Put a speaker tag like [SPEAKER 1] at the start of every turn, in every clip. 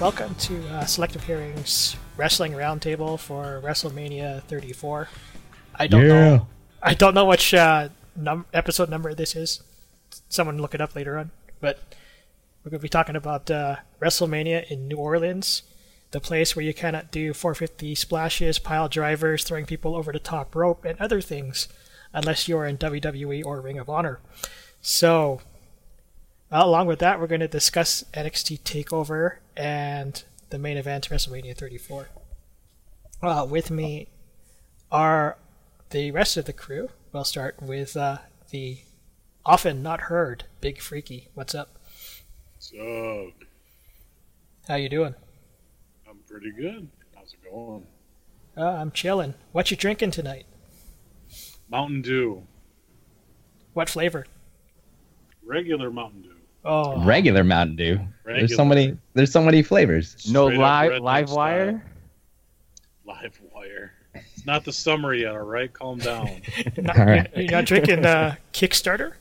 [SPEAKER 1] Welcome to uh, Selective Hearings Wrestling Roundtable for WrestleMania 34. I don't know. I don't know which uh, num- episode number this is. Someone look it up later on. But we're going to be talking about uh, WrestleMania in New Orleans, the place where you cannot do 450 splashes, pile drivers, throwing people over the top rope, and other things, unless you're in WWE or Ring of Honor. So, uh, along with that, we're going to discuss NXT Takeover and the main event WrestleMania 34. Uh, with me are the rest of the crew. We'll start with uh, the often not heard Big Freaky. What's up?
[SPEAKER 2] So
[SPEAKER 1] How you doing?
[SPEAKER 2] I'm pretty good. How's it going?
[SPEAKER 1] Uh, I'm chilling. What you drinking tonight?
[SPEAKER 2] Mountain Dew,
[SPEAKER 1] What flavor?
[SPEAKER 2] regular Mountain Dew.
[SPEAKER 1] Oh,
[SPEAKER 3] Regular Mountain Dew. There's so many. There's so many flavors.
[SPEAKER 4] No
[SPEAKER 2] Straight up
[SPEAKER 4] live
[SPEAKER 2] Red
[SPEAKER 4] live
[SPEAKER 2] Bull
[SPEAKER 4] wire.
[SPEAKER 2] Live wire. It's not the summer yet, all right? Calm down.
[SPEAKER 1] not,
[SPEAKER 3] All right.
[SPEAKER 1] you're not drinking uh, Kickstarter?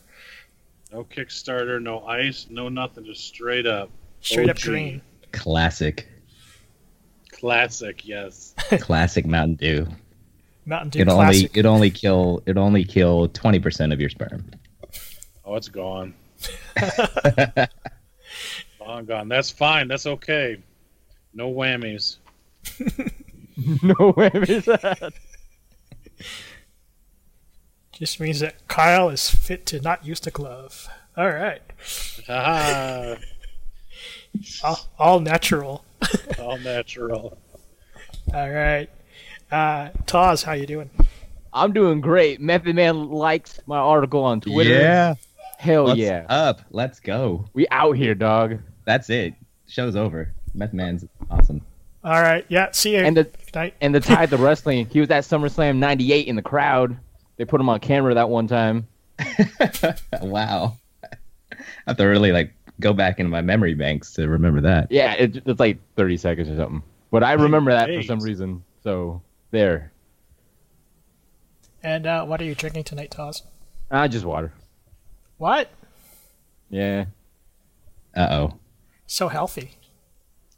[SPEAKER 2] No Kickstarter, no ice, no nothing. Just straight up.
[SPEAKER 1] Straight up
[SPEAKER 2] OG.
[SPEAKER 1] green.
[SPEAKER 3] Classic.
[SPEAKER 2] Classic, yes.
[SPEAKER 3] Classic Mountain Dew.
[SPEAKER 1] Mountain Dew
[SPEAKER 3] It only.
[SPEAKER 1] Classic.
[SPEAKER 3] It only kill. It only kill twenty percent of your sperm.
[SPEAKER 2] Oh, it's gone. Long gone. That's fine. That's okay. No whammies.
[SPEAKER 4] No way is that.
[SPEAKER 1] Just means that Kyle is fit to not use the glove. All right.
[SPEAKER 2] Ha
[SPEAKER 1] All, all natural.
[SPEAKER 2] ha. All natural.
[SPEAKER 1] All right. Uh, Taz, how you doing?
[SPEAKER 4] I'm doing great. Method Man likes my article on Twitter. Hell
[SPEAKER 3] Let's
[SPEAKER 4] Oh, yeah.
[SPEAKER 3] Up. Let's go.
[SPEAKER 4] We out here, dog.
[SPEAKER 3] That's it. Show's over. Meth Man's awesome.
[SPEAKER 1] All right. Yeah. See you
[SPEAKER 4] And uh, the
[SPEAKER 1] night.
[SPEAKER 4] and the tie the wrestling. He was at SummerSlam '98 in the crowd. They put him on camera that one time.
[SPEAKER 3] Wow. I have to really like go back into my memory banks to remember that.
[SPEAKER 4] Yeah, it, it's like 30 seconds or something. But I remember that for
[SPEAKER 2] Jeez.
[SPEAKER 4] some reason. So there.
[SPEAKER 1] And uh, what are you drinking tonight, Taz?
[SPEAKER 4] Ah, just water.
[SPEAKER 1] What?
[SPEAKER 4] Yeah.
[SPEAKER 3] Uh oh.
[SPEAKER 1] So healthy.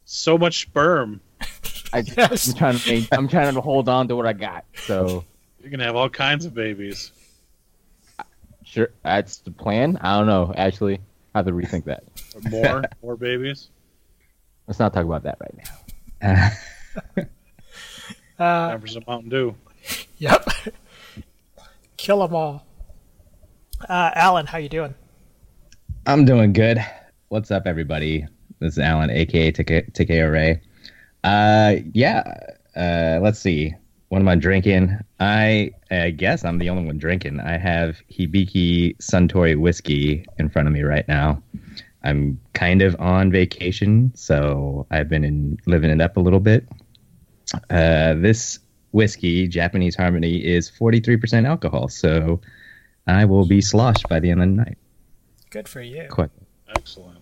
[SPEAKER 2] So much sperm.
[SPEAKER 4] I,
[SPEAKER 1] Yes.
[SPEAKER 4] I'm trying to make, I'm trying to hold on to what I got. So
[SPEAKER 2] You're going to have all kinds of babies.
[SPEAKER 4] sure, that's the plan. I don't know. Actually, I have to rethink that.
[SPEAKER 2] Or more. more babies.
[SPEAKER 4] Let's not talk about that right now.
[SPEAKER 1] Uh,
[SPEAKER 3] Uh,
[SPEAKER 2] Time for some Mountain Dew.
[SPEAKER 1] yep. Kill 'em all. Uh, Alan, how you doing?
[SPEAKER 3] I'm doing good. What's up, everybody? This is Alan, aka TKO Ray. Uh, yeah. Uh, let's see. What am I drinking? I, I guess I'm the only one drinking. I have Hibiki Suntory whiskey in front of me right now. I'm kind of on vacation, so I've been in, living it up a little bit. Uh, this whiskey, Japanese Harmony, is 43% alcohol, so I will be sloshed by the end of the night.
[SPEAKER 1] Good for you.
[SPEAKER 3] Quite
[SPEAKER 2] Excellent.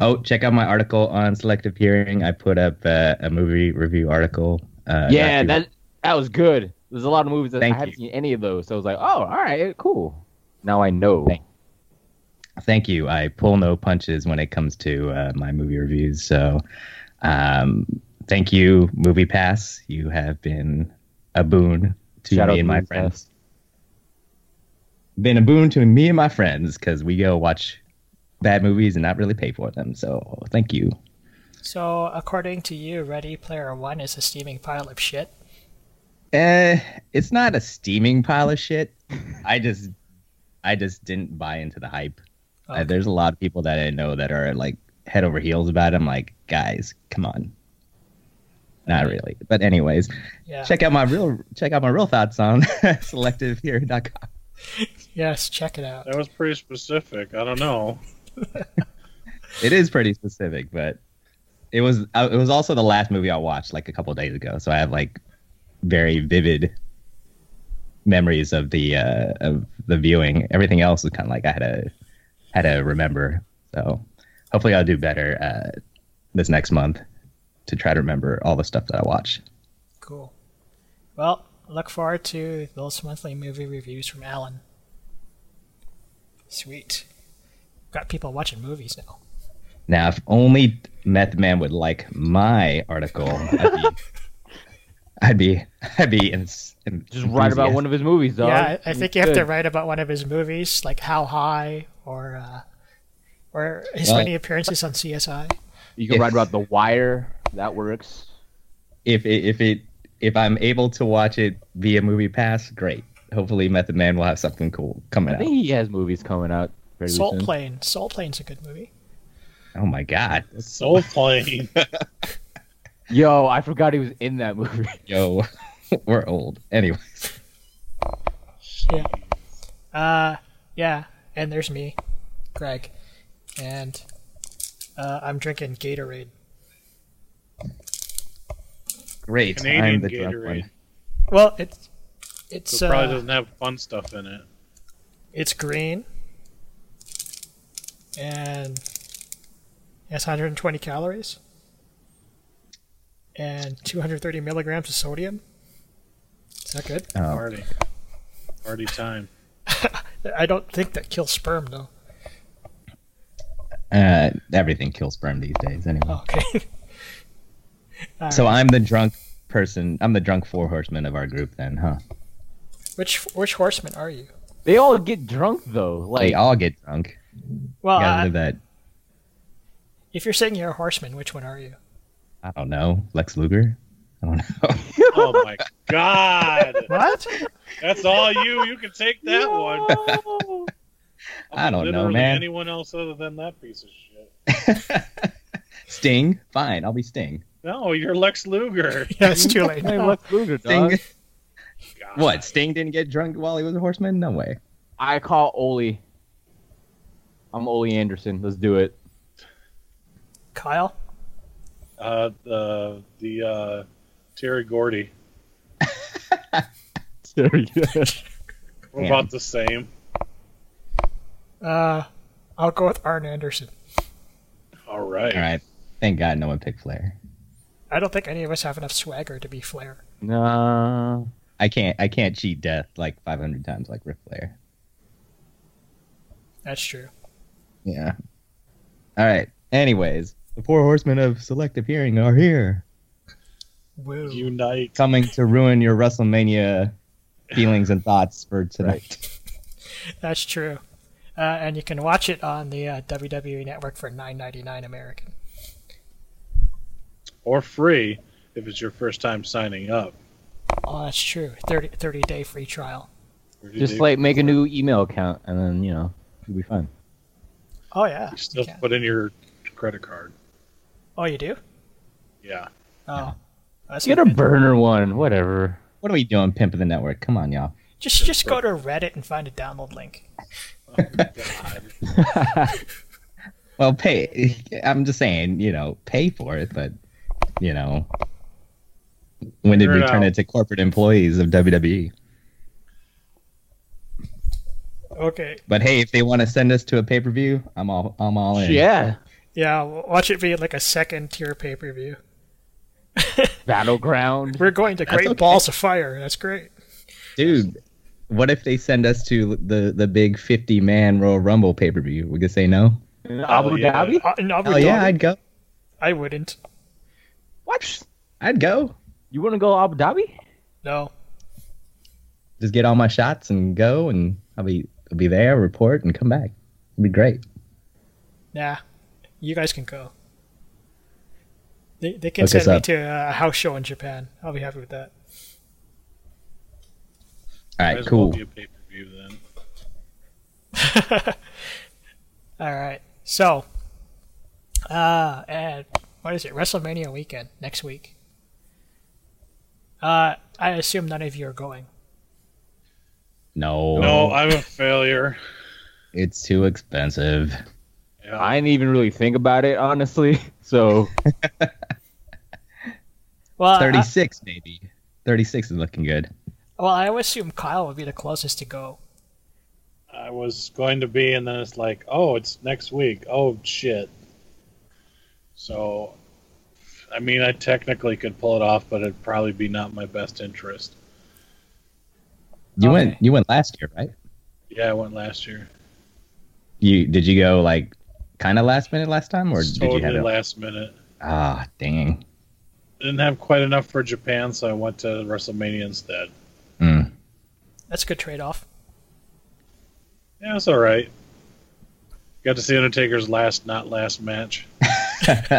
[SPEAKER 3] Oh, check out my article on selective hearing. I put up uh, a movie review article. Uh,
[SPEAKER 4] yeah,
[SPEAKER 3] not too-
[SPEAKER 4] that that was good. There's a lot of movies that
[SPEAKER 3] Thank
[SPEAKER 4] I haven't
[SPEAKER 3] you.
[SPEAKER 4] seen any of those, so I was like, oh, all right, cool. Now I know.
[SPEAKER 3] Thank- Thank you. I pull no punches when it comes to uh, my movie reviews. So, um, thank you, Movie Pass. You have been a boon to
[SPEAKER 4] Shout out
[SPEAKER 3] me and my
[SPEAKER 4] Movie
[SPEAKER 3] friends.
[SPEAKER 4] Pass.
[SPEAKER 3] Been a boon to me and my friends because we go watch bad movies and not really pay for them. So, thank you.
[SPEAKER 1] So, according to you, Ready Player One is a steaming pile of shit.
[SPEAKER 3] Eh, it's not a steaming pile of shit. I just, I just didn't buy into the hype. Uh,
[SPEAKER 1] Okay.
[SPEAKER 3] there's a lot of people that I know that are like head over heels about it. I'm like, guys, come on. Not really. But anyways,
[SPEAKER 1] Yeah.
[SPEAKER 3] check out my real check out my real thoughts on selectivehearing.com.
[SPEAKER 1] Yes, check it out.
[SPEAKER 2] That was pretty specific. I don't know.
[SPEAKER 3] It is pretty specific, but it was uh, it was also the last movie I watched like a couple days ago, so I have like very vivid memories of the uh, of the viewing. Everything else was kind of like I had to had to remember. So hopefully I'll do better uh, this next month to try to remember all the stuff that I watched.
[SPEAKER 1] Cool. Well, look forward to those monthly movie reviews from Alan. Sweet. Got people watching movies now.
[SPEAKER 3] Now, if only Meth Man would like my article, I'd be, I'd be, I'd be in,
[SPEAKER 4] Just write about one of his movies, dog.
[SPEAKER 1] yeah, I, I think you have to
[SPEAKER 4] Good.
[SPEAKER 1] write about one of his movies, like How High or uh, or
[SPEAKER 4] Uh,
[SPEAKER 1] his
[SPEAKER 3] Well-
[SPEAKER 1] many appearances on CSI.
[SPEAKER 4] You can write about The Wire. That works.
[SPEAKER 3] if it, if it if I'm able to watch it via Movie Pass, great. Hopefully, Method Man will have something cool coming
[SPEAKER 4] I think
[SPEAKER 3] out.
[SPEAKER 4] he has movies coming out. Very
[SPEAKER 1] Salt
[SPEAKER 4] soon.
[SPEAKER 1] Plane. Salt Plane's a good movie.
[SPEAKER 3] Oh my god,
[SPEAKER 2] Soul Plane.
[SPEAKER 4] Yo, I forgot he was in that movie.
[SPEAKER 3] yo, we're old. Anyway,
[SPEAKER 1] Yeah. Uh, yeah. And there's me, Greg, and uh, I'm drinking Gatorade.
[SPEAKER 3] great. I'm
[SPEAKER 2] Canadian
[SPEAKER 3] the drunk
[SPEAKER 2] Gatorade.
[SPEAKER 3] one.
[SPEAKER 1] Well, it's it's
[SPEAKER 2] So it probably
[SPEAKER 1] uh,
[SPEAKER 2] doesn't have fun stuff in it.
[SPEAKER 1] it's green, and it has 120 calories and 230 milligrams of sodium. Is that good?
[SPEAKER 3] Oh,
[SPEAKER 2] Party. Party time.
[SPEAKER 1] I don't think that kills sperm though.
[SPEAKER 3] uh, everything kills sperm these days. Anyway,
[SPEAKER 1] Oh, okay. All
[SPEAKER 3] so
[SPEAKER 1] right.
[SPEAKER 3] I'm the drunk person. I'm the drunk four horsemen of our group, then, huh?
[SPEAKER 1] which which horseman are you?
[SPEAKER 4] They all get drunk though. Like Oh,
[SPEAKER 3] They all get drunk.
[SPEAKER 1] Well,
[SPEAKER 3] gotta
[SPEAKER 1] uh,
[SPEAKER 3] live that.
[SPEAKER 1] if you're saying you're a horseman, which one are you?
[SPEAKER 3] I don't know, Lex Luger. I don't know.
[SPEAKER 2] Oh my god.
[SPEAKER 1] What?
[SPEAKER 2] That's all you. You can take that one.
[SPEAKER 4] No.
[SPEAKER 3] I don't know,
[SPEAKER 2] Literally
[SPEAKER 3] man.
[SPEAKER 2] Anyone else other than that piece of shit?
[SPEAKER 3] Sting, fine. I'll be Sting.
[SPEAKER 2] No, you're Lex Luger.
[SPEAKER 1] Yeah, it's too late.
[SPEAKER 4] Hey, Lex Luger,
[SPEAKER 3] Sting.
[SPEAKER 4] dog.
[SPEAKER 2] God.
[SPEAKER 3] What? Sting didn't get drunk while he was a horseman? No way.
[SPEAKER 4] I call Oli. I'm Oli Anderson. Let's do it.
[SPEAKER 1] Kyle.
[SPEAKER 2] Uh, the the uh, Terry Gordy. We're
[SPEAKER 3] Yeah.
[SPEAKER 2] about the same.
[SPEAKER 1] Uh, I'll go with Arn Anderson.
[SPEAKER 2] All right.
[SPEAKER 3] All right. Thank God no one picked Flair.
[SPEAKER 1] I don't think any of us have enough swagger to be Flair.
[SPEAKER 2] Uh,
[SPEAKER 4] nah.
[SPEAKER 3] I can't. I can't cheat death like 500 times like Ric Flair.
[SPEAKER 1] That's true.
[SPEAKER 3] Yeah. All right. Anyways, the poor horsemen of selective hearing are here,
[SPEAKER 1] Woo.
[SPEAKER 2] Unite.
[SPEAKER 3] coming to ruin your WrestleMania feelings and thoughts for tonight.
[SPEAKER 1] That's true. Uh, and you can watch it on the uh, WWE Network for nine ninety nine American.
[SPEAKER 2] Or free if it's your first time signing up.
[SPEAKER 1] Oh, that's true. 30, 30 day free trial.
[SPEAKER 2] Or do
[SPEAKER 4] Just
[SPEAKER 2] they-
[SPEAKER 4] like make a new email account and then you know it'll be fun.
[SPEAKER 1] Oh yeah.
[SPEAKER 2] you still
[SPEAKER 1] You can.
[SPEAKER 2] put in your credit card.
[SPEAKER 1] Oh, you do?
[SPEAKER 2] Yeah.
[SPEAKER 1] Oh, that's
[SPEAKER 4] Get a
[SPEAKER 1] not bad.
[SPEAKER 4] burner one, whatever.
[SPEAKER 3] What are we doing, pimp of the network? Come on, y'all.
[SPEAKER 1] Just just go to Reddit and find a download link.
[SPEAKER 3] Well, pay. I'm just saying, you know, pay for it, but you know, when did
[SPEAKER 2] Figure
[SPEAKER 3] we
[SPEAKER 2] it
[SPEAKER 3] turn
[SPEAKER 2] out.
[SPEAKER 3] it to corporate employees of E? WWE?
[SPEAKER 1] Okay.
[SPEAKER 3] But hey, if they want to send us to a pay per view, I'm all I'm all in.
[SPEAKER 4] Yeah.
[SPEAKER 1] Yeah, w- watch it be like a second tier pay per view.
[SPEAKER 4] Battleground.
[SPEAKER 1] We're going to Great
[SPEAKER 3] okay.
[SPEAKER 1] Balls of Fire. That's great.
[SPEAKER 3] dude. What if they send us to the the big fifty man Royal Rumble pay per view? We could say no.
[SPEAKER 4] In Abu
[SPEAKER 2] yeah.
[SPEAKER 4] Dhabi?
[SPEAKER 1] Uh, in Abu
[SPEAKER 3] Oh yeah,
[SPEAKER 1] Dhabi,
[SPEAKER 3] I'd go.
[SPEAKER 1] I wouldn't.
[SPEAKER 4] What?
[SPEAKER 3] I'd go.
[SPEAKER 4] You wanna go Abu Dhabi?
[SPEAKER 1] No.
[SPEAKER 3] Just get all my shots and go, and I'll be I'll be there, report, and come back. It'd be great.
[SPEAKER 1] Nah. You guys can go. They, they can
[SPEAKER 3] Hook us
[SPEAKER 1] send me
[SPEAKER 3] up.
[SPEAKER 1] to a house show in Japan. I'll be happy with that.
[SPEAKER 3] All
[SPEAKER 2] Might
[SPEAKER 3] right,
[SPEAKER 2] as
[SPEAKER 3] cool.
[SPEAKER 2] well be a pay-per-view then.
[SPEAKER 1] All right. So, uh, and what is it? WrestleMania weekend next week. Uh, I assume none of you are going.
[SPEAKER 3] No,
[SPEAKER 2] No, I'm a failure.
[SPEAKER 3] it's too expensive.
[SPEAKER 2] Yeah.
[SPEAKER 4] I didn't even really think about it, honestly. So
[SPEAKER 2] Uh,
[SPEAKER 1] Well,
[SPEAKER 3] Thirty
[SPEAKER 1] I,
[SPEAKER 3] six, maybe. Thirty six is looking good.
[SPEAKER 1] well, I would assume Kyle would be the closest to go.
[SPEAKER 2] I was going to be, and then it's like, oh, it's next week. Oh shit. So, I mean, I technically could pull it off, but it'd probably be not my best interest.
[SPEAKER 3] You
[SPEAKER 1] Okay.
[SPEAKER 3] went you went last year, right?
[SPEAKER 2] Yeah, I went last year.
[SPEAKER 3] You did you go like kind of last minute last time, or did you
[SPEAKER 2] totally
[SPEAKER 3] have it?
[SPEAKER 2] last minute.
[SPEAKER 3] Ah, dang.
[SPEAKER 2] Didn't have quite enough for Japan, so I went to WrestleMania instead.
[SPEAKER 3] Mm.
[SPEAKER 1] That's a good trade off.
[SPEAKER 2] Yeah, it's all right. Got to see Undertaker's last, not last match.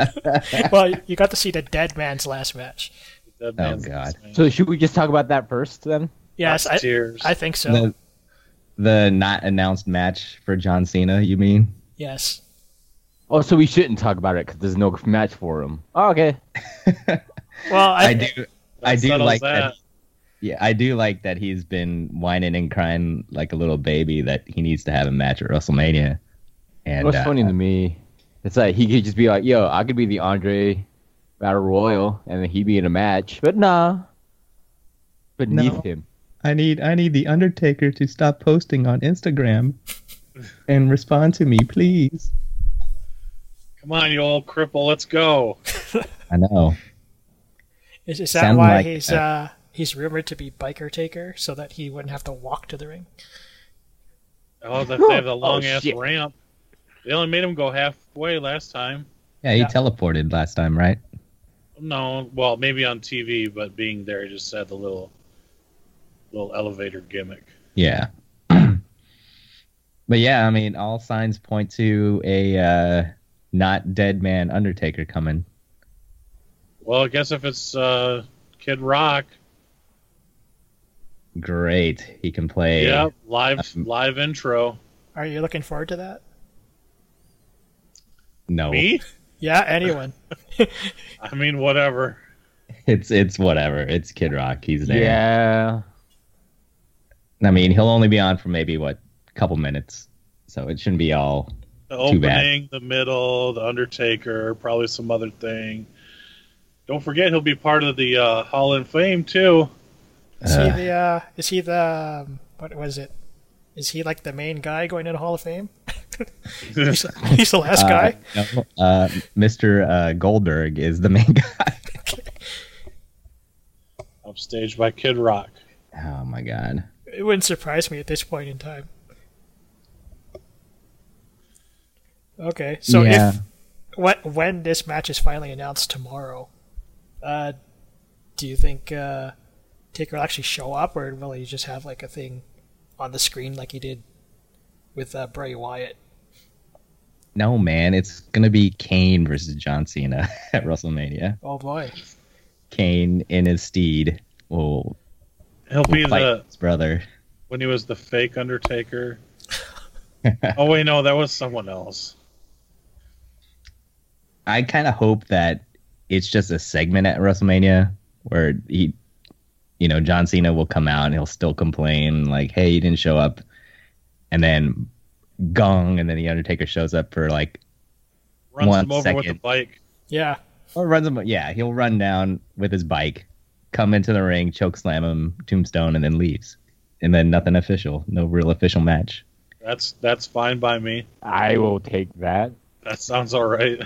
[SPEAKER 1] well, you got to see the dead man's last match.
[SPEAKER 2] Dead
[SPEAKER 3] Oh,
[SPEAKER 2] man's
[SPEAKER 3] God.
[SPEAKER 2] last match.
[SPEAKER 4] So should we just talk about that first then?
[SPEAKER 1] Yes,
[SPEAKER 2] Lots of
[SPEAKER 1] I,
[SPEAKER 2] tears.
[SPEAKER 1] I think so.
[SPEAKER 3] The, the not announced match for John Cena, you mean?
[SPEAKER 1] Yes.
[SPEAKER 4] Oh, so we shouldn't talk about it because there's no match for him. Oh, okay.
[SPEAKER 1] Well, I,
[SPEAKER 3] I do. I
[SPEAKER 2] That
[SPEAKER 3] do
[SPEAKER 2] settles
[SPEAKER 3] like that. Yeah, I do like that he's been whining and crying like a little baby that he needs to have a match at WrestleMania. And
[SPEAKER 4] What's
[SPEAKER 3] uh,
[SPEAKER 4] funny to me, it's like he could just be like, "Yo, I could be the Andre Battle Royal," and then he'd be in a match. But nah, beneath
[SPEAKER 3] No.
[SPEAKER 4] him.
[SPEAKER 3] I need I need the Undertaker to stop posting on Instagram and respond to me, please.
[SPEAKER 2] Come on, you old cripple, let's go.
[SPEAKER 3] I know.
[SPEAKER 1] is, is that
[SPEAKER 3] sound
[SPEAKER 1] why
[SPEAKER 3] like
[SPEAKER 1] he's
[SPEAKER 3] that.
[SPEAKER 1] uh, he's rumored to be biker taker so that he wouldn't have to walk to the ring?
[SPEAKER 2] Oh, that
[SPEAKER 4] No.
[SPEAKER 2] they have the
[SPEAKER 4] Oh,
[SPEAKER 2] long ass
[SPEAKER 4] shit.
[SPEAKER 2] ramp. They only made him go halfway last time.
[SPEAKER 3] Yeah, he
[SPEAKER 1] Yeah.
[SPEAKER 3] teleported last time, right?
[SPEAKER 2] No, well, maybe on TV, but being there, he just had the little, little elevator gimmick.
[SPEAKER 3] Yeah. but yeah, I mean, all signs point to a uh, not dead man Undertaker coming.
[SPEAKER 2] Well, I guess if it's uh, Kid Rock,
[SPEAKER 3] Great, he can play.
[SPEAKER 2] yeah, live
[SPEAKER 3] Um,
[SPEAKER 2] live intro.
[SPEAKER 1] Are you looking forward to that?
[SPEAKER 3] No,
[SPEAKER 2] Me?
[SPEAKER 1] Yeah, anyone.
[SPEAKER 2] I mean, whatever.
[SPEAKER 3] it's it's whatever. It's Kid Rock. He's there.
[SPEAKER 4] Yeah.
[SPEAKER 3] I mean, he'll only be on for maybe what couple minutes, so it shouldn't be all.
[SPEAKER 2] The
[SPEAKER 3] Too bad.
[SPEAKER 2] opening, the middle, the Undertaker, probably some other thing. Don't forget, he'll be part of the uh, Hall of Fame too.
[SPEAKER 1] Is he
[SPEAKER 3] Uh.
[SPEAKER 1] the? Uh, is he the? Um, what was it? Is he like the main guy going to the Hall of Fame? he's, he's the last
[SPEAKER 3] Uh,
[SPEAKER 1] guy.
[SPEAKER 3] no, uh, Mr. Uh, Goldberg is the main guy.
[SPEAKER 2] Upstaged by Kid Rock.
[SPEAKER 3] Oh my god.
[SPEAKER 1] It wouldn't surprise me at this point in time. Okay, so
[SPEAKER 3] Yeah.
[SPEAKER 1] if when, when this match is finally announced tomorrow, uh, do you think uh, Taker will actually show up, or will he just have like a thing on the screen like he did with uh, Bray Wyatt?
[SPEAKER 3] No man, it's gonna be Kane versus John Cena at WrestleMania.
[SPEAKER 1] Oh boy,
[SPEAKER 3] Kane in his steed will,
[SPEAKER 2] He'll
[SPEAKER 3] will
[SPEAKER 2] be
[SPEAKER 3] fight
[SPEAKER 2] the
[SPEAKER 3] his brother.
[SPEAKER 2] when he was the fake Undertaker. oh wait, no, that was someone else.
[SPEAKER 3] I kind of hope that it's just a segment at WrestleMania where he, you know, John Cena will come out and he'll still complain like, "Hey, you didn't show up," and then gong, and then the Undertaker shows up for like,
[SPEAKER 2] Runs
[SPEAKER 3] One
[SPEAKER 2] him over with a
[SPEAKER 3] second.
[SPEAKER 2] bike.
[SPEAKER 1] yeah,
[SPEAKER 3] or runs him. Yeah, he'll run down with his bike, come into the ring, choke slam him, tombstone, and then leaves. And then nothing official, no real official match.
[SPEAKER 2] That's that's fine by me.
[SPEAKER 4] I will take that.
[SPEAKER 2] That sounds all right.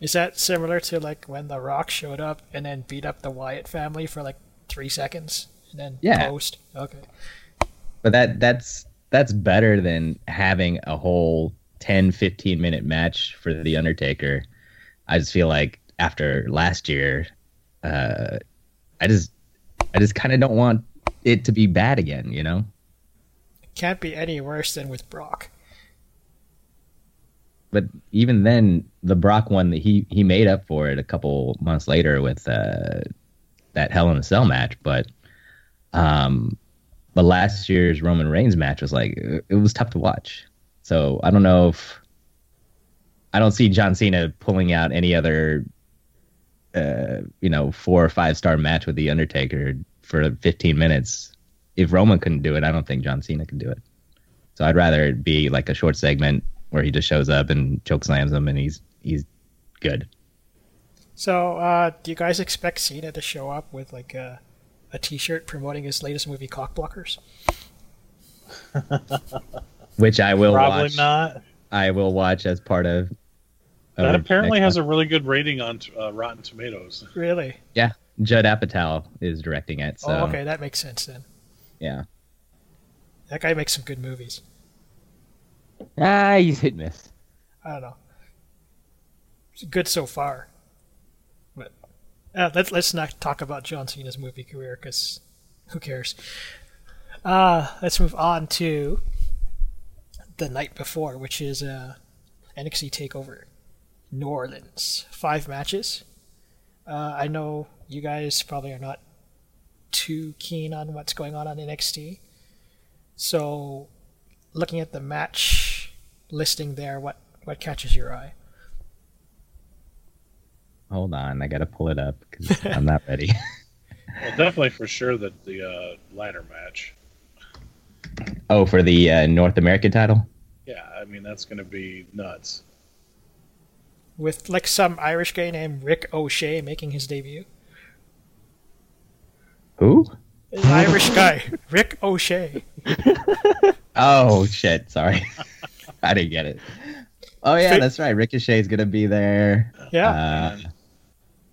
[SPEAKER 1] is that similar to like when The Rock showed up and then beat up the Wyatt family for like three seconds and then
[SPEAKER 3] Yeah.
[SPEAKER 1] post? Okay,
[SPEAKER 3] but that that's that's better than having a whole 10 15 minute match for the undertaker i just feel like after last year uh i just i just kind of don't want it to be bad again you know
[SPEAKER 1] can't be any worse than with Brock.
[SPEAKER 3] but even then the brock one that he he made up for it a couple months later with uh that hell in a cell match but um but last year's roman reigns match was like it was tough to watch so i don't know if i don't see john cena pulling out any other uh you know four or five star match with the undertaker for 15 minutes if roman couldn't do it i don't think john cena can do it so I'd rather it be like a short segment where he just shows up and choke slams him and he's he's good.
[SPEAKER 1] So, uh, do you guys expect Cena to show up with like a, a T-shirt promoting his latest movie, Cockblockers?
[SPEAKER 3] Which I will
[SPEAKER 2] Probably
[SPEAKER 3] watch.
[SPEAKER 2] not.
[SPEAKER 3] I will watch as part of.
[SPEAKER 2] That apparently has a really good rating on uh, Rotten Tomatoes.
[SPEAKER 1] Really?
[SPEAKER 3] yeah. Judd Apatow is directing it, so
[SPEAKER 1] Oh, okay, that makes sense then.
[SPEAKER 3] yeah.
[SPEAKER 1] That guy makes some good movies.
[SPEAKER 4] Ah, he's hit and miss.
[SPEAKER 1] I don't know. It's good so far. Uh, let's let's not talk about John Cena's movie career because who cares? Uh, let's move on to the night before, which is uh, NXT Takeover, New Orleans. Five matches. Uh, I know you guys probably are not too keen on what's going on on NXT. So, looking at the match listing there, what what catches your eye?
[SPEAKER 3] Hold on, I gotta pull it up because I'm not ready.
[SPEAKER 2] Well, definitely for sure that the uh, ladder match.
[SPEAKER 3] Oh, for the uh, North American title.
[SPEAKER 2] Yeah, I mean that's going to be nuts.
[SPEAKER 1] With like some Irish guy named Rick O'Shea making his debut.
[SPEAKER 3] Who?
[SPEAKER 1] An Irish guy, Rick O'Shea.
[SPEAKER 3] Oh shit! Sorry, I didn't get it. Oh yeah, that's right. Ricochet's gonna be there.
[SPEAKER 1] Yeah,
[SPEAKER 3] Uh,
[SPEAKER 2] And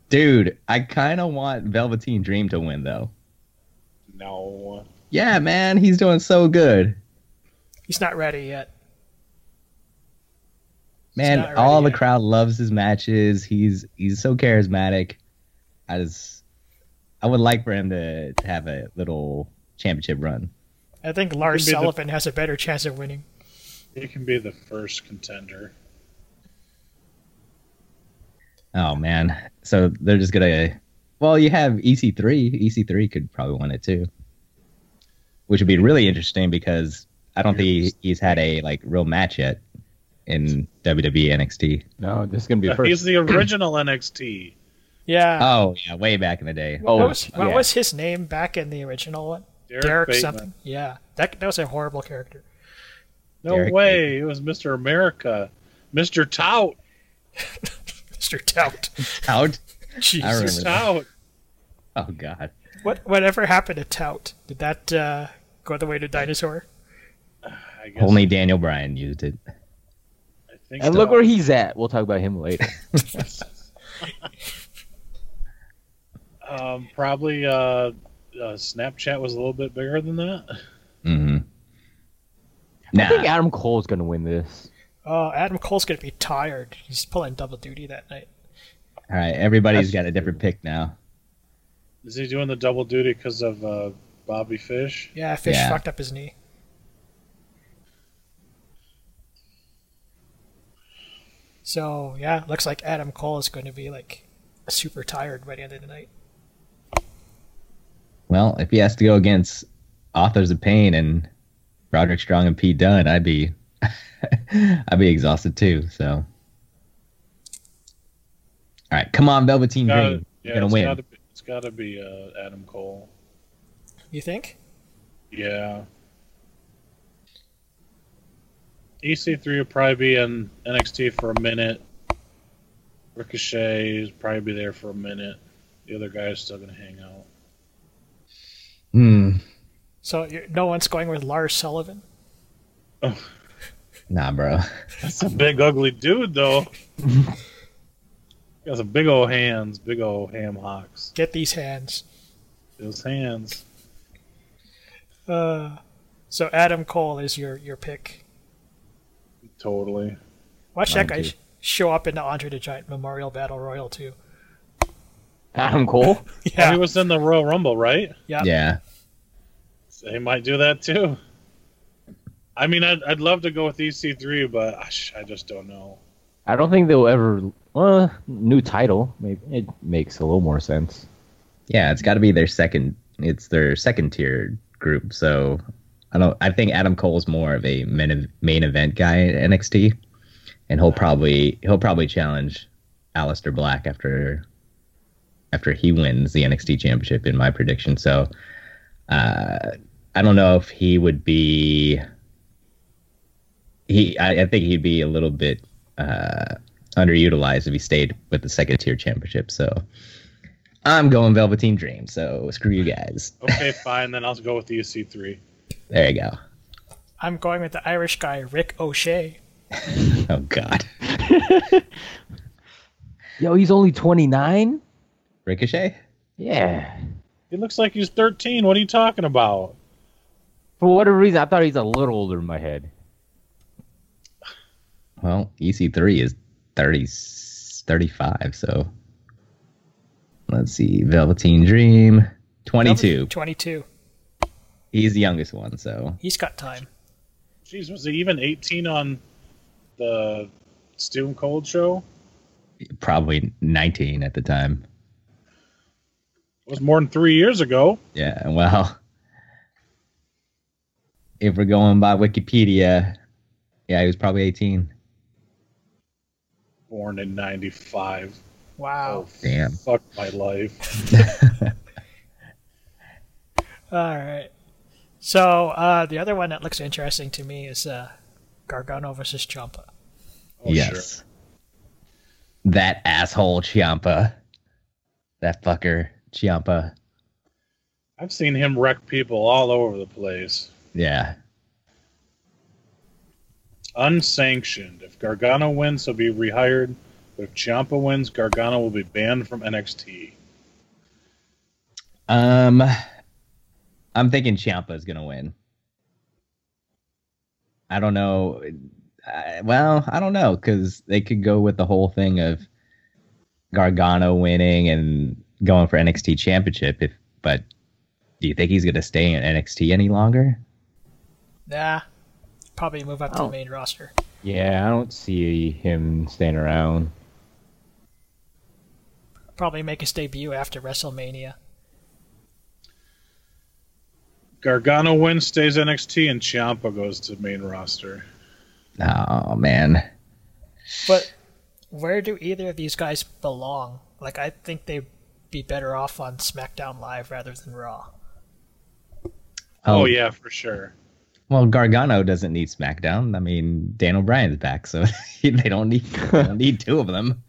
[SPEAKER 3] dude, I kind of want Velveteen Dream to win though.
[SPEAKER 2] no,
[SPEAKER 3] Yeah, man, he's doing so good.
[SPEAKER 1] he's not ready yet. not
[SPEAKER 3] Man,
[SPEAKER 1] ready
[SPEAKER 3] all the
[SPEAKER 1] yet.
[SPEAKER 3] crowd loves his matches. He's he's so charismatic. I just I would like for him to, to have a little championship run.
[SPEAKER 1] I think Lars
[SPEAKER 2] be the-
[SPEAKER 1] Sullivan has a better chance of winning.
[SPEAKER 2] he can be the first contender.
[SPEAKER 3] Oh man. So they're just gonna well, you have E EC3. EC3 could probably win it too. Which would be really interesting because I don't think he's had a like real match yet in E WWE NXT.
[SPEAKER 4] No, this is gonna be a
[SPEAKER 2] He's
[SPEAKER 4] first.
[SPEAKER 2] the original NXT.
[SPEAKER 1] Yeah.
[SPEAKER 3] Oh yeah, way back in the day.
[SPEAKER 1] what,
[SPEAKER 4] oh,
[SPEAKER 1] was, what
[SPEAKER 4] yeah.
[SPEAKER 1] was his name back in the original one?
[SPEAKER 2] Derek,
[SPEAKER 1] Derek
[SPEAKER 2] Bateman.
[SPEAKER 1] something. Yeah, that that was a horrible character.
[SPEAKER 2] No
[SPEAKER 3] Derek
[SPEAKER 2] way. It was Mr. America. Mr. Tout.
[SPEAKER 1] Mister Tout.
[SPEAKER 3] Out.
[SPEAKER 1] Jesus.
[SPEAKER 3] remember.
[SPEAKER 2] Mr. Tout.
[SPEAKER 3] Oh god.
[SPEAKER 1] What whatever happened to Tout? Did that uh, go the way to Dinosaur?
[SPEAKER 2] I guess.
[SPEAKER 3] Only Daniel Bryan used it.
[SPEAKER 2] I think
[SPEAKER 4] And
[SPEAKER 2] so.
[SPEAKER 4] look where he's at. We'll talk about him later.
[SPEAKER 2] um, probably uh, uh, Snapchat was a little bit bigger than that.
[SPEAKER 3] hmm
[SPEAKER 4] I think
[SPEAKER 3] Nah,
[SPEAKER 4] Adam Cole's gonna win this.
[SPEAKER 1] Oh, Adam Cole's gonna be tired. He's pulling double duty that night.
[SPEAKER 3] all right. Everybody's
[SPEAKER 4] That's
[SPEAKER 3] got a different pick now.
[SPEAKER 2] Is he doing the double duty because of uh, Bobby Fish?
[SPEAKER 1] Yeah, Fish
[SPEAKER 3] Yeah.
[SPEAKER 1] fucked up his knee. So yeah, looks like Adam Cole is going to be like super tired by the end of the night.
[SPEAKER 3] Well, if he has to go against Authors of Pain and Roderick Strong and Pete Dunne, I'd be, I'd be exhausted too. So, all right, come on, Velveteen
[SPEAKER 2] Gotta-
[SPEAKER 3] Dream,
[SPEAKER 2] yeah,
[SPEAKER 3] you're gonna
[SPEAKER 2] it's
[SPEAKER 3] win.
[SPEAKER 2] Gotta be, it's got to be uh, Adam Cole.
[SPEAKER 1] You think?
[SPEAKER 2] Yeah. EC3 E will probably be in NXT for a minute. Ricochet is probably be there for a minute. The other guy is still going to hang out.
[SPEAKER 3] Hmm.
[SPEAKER 1] So you're, no one's going with Lars Sullivan.
[SPEAKER 3] Nah, bro.
[SPEAKER 2] That's a big, ugly dude, though. he got some big old hands, big old ham hocks.
[SPEAKER 1] Get these hands.
[SPEAKER 2] Those hands.
[SPEAKER 1] Uh, so Adam Cole is your your pick.
[SPEAKER 2] Totally.
[SPEAKER 1] Watch that
[SPEAKER 3] Mine
[SPEAKER 1] guy
[SPEAKER 3] too.
[SPEAKER 1] sh- show up in the Andre the Giant Memorial Battle Royal too.
[SPEAKER 4] Adam Cole.
[SPEAKER 2] Yeah. He
[SPEAKER 1] Yeah,
[SPEAKER 2] was in the Royal Rumble, right?
[SPEAKER 1] yeah.
[SPEAKER 3] Yeah.
[SPEAKER 2] So They might do that too. I mean, I'd, I'd love to go with EC3, but I sh- I just don't know.
[SPEAKER 4] I don't think they'll ever. Uh, new title. Maybe it makes a little more sense.
[SPEAKER 3] Yeah, it's got to be their second. It's their second tier group. So I don't. I think Adam Cole's more of a main, main event guy in NXT, and he'll probably he'll probably challenge Aleister Black after after he wins the NXT championship in my prediction. So uh, I don't know if he would be. He, I, I think he'd be a little bit uh, underutilized if he stayed with the second tier championship. So. I'm going Velveteen Dream, so screw you guys.
[SPEAKER 2] Okay, fine, then I'll go with E EC3.
[SPEAKER 3] There you go.
[SPEAKER 1] I'm going with the Irish guy Rick O'Shea.
[SPEAKER 3] Oh God,
[SPEAKER 4] Yo, he's only 29.
[SPEAKER 3] Ricochet.
[SPEAKER 4] Yeah.
[SPEAKER 2] He looks like he's 13. What are you talking about?
[SPEAKER 4] For whatever reason, I thought he's a little older in my head.
[SPEAKER 3] E Well, EC3 is 30, 35, so Let's see, Velveteen Dream, 22.
[SPEAKER 1] Twenty-two.
[SPEAKER 3] He's the youngest one, so
[SPEAKER 1] He's got time.
[SPEAKER 2] Jeez, was he even 18 on the Stone Cold show?
[SPEAKER 3] probably 19 at the time.
[SPEAKER 2] It was more than three years ago.
[SPEAKER 3] Yeah, well, if we're going by Wikipedia, yeah, he was probably 18.
[SPEAKER 2] Born in 95.
[SPEAKER 1] Wow.
[SPEAKER 3] Damn.
[SPEAKER 2] Fuck my life.
[SPEAKER 1] All right. So uh, the other one that looks interesting to me is uh, Gargano versus Ciampa.
[SPEAKER 2] Oh,
[SPEAKER 3] yes. That asshole Chiampa. That fucker Chiampa.
[SPEAKER 2] I've seen him wreck people all over the place.
[SPEAKER 3] Yeah.
[SPEAKER 2] Unsanctioned. If Gargano wins, he'll be rehired. But if Ciampa wins, Gargano will be banned from NXT.
[SPEAKER 3] Um I'm thinking Chiampa is going to win. I don't know. I, well, I don't know cuz they could go with the whole thing of Gargano winning and going for NXT championship if but do you think he's going to stay in NXT any longer?
[SPEAKER 1] Nah. Probably move up to
[SPEAKER 4] Oh.
[SPEAKER 1] the main roster.
[SPEAKER 4] Yeah, I don't see him staying around.
[SPEAKER 1] Probably make his debut after WrestleMania.
[SPEAKER 2] Gargano wins, stays NXT, and Ciampa goes to main roster.
[SPEAKER 3] Oh man.
[SPEAKER 1] But where do either of these guys belong? Like, I think they'd be better off on SmackDown Live rather than Raw.
[SPEAKER 2] Oh, yeah, for sure.
[SPEAKER 3] Well, Gargano doesn't need SmackDown. I mean, Dan O'Brien's back, so they don't need they don't need two of them.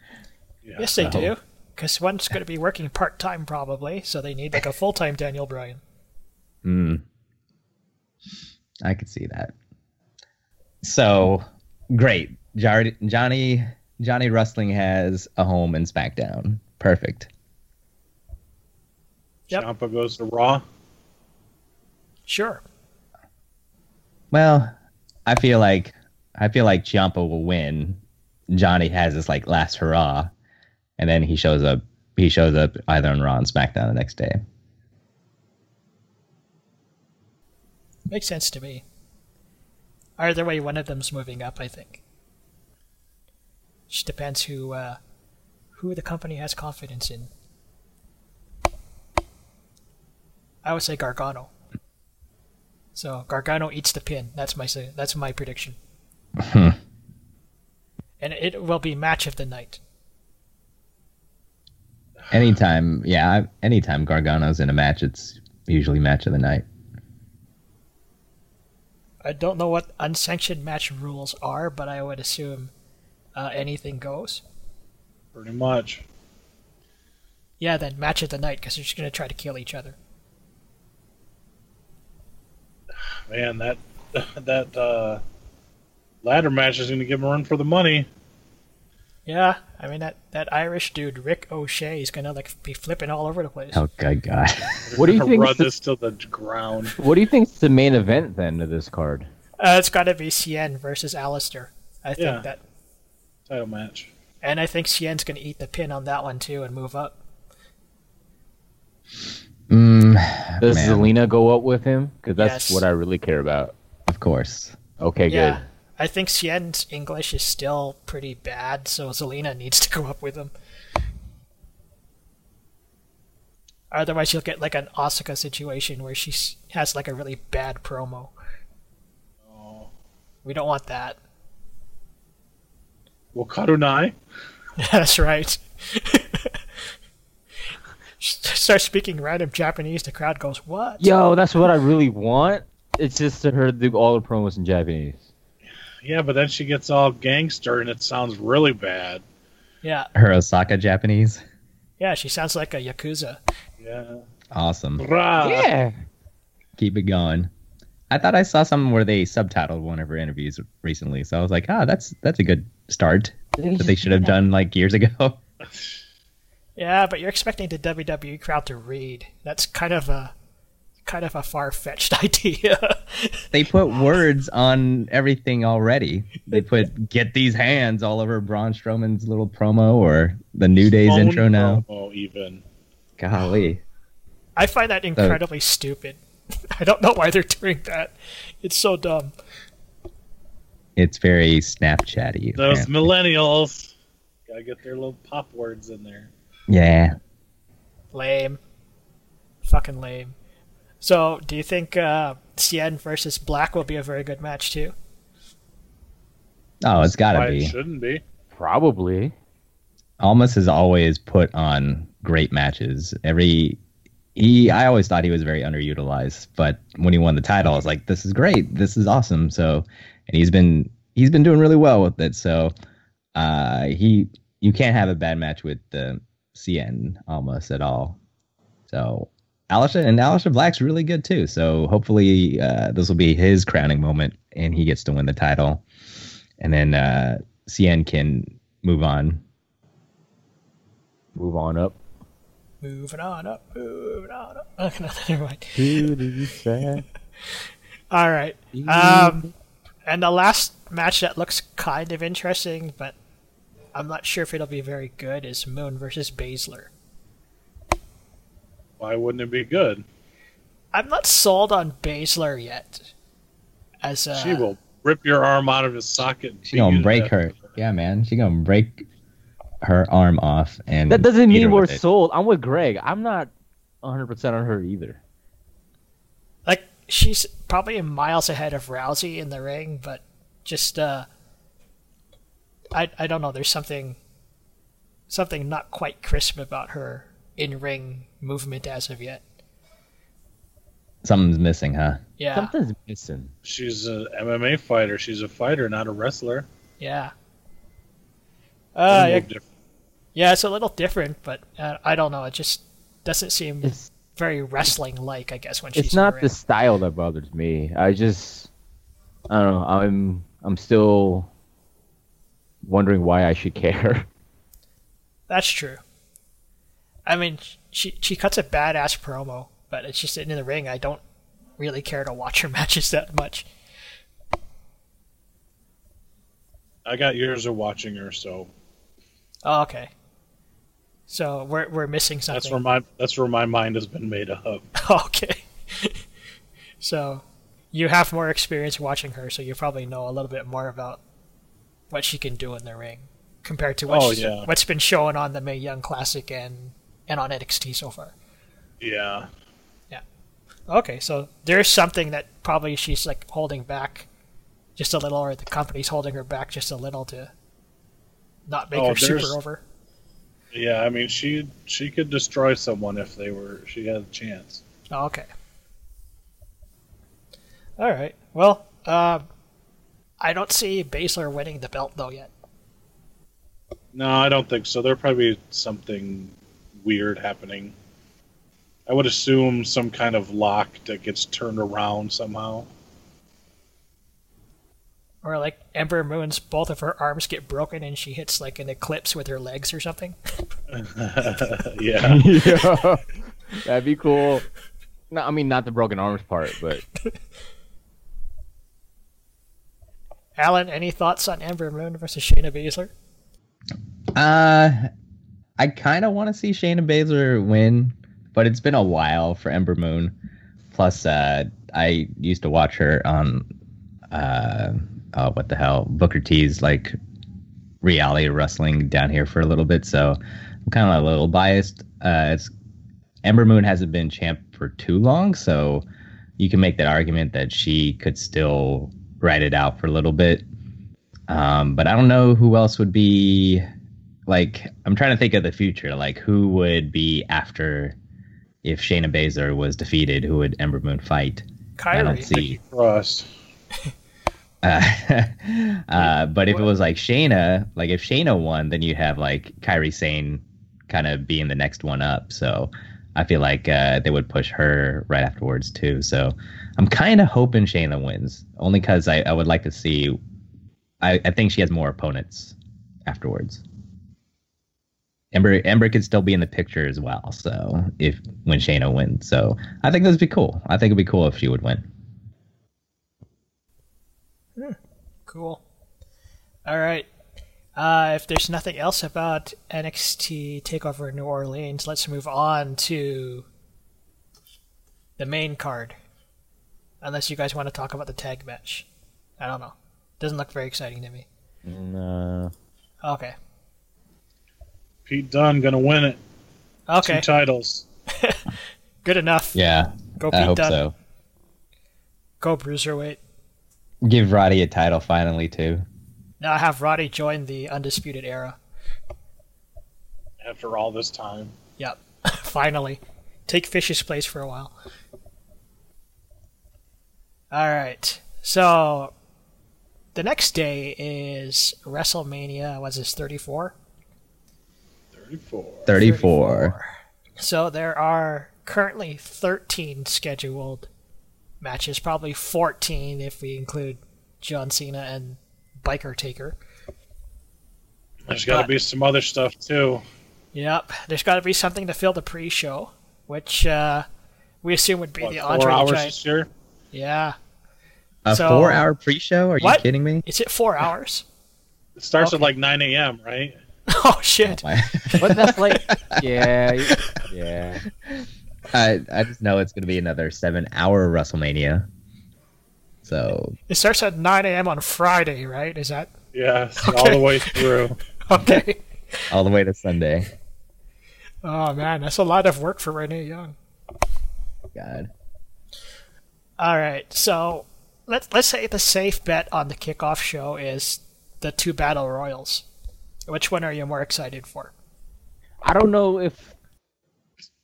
[SPEAKER 2] Yeah.
[SPEAKER 1] Yes, they
[SPEAKER 3] Oh.
[SPEAKER 1] do. Because one's going to be working part time, probably, so they need like a full time Daniel Bryan.
[SPEAKER 3] Hmm. I could see that. So great, Jar- Johnny Johnny Wrestling has a home in SmackDown. Perfect.
[SPEAKER 1] Yep.
[SPEAKER 2] Ciampa goes to Raw.
[SPEAKER 1] Sure.
[SPEAKER 3] Well, I feel like I feel like Ciampa will win. Johnny has this like last hurrah, and then he shows up. He shows up either on Raw and SmackDown the next day.
[SPEAKER 1] Makes sense to me. Either way, one of them's moving up, I think. Just depends who uh, who the company has confidence in. I would say Gargano. So Gargano eats the pin. That's my s- that's my prediction. and it will be match of the night.
[SPEAKER 3] Anytime, yeah, I- anytime Gargano's in a match, it's usually match of the night.
[SPEAKER 1] I don't know what unsanctioned match rules are, but I would assume uh, anything goes.
[SPEAKER 2] Pretty much.
[SPEAKER 1] Yeah, then match of the night because they're just gonna try to kill each other.
[SPEAKER 2] Man, that that uh, ladder match is going to give him a run for the money.
[SPEAKER 1] Yeah, I mean that, that Irish dude Rick O'Shea is gonna like be flipping all over the place.
[SPEAKER 3] Oh, good God.
[SPEAKER 4] What do you
[SPEAKER 2] Gonna
[SPEAKER 4] think?
[SPEAKER 2] Run
[SPEAKER 4] is the-
[SPEAKER 2] this to the ground.
[SPEAKER 4] What do you think's the main event then of this card?
[SPEAKER 1] Uh, it's gotta be Cien versus Alistair. I think
[SPEAKER 2] Yeah.
[SPEAKER 1] that,
[SPEAKER 2] Title match.
[SPEAKER 1] and I think Cien's gonna eat the pin on that one too and move up.
[SPEAKER 3] mm,
[SPEAKER 4] Does
[SPEAKER 3] Man.
[SPEAKER 4] Zelina go up with him? Because that's
[SPEAKER 1] Yes.
[SPEAKER 4] what I really care about.
[SPEAKER 3] of course.
[SPEAKER 4] Okay,
[SPEAKER 1] yeah, I think Cien's English is still pretty bad, so Zelina needs to go up with him. Otherwise, you'll get like an Asuka situation where she s- has like a really bad promo.
[SPEAKER 2] Oh.
[SPEAKER 1] We don't want that.
[SPEAKER 2] Wakadunai.
[SPEAKER 1] That's right. Start speaking random Japanese, the crowd goes, What?
[SPEAKER 4] good. Yo, that's what I really want. It's just to her do all the promos in Japanese.
[SPEAKER 2] Yeah, but then she gets all gangster and it sounds really bad.
[SPEAKER 1] Yeah,
[SPEAKER 3] Her Osaka Japanese.
[SPEAKER 1] yeah, she sounds like a Yakuza.
[SPEAKER 2] Yeah.
[SPEAKER 3] Awesome.
[SPEAKER 1] Uh,
[SPEAKER 2] Brah.
[SPEAKER 4] yeah.
[SPEAKER 3] Keep it going. I thought I saw something where they subtitled one of her interviews recently, so I was like, ah, that's that's a good start that they should have done like years ago.
[SPEAKER 1] Yeah, but you're expecting the WWE crowd to read. That's kind of a kind of a far fetched idea.
[SPEAKER 3] They put words on everything already. They put "get these hands" all over Braun Strowman's little promo or the New Day's
[SPEAKER 2] Phone
[SPEAKER 3] intro now.
[SPEAKER 2] promo even.
[SPEAKER 3] Golly.
[SPEAKER 1] I find that incredibly stupid. I don't know why they're doing that. It's so dumb.
[SPEAKER 3] It's very Snapchatty.
[SPEAKER 2] Those
[SPEAKER 3] apparently.
[SPEAKER 2] millennials gotta get their little pop words in there.
[SPEAKER 3] yeah.
[SPEAKER 1] Lame. Fucking lame. So, do you think uh, Cien versus Black will be a very good match too?
[SPEAKER 3] Oh, it's gotta
[SPEAKER 2] Why
[SPEAKER 3] be.
[SPEAKER 2] It shouldn't be.
[SPEAKER 4] Probably.
[SPEAKER 3] Almas has always put on great matches. Every he, I always thought he was very underutilized, but when he won the title, I was like, "This is great. This is awesome." So, and he's been he's been doing really well with it. So, uh, he you can't have a bad match with the CN Almas at all. So, Alistair and Alistair Black's really good too. So, hopefully, uh, this will be his crowning moment, and he gets to win the title, and then uh, CN can move on.
[SPEAKER 4] Move on up.
[SPEAKER 1] Moving on up, moving on up. Okay, no, never mind.
[SPEAKER 4] To the sand.
[SPEAKER 1] All right. Um, and the last match that looks kind of interesting, but I'm not sure if it'll be very good, is Moon versus Baszler.
[SPEAKER 2] Why wouldn't it be good?
[SPEAKER 1] I'm not sold on Baszler yet. As uh,
[SPEAKER 2] she will rip your arm out of his socket. and
[SPEAKER 3] Ah. She
[SPEAKER 2] beat you
[SPEAKER 3] gonna
[SPEAKER 2] to
[SPEAKER 3] break
[SPEAKER 2] death
[SPEAKER 3] her.
[SPEAKER 2] with
[SPEAKER 3] Yeah, man. She gonna break her arm off, and
[SPEAKER 4] That doesn't
[SPEAKER 3] beat her
[SPEAKER 4] mean we're
[SPEAKER 3] with it.
[SPEAKER 4] sold. I'm with Greg. I'm not 100% on her either.
[SPEAKER 1] like she's probably miles ahead of Rousey in the ring, but just uh, I I don't know. There's something something not quite crisp about her in ring movement as of yet.
[SPEAKER 3] Something's missing, huh?
[SPEAKER 1] Yeah,
[SPEAKER 4] Something's missing.
[SPEAKER 2] She's an MMA fighter. She's a fighter, not a wrestler.
[SPEAKER 1] yeah. Uh, Ah,
[SPEAKER 2] They
[SPEAKER 1] yeah,
[SPEAKER 2] move different.
[SPEAKER 1] yeah, it's a little different, but uh, I don't know. It just doesn't seem
[SPEAKER 4] It's
[SPEAKER 1] very wrestling like. I guess when she's
[SPEAKER 4] it's
[SPEAKER 1] in the
[SPEAKER 4] not
[SPEAKER 1] ring.
[SPEAKER 4] the style that bothers me. I just I don't know. I'm I'm still wondering why I should care.
[SPEAKER 1] That's true. I mean, she she cuts a badass promo, but it's just in the ring. I don't really care to watch her matches that much.
[SPEAKER 2] I got years of watching her, so
[SPEAKER 1] Oh, okay. So we're we're missing
[SPEAKER 2] that's where
[SPEAKER 1] something.
[SPEAKER 2] my that's where my mind has been made up.
[SPEAKER 1] okay. so you have more experience watching her, so you probably know a little bit more about what she can do in the ring compared to what
[SPEAKER 2] Oh,
[SPEAKER 1] she's-
[SPEAKER 2] yeah.
[SPEAKER 1] what's been shown on the May Young Classic and and on NXT so far.
[SPEAKER 2] Yeah,
[SPEAKER 1] Okay, so there's something that probably she's like holding back just a little, or the company's holding her back just a little to not make
[SPEAKER 2] Oh,
[SPEAKER 1] her super
[SPEAKER 2] there's-
[SPEAKER 1] over.
[SPEAKER 2] yeah. I mean, she she could destroy someone if they were she had a chance.
[SPEAKER 1] Oh, okay. All right. Well, um, I don't see Baszler winning the belt though yet.
[SPEAKER 2] No, I don't think so. There'll probably be something weird happening. I would assume some kind of lock that gets turned around somehow.
[SPEAKER 1] Or like Ember Moon's both of her arms get broken and she hits like an eclipse with her legs or something.
[SPEAKER 2] yeah.
[SPEAKER 4] Yeah. That'd be cool. No, I mean not the broken arms part, but
[SPEAKER 1] Alan, any thoughts on Ember Moon versus Shayna Baszler?
[SPEAKER 3] Uh, I kind of want to see Shayna Baszler win, but it's been a while for Ember Moon. Plus, uh, I used to watch her on, uh, oh, what the hell, Booker T's like reality wrestling down here for a little bit, so I'm kind of a little biased. Uh, it's Ember Moon hasn't been champ for too long, so you can make that argument that she could still ride it out for a little bit. Um, but I don't know who else would be like I'm trying to think of the future, like who would be after if Shayna Baszler was defeated, who would Ember Moon fight? I
[SPEAKER 1] Kyrie.
[SPEAKER 3] don't see.
[SPEAKER 2] Cross.
[SPEAKER 3] Uh, uh, but if it was like Shayna, like if Shayna won, then you have like Kyrie Sane kind of being the next one up. So I feel like uh, they would push her right afterwards too. So I'm kind of hoping Shayna wins, only because I, I would like to see. I, I think she has more opponents afterwards. Ember Ember could still be in the picture as well. So if when Shayna wins, so I think this would be cool. I think it'd be cool if she would win.
[SPEAKER 1] Cool. All right. Uh, if there's nothing else about NXT Takeover New Orleans, let's move on to the main card. Unless you guys want to talk about the tag match, I don't know. Doesn't look very exciting to me.
[SPEAKER 4] No.
[SPEAKER 1] Okay.
[SPEAKER 2] Pete Dunne gonna win it.
[SPEAKER 1] Okay.
[SPEAKER 2] Two titles.
[SPEAKER 1] Good enough.
[SPEAKER 3] Yeah,
[SPEAKER 1] Go
[SPEAKER 3] I
[SPEAKER 1] Pete
[SPEAKER 3] hope
[SPEAKER 1] Dunne.
[SPEAKER 3] so.
[SPEAKER 1] Go Bruiserweight.
[SPEAKER 3] Give Roddy a title finally too.
[SPEAKER 1] Now I have Roddy join the Undisputed Era.
[SPEAKER 2] After all this time,
[SPEAKER 1] Yep. Finally. Take Fish's place for a while. Alright. So the next day is WrestleMania was this 34?
[SPEAKER 2] thirty-four.
[SPEAKER 3] Thirty-four.
[SPEAKER 1] So there are currently 13 scheduled matches, probably 14 if we include John Cena and Biker Taker.
[SPEAKER 2] There's got to be some other stuff too.
[SPEAKER 1] Yep, there's got to be something to fill the pre-show, which uh, we assume would be
[SPEAKER 2] What,
[SPEAKER 1] the
[SPEAKER 2] four
[SPEAKER 1] Andre the
[SPEAKER 2] hours
[SPEAKER 1] Giant.
[SPEAKER 2] this year.
[SPEAKER 1] Yeah,
[SPEAKER 3] A
[SPEAKER 1] So-
[SPEAKER 3] four-hour pre-show? Are you
[SPEAKER 1] What?
[SPEAKER 3] kidding me?
[SPEAKER 1] is it four hours?
[SPEAKER 2] It starts
[SPEAKER 1] Okay.
[SPEAKER 2] at like nine a.m. Right?
[SPEAKER 1] oh shit!
[SPEAKER 3] My-
[SPEAKER 4] But that's like, yeah, yeah.
[SPEAKER 3] I I just know it's going to be another seven-hour WrestleMania. So
[SPEAKER 1] It starts at nine a.m. on Friday, right? Is that
[SPEAKER 2] Yeah, it's all the way through.
[SPEAKER 1] okay?
[SPEAKER 3] all the way to Sunday.
[SPEAKER 1] oh man, that's a lot of work for Renee Young.
[SPEAKER 3] God.
[SPEAKER 1] All right, so let's let's say the safe bet on the kickoff show is the two battle royals. Which one are you more excited for?
[SPEAKER 4] I don't know if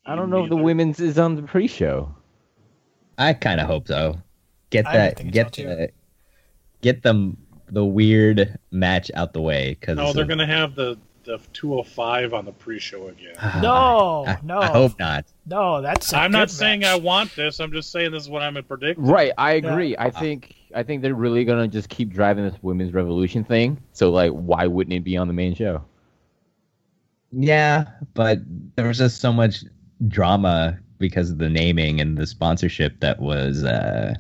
[SPEAKER 4] I don't know if the
[SPEAKER 2] Neither.
[SPEAKER 4] women's is on the pre-show.
[SPEAKER 3] I kind of hope so. Get
[SPEAKER 1] I
[SPEAKER 3] that.
[SPEAKER 1] think it's
[SPEAKER 3] get
[SPEAKER 1] all too.
[SPEAKER 3] the. Get the the weird match out the way because
[SPEAKER 2] No, Oh, they're gonna have the the two hundred five on the pre-show again.
[SPEAKER 1] No, no,
[SPEAKER 3] Uh, I hope not.
[SPEAKER 1] no. That's. i
[SPEAKER 2] I'm not saying I want this. I'm just saying this is what I'm predicting.
[SPEAKER 4] Right, I agree. I think I think they're really gonna just keep driving this women's revolution thing. So like, why wouldn't it be on the main show?
[SPEAKER 3] Yeah, but there was just so much drama because of the naming and the sponsorship that was uh,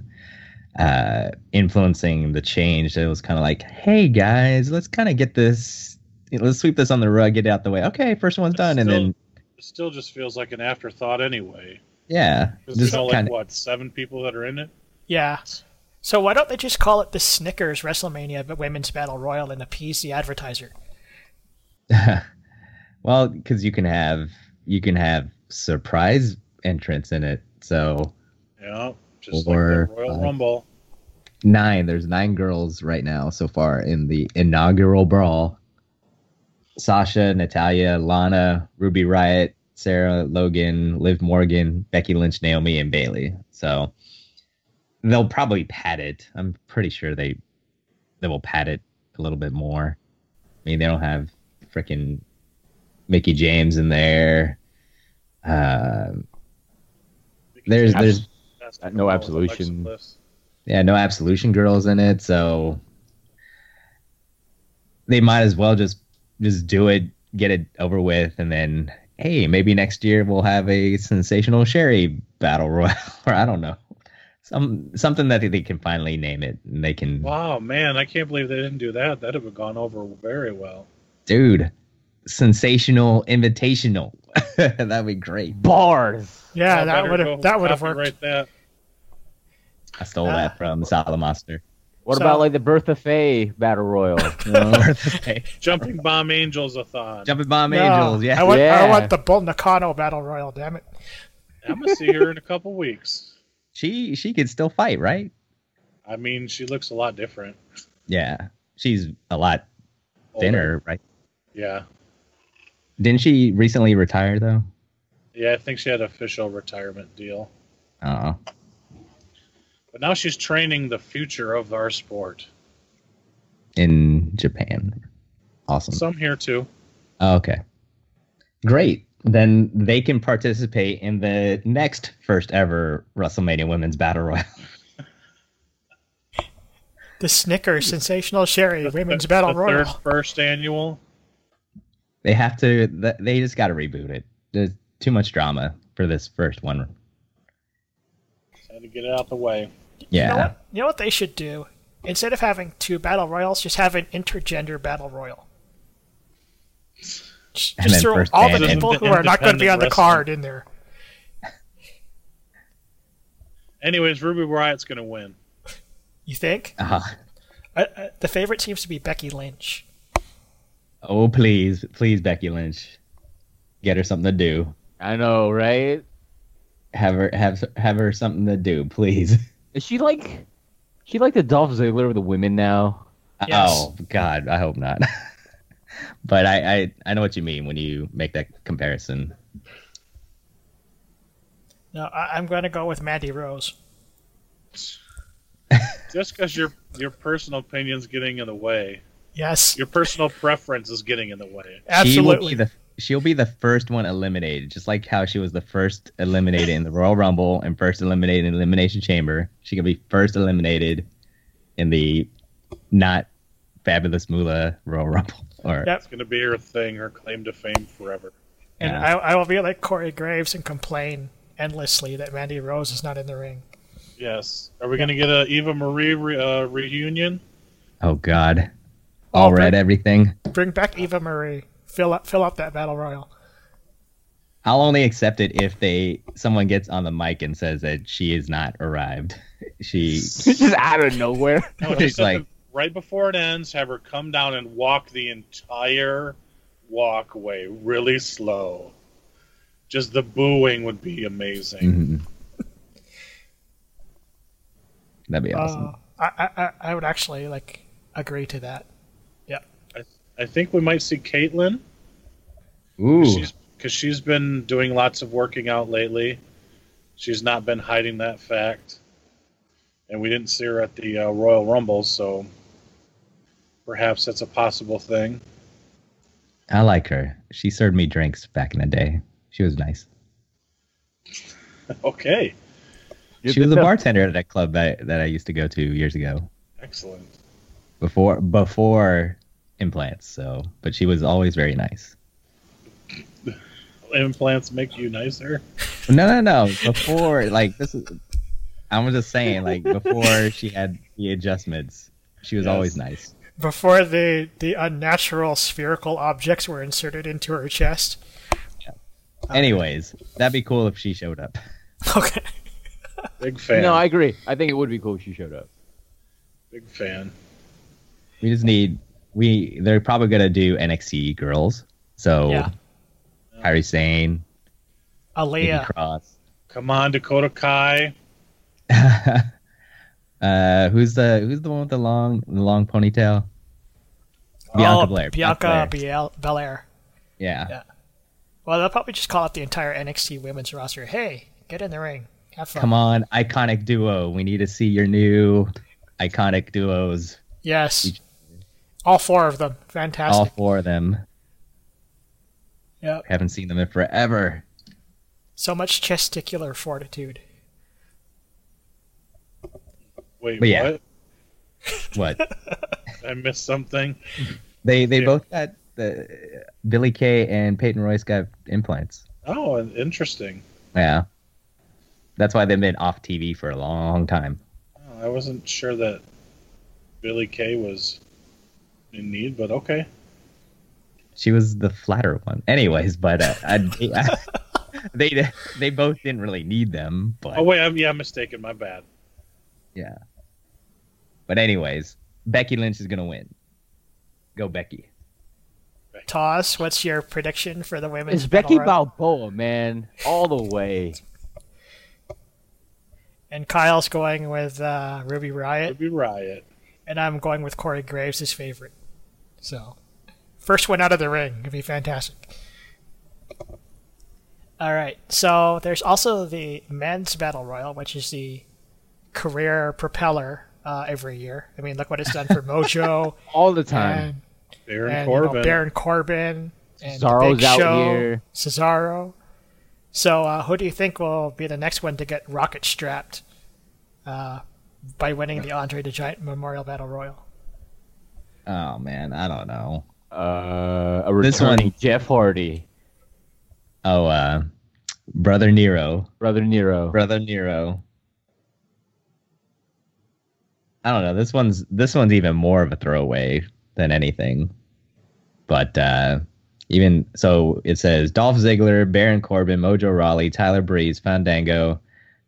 [SPEAKER 3] uh, influencing the change. It was kind of like, hey guys, let's kind of get this, let's sweep this on the rug, get it out the way. Okay, first one's done, and then
[SPEAKER 2] It still just feels like an afterthought anyway.
[SPEAKER 3] yeah,
[SPEAKER 2] Because
[SPEAKER 3] just
[SPEAKER 2] you know, like
[SPEAKER 3] kind of
[SPEAKER 2] what seven people that are in it.
[SPEAKER 1] Yeah. So why don't they just call it the Snickers WrestleMania but Women's Battle Royal and appease the E advertiser?
[SPEAKER 3] well, because you can have you can have surprise entrance in it. So
[SPEAKER 2] Yeah, just
[SPEAKER 3] Or
[SPEAKER 2] like the Royal
[SPEAKER 3] five.
[SPEAKER 2] Rumble.
[SPEAKER 3] nine. There's nine girls right now so far in the inaugural brawl. Sasha, Natalia, Lana, Ruby Riot, Sarah, Logan, Liv Morgan, Becky Lynch, Naomi, and Bailey. So they'll probably pad it. I'm pretty sure they they will pad it a little bit more. I mean, they don't have freaking Mickey James in there. Uh, there's there's
[SPEAKER 4] Abs-
[SPEAKER 2] That's
[SPEAKER 4] no
[SPEAKER 2] the Royal
[SPEAKER 4] absolution.
[SPEAKER 2] Alexa Bliss.
[SPEAKER 3] yeah, no absolution girls in it, so they might as well just just do it, get it over with, and then hey, maybe next year we'll have a sensational Sherry battle royal, or I don't know, some something that they can finally name it, and they can,
[SPEAKER 2] Wow, man, I can't believe they didn't do that. That'd have gone over very well.
[SPEAKER 3] dude, sensational invitational. That'd be great.
[SPEAKER 4] Bars.
[SPEAKER 1] Yeah,
[SPEAKER 2] Y'all
[SPEAKER 1] that
[SPEAKER 2] better
[SPEAKER 1] would
[SPEAKER 2] go
[SPEAKER 1] have that would have worked.
[SPEAKER 2] copyright That.
[SPEAKER 3] I stole that from Salamaster.
[SPEAKER 4] What
[SPEAKER 1] So-
[SPEAKER 4] about like the Bertha Faye battle royal? You know?
[SPEAKER 3] Okay.
[SPEAKER 2] Jumping Bomb Angels a thon.
[SPEAKER 3] Jumping bomb
[SPEAKER 1] No,
[SPEAKER 3] angels, yeah.
[SPEAKER 1] I want I
[SPEAKER 4] Yeah.
[SPEAKER 1] want the Bull Nakano Battle Royal. Damn it.
[SPEAKER 2] I'm gonna see her in a couple weeks.
[SPEAKER 3] she she could still fight, right?
[SPEAKER 2] I mean, she looks a lot different.
[SPEAKER 3] Yeah, she's a lot
[SPEAKER 2] Older.
[SPEAKER 3] thinner, right?
[SPEAKER 2] Yeah,
[SPEAKER 3] Didn't she recently retire though?
[SPEAKER 2] yeah. I think she had an official retirement deal,
[SPEAKER 3] Oh,
[SPEAKER 2] but now she's training the future of our sport.
[SPEAKER 3] in Japan. Awesome.
[SPEAKER 2] Some here too.
[SPEAKER 3] Oh, okay, great. Then they can participate in the next first ever WrestleMania Women's Battle Royal.
[SPEAKER 1] The Snickers Sensational Sherry Women's
[SPEAKER 2] The-
[SPEAKER 1] Battle
[SPEAKER 2] the
[SPEAKER 1] Royal.
[SPEAKER 2] Third first annual.
[SPEAKER 3] They have to. th- They just got to reboot it. There's too much drama for this first one.
[SPEAKER 2] Had to get it out the way.
[SPEAKER 1] You, know
[SPEAKER 3] Yeah,
[SPEAKER 1] what, you know what they should do? Instead of having two battle royals, just have an intergender battle royal. Just
[SPEAKER 3] And then
[SPEAKER 1] throw
[SPEAKER 3] first
[SPEAKER 1] all the
[SPEAKER 3] band.
[SPEAKER 1] people who are not going to be on the
[SPEAKER 2] Independent
[SPEAKER 1] card in there.
[SPEAKER 2] Anyways, Ruby Riot's going to win.
[SPEAKER 1] You think?
[SPEAKER 3] Uh,
[SPEAKER 1] Uh, uh, the favorite seems to be Becky Lynch.
[SPEAKER 3] oh, please, please, Becky Lynch, get her something to do.
[SPEAKER 4] I know, right?
[SPEAKER 3] Have her have have her something to do, please.
[SPEAKER 4] Is she like, she like the Dolph Ziggler with the women now?
[SPEAKER 1] Yes.
[SPEAKER 3] Oh God, I hope not. but I, I I know what you mean when you make that comparison.
[SPEAKER 1] No, I- I'm going to go with Mandy Rose.
[SPEAKER 2] Just because your your personal opinion's getting in the way,
[SPEAKER 1] Yes,
[SPEAKER 2] your personal preference is getting in the way.
[SPEAKER 1] absolutely.
[SPEAKER 3] She will be the she'll be the first one eliminated, just like how she was the first eliminated in the Royal Rumble and first eliminated in Elimination Chamber. She can be first eliminated in the not fabulous Moolah Royal Rumble. Or
[SPEAKER 1] Yep.
[SPEAKER 2] It's going to be her thing, her claim to fame forever.
[SPEAKER 1] And
[SPEAKER 3] Yeah.
[SPEAKER 1] I, I will be like Corey Graves and complain endlessly that Mandy Rose is not in the ring.
[SPEAKER 2] Yes. Are we going to get a Eva Marie re- uh, reunion?
[SPEAKER 3] oh God, all
[SPEAKER 1] Oh,
[SPEAKER 3] red
[SPEAKER 1] but-
[SPEAKER 3] everything.
[SPEAKER 1] Bring back Eva Marie. Fill up, fill up that battle royal.
[SPEAKER 3] I'll only accept it if they someone gets on the mic and says that she is not arrived. She
[SPEAKER 4] It's just out of nowhere.
[SPEAKER 2] No,
[SPEAKER 3] It's
[SPEAKER 2] just at
[SPEAKER 3] like-
[SPEAKER 2] the- right before it ends, have her come down and walk the entire walkway really slow. Just the booing would be amazing.
[SPEAKER 3] Mhm. That'd be awesome.
[SPEAKER 1] Uh, I, I, I- I would actually like agree to that.
[SPEAKER 2] I think we might see Caitlyn
[SPEAKER 3] Ooh,
[SPEAKER 2] because she's been doing lots of working out lately. She's not been hiding that fact, and we didn't see her at the uh, Royal Rumble, so perhaps that's a possible thing.
[SPEAKER 3] I like her. She served me drinks back in the day. She was nice.
[SPEAKER 2] Okay,
[SPEAKER 3] She was a bartender at that club that, that I used to go to years ago
[SPEAKER 2] excellent.
[SPEAKER 3] before before implants. So, but she was always very nice.
[SPEAKER 2] Implants make you nicer.
[SPEAKER 3] No, no, no. Before like this is, I'm just saying like before she had the adjustments, she was
[SPEAKER 2] Yes.
[SPEAKER 3] always nice.
[SPEAKER 1] Before the the unnatural spherical objects were inserted into her chest.
[SPEAKER 3] Anyways, that'd be cool if she showed up.
[SPEAKER 1] Okay.
[SPEAKER 2] Big fan.
[SPEAKER 4] No, I agree. I think it would be cool if she showed up.
[SPEAKER 2] Big fan.
[SPEAKER 3] We just need we. They're probably gonna do NXT girls. So
[SPEAKER 1] Yeah.
[SPEAKER 3] Harry Sane, Nikki
[SPEAKER 1] Aaliyah.
[SPEAKER 3] Cross.
[SPEAKER 2] Come on, Dakota Kai.
[SPEAKER 3] uh, who's the who's the one with the long the long ponytail?
[SPEAKER 1] oh,
[SPEAKER 3] Bianca Blair.
[SPEAKER 1] Bianca
[SPEAKER 3] Blair.
[SPEAKER 1] Biel- Belair.
[SPEAKER 3] Yeah.
[SPEAKER 1] Yeah. Well, they'll probably just call up the entire NXT women's roster. Hey, get in the ring. Have fun.
[SPEAKER 3] Come on, iconic duo. We need to see your new iconic duos.
[SPEAKER 1] Yes. All four of them. Fantastic.
[SPEAKER 3] All four of them.
[SPEAKER 1] Yep.
[SPEAKER 3] Haven't seen them in forever.
[SPEAKER 1] So much chesticular fortitude.
[SPEAKER 2] Wait,
[SPEAKER 3] But yeah.
[SPEAKER 2] what?
[SPEAKER 3] What?
[SPEAKER 2] I missed something.
[SPEAKER 3] they they
[SPEAKER 2] Yeah.
[SPEAKER 3] both got the Billy Kay and Peyton Royce got implants.
[SPEAKER 2] Oh, interesting.
[SPEAKER 3] Yeah. That's why they've been off TV for a long time.
[SPEAKER 2] Oh, I wasn't sure that Billy Kay was in need, but okay.
[SPEAKER 3] She was the flatter one, anyways. But uh, I, I- they they both didn't really need them. But
[SPEAKER 2] Oh wait, I'm, yeah, I'm mistaken. My bad.
[SPEAKER 3] Yeah. But anyways, Becky Lynch is gonna win. Go Becky.
[SPEAKER 1] Taz, what's your prediction for the women's
[SPEAKER 4] It's Becky
[SPEAKER 1] battle royal?
[SPEAKER 4] Balboa, man, all the way.
[SPEAKER 1] And Kyle's going with uh, Ruby Riot,
[SPEAKER 2] It'd be Riot.
[SPEAKER 1] and I'm going with Corey Graves, his favorite. So, first one out of the ring would be fantastic. All right. So there's also the men's battle royal, which is the career propeller uh, every year. I mean, look what it's done for Mojo
[SPEAKER 4] All the time.
[SPEAKER 1] and
[SPEAKER 2] Baron
[SPEAKER 1] and, you know,
[SPEAKER 2] Corbin.
[SPEAKER 1] Baron Corbin, and
[SPEAKER 4] Cesaro's
[SPEAKER 1] Big
[SPEAKER 4] out
[SPEAKER 1] Show,
[SPEAKER 4] here.
[SPEAKER 1] Cesaro. So, uh, who do you think will be the next one to get rocket strapped uh, by winning the Andre the Giant Memorial Battle Royal?
[SPEAKER 3] Oh man, I don't know.
[SPEAKER 4] Uh, a
[SPEAKER 3] This
[SPEAKER 4] returning
[SPEAKER 3] one-
[SPEAKER 4] Jeff Hardy,
[SPEAKER 3] Oh, uh, brother Nero,
[SPEAKER 4] brother Nero.
[SPEAKER 3] brother Nero. I don't know. This one's this one's even more of a throwaway than anything. But uh, Even so, it says Dolph Ziggler, Baron Corbin, Mojo Rawley, Tyler Breeze, Fandango,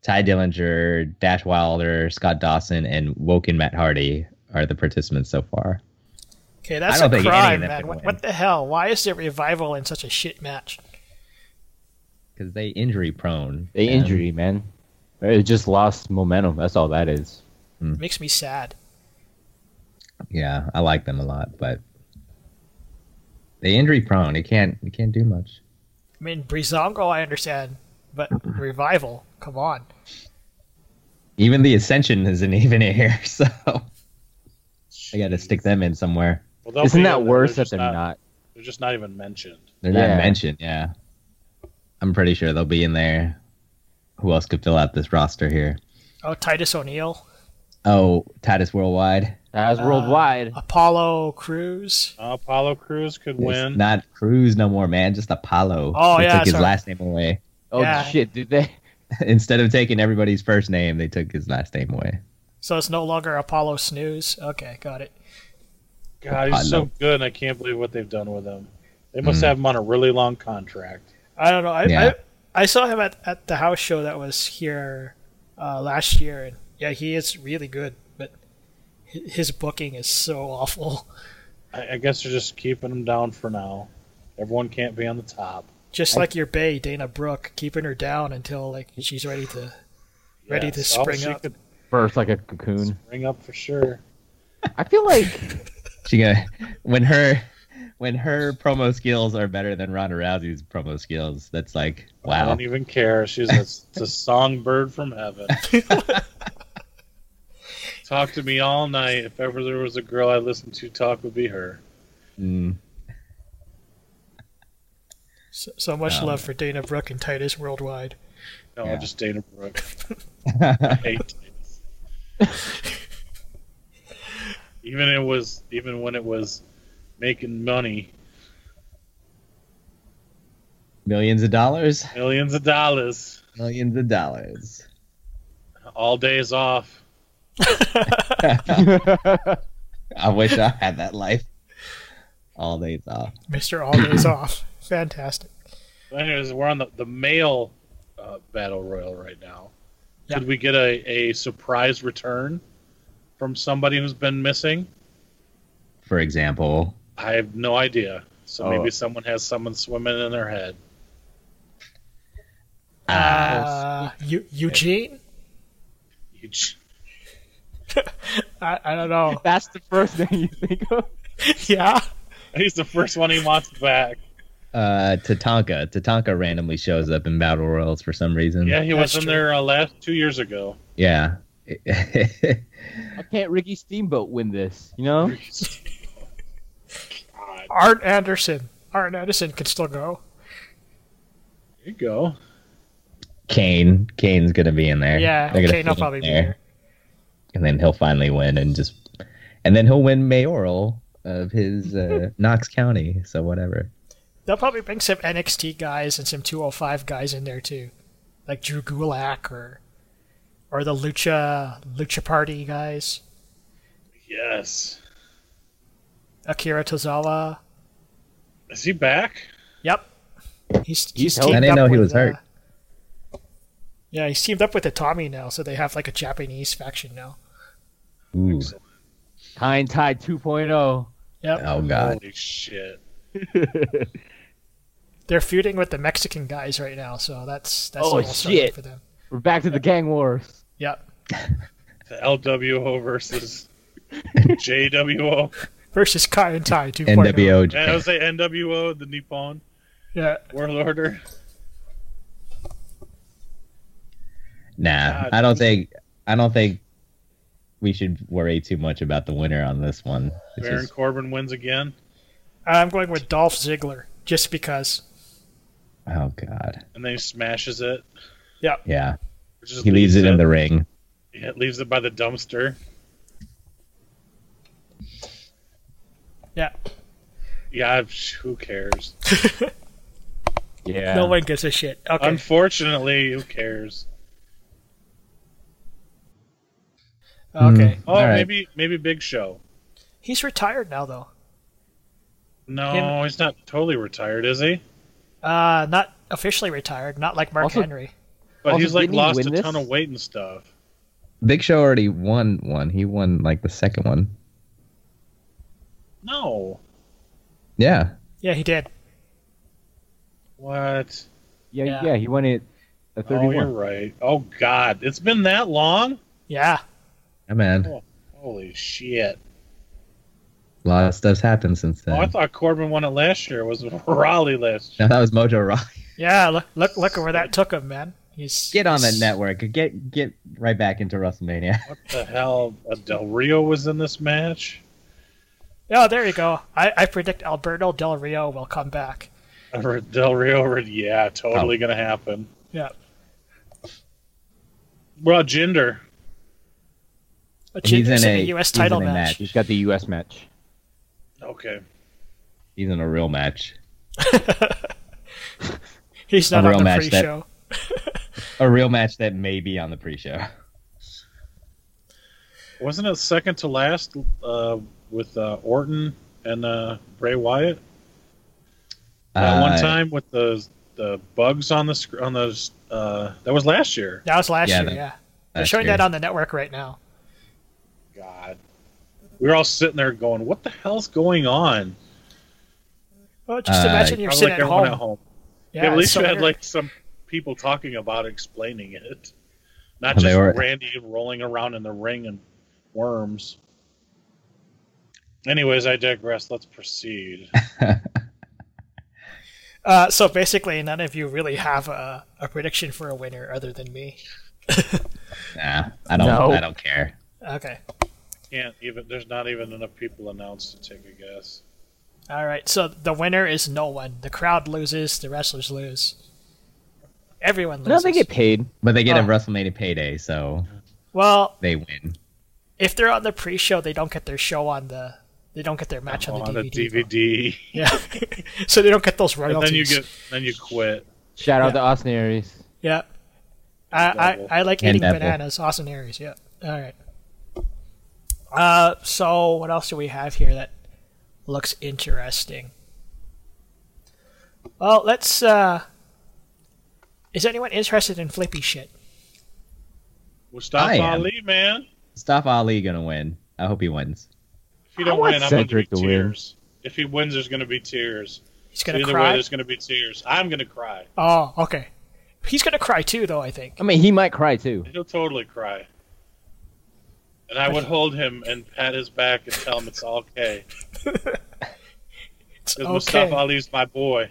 [SPEAKER 3] Ty Dillinger, Dash Wilder, Scott Dawson, and Woken Matt Hardy are the participants so far.
[SPEAKER 1] Okay, that's
[SPEAKER 3] I
[SPEAKER 1] a
[SPEAKER 3] don't think any of
[SPEAKER 1] crime,
[SPEAKER 3] them
[SPEAKER 1] man.
[SPEAKER 3] can
[SPEAKER 1] What,
[SPEAKER 3] win.
[SPEAKER 1] what the hell? Why is there revival in such a shit match?
[SPEAKER 3] Because they injury prone.
[SPEAKER 4] They
[SPEAKER 3] And
[SPEAKER 4] injury, man. It just lost momentum. That's all that is.
[SPEAKER 1] makes me sad.
[SPEAKER 3] Yeah, I like them a lot, but they injury prone. It can't. It can't do much.
[SPEAKER 1] I mean, Brizongo, I understand, but revival, come on.
[SPEAKER 3] Even the Ascension isn't even here, so I got to stick them in somewhere.
[SPEAKER 2] Well, they'll
[SPEAKER 4] Isn't
[SPEAKER 2] be
[SPEAKER 4] that
[SPEAKER 2] in there,
[SPEAKER 4] worse that
[SPEAKER 2] just
[SPEAKER 4] they're not?
[SPEAKER 2] They're just not even mentioned.
[SPEAKER 3] They're
[SPEAKER 4] Yeah.
[SPEAKER 3] not mentioned. Yeah, I'm pretty sure they'll be in there. Who else could fill out this roster here?
[SPEAKER 1] Oh, Titus O'Neil,
[SPEAKER 3] Oh, Titus Worldwide.
[SPEAKER 4] As worldwide.
[SPEAKER 1] Apollo Cruz.
[SPEAKER 2] Uh, Apollo Crews could
[SPEAKER 3] It's
[SPEAKER 2] win.
[SPEAKER 3] not Cruz no more, man. Just Apollo.
[SPEAKER 1] Oh,
[SPEAKER 3] they
[SPEAKER 1] yeah,
[SPEAKER 3] took his
[SPEAKER 1] sorry.
[SPEAKER 3] last name away.
[SPEAKER 4] Oh
[SPEAKER 1] yeah.
[SPEAKER 4] shit! Did they?
[SPEAKER 3] Instead of taking everybody's first name, they took his last name away.
[SPEAKER 1] So it's no longer Apollo Snooze. Okay, got it.
[SPEAKER 2] God, he's so good, and I can't believe what they've done with him. They must
[SPEAKER 3] Hmm.
[SPEAKER 2] have him on a really long contract.
[SPEAKER 1] I don't know. I
[SPEAKER 3] Yeah.
[SPEAKER 1] I, I saw him at, at the house show that was here uh, last year, and yeah, he is really good, but hi- his booking is so awful.
[SPEAKER 2] I, I guess they're just keeping him down for now. Everyone can't be on the top.
[SPEAKER 1] Just like your bay, Dana Brooke, keeping her down until like she's ready to ready to
[SPEAKER 2] Yes, all
[SPEAKER 1] spring
[SPEAKER 2] she
[SPEAKER 1] up.
[SPEAKER 2] could
[SPEAKER 4] First, like a cocoon.
[SPEAKER 2] spring up for sure.
[SPEAKER 4] I feel like
[SPEAKER 3] She gonna when her when her promo skills are better than Ronda Rousey's promo skills. That's like
[SPEAKER 2] I
[SPEAKER 3] wow.
[SPEAKER 2] don't even care. She's a, it's a songbird from heaven. talk to me all night. If ever there was a girl I listened to talk, would be her.
[SPEAKER 3] Mm.
[SPEAKER 1] So, so much
[SPEAKER 3] Um,
[SPEAKER 1] love for Dana Brooke and Titus worldwide.
[SPEAKER 2] No,
[SPEAKER 3] Yeah.
[SPEAKER 2] just Dana Brooke. I
[SPEAKER 3] yeah,
[SPEAKER 2] hate Titus. even it was even when it was making money,
[SPEAKER 3] millions of dollars,
[SPEAKER 2] millions of dollars,
[SPEAKER 3] millions of dollars.
[SPEAKER 2] all days off.
[SPEAKER 3] I wish I had that life. All days off.
[SPEAKER 1] Mr. All Days Off. Fantastic.
[SPEAKER 2] But anyways, we're on the the male uh, battle royal right now.
[SPEAKER 1] Yeah.
[SPEAKER 2] Did we get a, a surprise return from somebody who's been missing?
[SPEAKER 3] For example,
[SPEAKER 2] I have no idea. So
[SPEAKER 4] Oh.
[SPEAKER 2] maybe someone has someone swimming in their head.
[SPEAKER 1] Uh, Eu- Eugene?
[SPEAKER 2] You ch-
[SPEAKER 1] I, I don't know.
[SPEAKER 4] that's the first thing you think of.
[SPEAKER 1] yeah?
[SPEAKER 2] He's the first one he wants back.
[SPEAKER 3] uh, Tatanka. Tatanka randomly shows up in battle royals for some reason.
[SPEAKER 2] Yeah, he was
[SPEAKER 1] That's
[SPEAKER 2] in
[SPEAKER 1] true.
[SPEAKER 2] there uh, last two years ago.
[SPEAKER 3] Yeah.
[SPEAKER 4] Why can't Ricky Steamboat win this? You know?
[SPEAKER 2] God,
[SPEAKER 1] Art Anderson. Art Anderson can still go.
[SPEAKER 2] there you go.
[SPEAKER 3] Kane. Kane's gonna be in there.
[SPEAKER 1] Yeah,
[SPEAKER 3] They're gonna
[SPEAKER 1] Kane will
[SPEAKER 3] put him
[SPEAKER 1] probably be
[SPEAKER 3] there.
[SPEAKER 1] there.
[SPEAKER 3] and then he'll finally win and just and then he'll win mayoral of his uh, Knox County, so whatever.
[SPEAKER 1] They'll probably bring some NXT guys and some 205 guys in there too. Like Drew Gulak or or the Lucha Lucha Party guys.
[SPEAKER 2] Yes.
[SPEAKER 1] Akira Tozawa.
[SPEAKER 2] Is he back?
[SPEAKER 1] Yep. He's,
[SPEAKER 4] He's
[SPEAKER 1] he's
[SPEAKER 4] healthy.
[SPEAKER 1] teamed
[SPEAKER 4] I
[SPEAKER 3] didn't
[SPEAKER 1] up
[SPEAKER 3] know he
[SPEAKER 1] with,
[SPEAKER 3] was hurt.
[SPEAKER 1] uh, yeah, he's teamed up with the Tommy now, so they have like a Japanese faction now.
[SPEAKER 3] Ooh.
[SPEAKER 4] Kind Tide 2.0.
[SPEAKER 1] Yep.
[SPEAKER 3] Oh god.
[SPEAKER 2] Holy shit.
[SPEAKER 1] They're feuding with the Mexican guys right now, so that's that's
[SPEAKER 4] Oh,
[SPEAKER 1] a little something
[SPEAKER 4] shit.
[SPEAKER 1] for them.
[SPEAKER 4] We're back to the gang wars.
[SPEAKER 1] Yep.
[SPEAKER 2] The LWO versus JWO.
[SPEAKER 1] Versus Kai and Tai 2.0.
[SPEAKER 3] NWO
[SPEAKER 2] And I
[SPEAKER 3] Japan.
[SPEAKER 2] would say NWO, the Nippon
[SPEAKER 1] Yeah.
[SPEAKER 2] World Order.
[SPEAKER 3] Nah.
[SPEAKER 2] God.
[SPEAKER 3] I don't think I don't think we should worry too much about the winner on this one. It's
[SPEAKER 2] Baron
[SPEAKER 3] just-
[SPEAKER 2] Corbin wins again,
[SPEAKER 1] I'm going with Dolph Ziggler just because.
[SPEAKER 3] oh god.
[SPEAKER 2] and then he smashes it.
[SPEAKER 3] Yeah.
[SPEAKER 2] Or just
[SPEAKER 3] He leaves
[SPEAKER 2] uh,
[SPEAKER 3] it in the ring.
[SPEAKER 2] Yeah, leaves it by the dumpster.
[SPEAKER 1] Yeah.
[SPEAKER 2] Yeah, psh, who cares?
[SPEAKER 4] Yeah.
[SPEAKER 1] No one gives a shit. Okay.
[SPEAKER 2] Unfortunately, who cares?
[SPEAKER 1] okay.
[SPEAKER 2] Oh,
[SPEAKER 3] All right. Hmm.
[SPEAKER 2] maybe maybe Big Show.
[SPEAKER 1] He's retired now though.
[SPEAKER 2] No,
[SPEAKER 1] Him-
[SPEAKER 2] he's not totally retired, is he?
[SPEAKER 1] Uh, not officially retired, not like Mark
[SPEAKER 4] Also-
[SPEAKER 1] Henry.
[SPEAKER 2] But
[SPEAKER 4] Also,
[SPEAKER 2] he's like
[SPEAKER 4] Oh, didn't he
[SPEAKER 2] lost
[SPEAKER 4] win
[SPEAKER 2] a
[SPEAKER 4] this?
[SPEAKER 2] ton of weight and stuff.
[SPEAKER 3] Big Show already won one. He won like the second one.
[SPEAKER 2] No.
[SPEAKER 3] Yeah.
[SPEAKER 1] Yeah, he did.
[SPEAKER 2] What?
[SPEAKER 4] Yeah,
[SPEAKER 1] Yeah.
[SPEAKER 4] yeah, he won it at
[SPEAKER 2] Oh, you're
[SPEAKER 4] 31.
[SPEAKER 2] right. Oh God, it's been that long.
[SPEAKER 1] Yeah,
[SPEAKER 3] Yeah, man.
[SPEAKER 2] Holy shit!
[SPEAKER 3] A lot of stuff's happened since then.
[SPEAKER 2] Oh, I thought Corbin won it last year. It was Raleigh last year.
[SPEAKER 3] no, that was Mojo Rock.
[SPEAKER 1] yeah. Look, look, look where that took him, man. He's
[SPEAKER 3] Get on that network. Get get right back into WrestleMania.
[SPEAKER 2] What the hell? Uh, Del Rio was in this match.
[SPEAKER 1] Oh, there you go. I, I predict Alberto Del Rio will come back.
[SPEAKER 2] Uh, Del Rio, re- yeah,
[SPEAKER 3] Oh.
[SPEAKER 2] totally gonna happen.
[SPEAKER 1] Yeah,
[SPEAKER 2] Well, Jinder.
[SPEAKER 1] a
[SPEAKER 3] He's in
[SPEAKER 1] Jinder in
[SPEAKER 3] a-
[SPEAKER 1] a U.S.
[SPEAKER 3] he's in
[SPEAKER 1] title
[SPEAKER 3] a
[SPEAKER 1] match.
[SPEAKER 4] He's got the U.S. match.
[SPEAKER 2] Okay.
[SPEAKER 3] He's in a real match.
[SPEAKER 1] He's
[SPEAKER 3] A
[SPEAKER 1] not on
[SPEAKER 3] real
[SPEAKER 1] the
[SPEAKER 3] match that-
[SPEAKER 1] pre-show.
[SPEAKER 3] A real match that may be on the pre-show.
[SPEAKER 2] Wasn't it second to last uh, with uh, Orton and uh, Bray Wyatt that
[SPEAKER 3] Uh,
[SPEAKER 2] one time with the the bugs on the sc- on the uh, that was last year.
[SPEAKER 1] That was last
[SPEAKER 3] Yeah,
[SPEAKER 1] year.
[SPEAKER 3] that-
[SPEAKER 1] yeah, they're
[SPEAKER 3] last
[SPEAKER 1] showing
[SPEAKER 3] year.
[SPEAKER 1] that on the network right now.
[SPEAKER 2] God, we were all sitting there going, "What the hell's going on?"
[SPEAKER 1] Well, just
[SPEAKER 3] Uh,
[SPEAKER 1] imagine you're
[SPEAKER 2] Probably
[SPEAKER 1] sitting
[SPEAKER 2] like
[SPEAKER 1] at
[SPEAKER 2] everyone
[SPEAKER 1] home.
[SPEAKER 2] at home.
[SPEAKER 1] Yeah,
[SPEAKER 2] Yeah, at
[SPEAKER 1] it's
[SPEAKER 2] least
[SPEAKER 1] so
[SPEAKER 2] you had
[SPEAKER 1] weird.
[SPEAKER 2] like some people talking about it, explaining it, not
[SPEAKER 3] They
[SPEAKER 2] just
[SPEAKER 3] were-
[SPEAKER 2] Randy rolling around in the ring and worms. Anyways, I digress. Let's proceed.
[SPEAKER 1] Uh, so basically, none of you really have a, a prediction for a winner other than me.
[SPEAKER 3] Nah, I don't.
[SPEAKER 4] No.
[SPEAKER 3] I don't care.
[SPEAKER 1] Okay.
[SPEAKER 2] Can't even. There's not even enough people announced to take a guess.
[SPEAKER 1] All right. So the winner is no one. The crowd loses. The wrestlers lose. Everyone loses.
[SPEAKER 4] No, they get paid.
[SPEAKER 3] But they get
[SPEAKER 1] Oh.
[SPEAKER 3] a WrestleMania payday, so
[SPEAKER 1] well,
[SPEAKER 3] they win.
[SPEAKER 1] if they're on the pre-show, they don't get their show on the. They don't get their match
[SPEAKER 2] Oh,
[SPEAKER 1] on the DVD.
[SPEAKER 2] DVD.
[SPEAKER 1] Yeah. so they don't get those
[SPEAKER 2] and
[SPEAKER 1] royalties.
[SPEAKER 2] then you get. Then you quit.
[SPEAKER 4] Shout
[SPEAKER 1] Yeah.
[SPEAKER 4] out to Austin Aries.
[SPEAKER 1] Yeah. I,
[SPEAKER 2] Double.
[SPEAKER 1] I, I like
[SPEAKER 3] And
[SPEAKER 1] eating
[SPEAKER 3] apple.
[SPEAKER 1] bananas. Austin Aries, yeah. All right. Uh, so what else do we have here that looks interesting? Well, let's. Uh, is anyone interested in flippy shit?
[SPEAKER 2] Mustafa
[SPEAKER 3] am.
[SPEAKER 2] Ali, man.
[SPEAKER 3] Stop Ali gonna win. I hope he wins.
[SPEAKER 2] If you
[SPEAKER 4] I
[SPEAKER 2] don't
[SPEAKER 4] want
[SPEAKER 2] win, I'm going to
[SPEAKER 4] Cedric
[SPEAKER 2] be
[SPEAKER 4] to win.
[SPEAKER 2] tears. If he wins, there's going to be tears.
[SPEAKER 1] He's gonna
[SPEAKER 2] Either way,
[SPEAKER 1] cry.
[SPEAKER 2] there's going to be tears. I'm going to cry.
[SPEAKER 1] oh, okay. He's gonna cry too, though. I think.
[SPEAKER 4] I mean, he might cry too.
[SPEAKER 2] He'll totally cry. And I would hold him and pat his back and tell him it's all okay.
[SPEAKER 1] It's
[SPEAKER 2] Because
[SPEAKER 1] okay,
[SPEAKER 2] Mustafa Ali's my boy.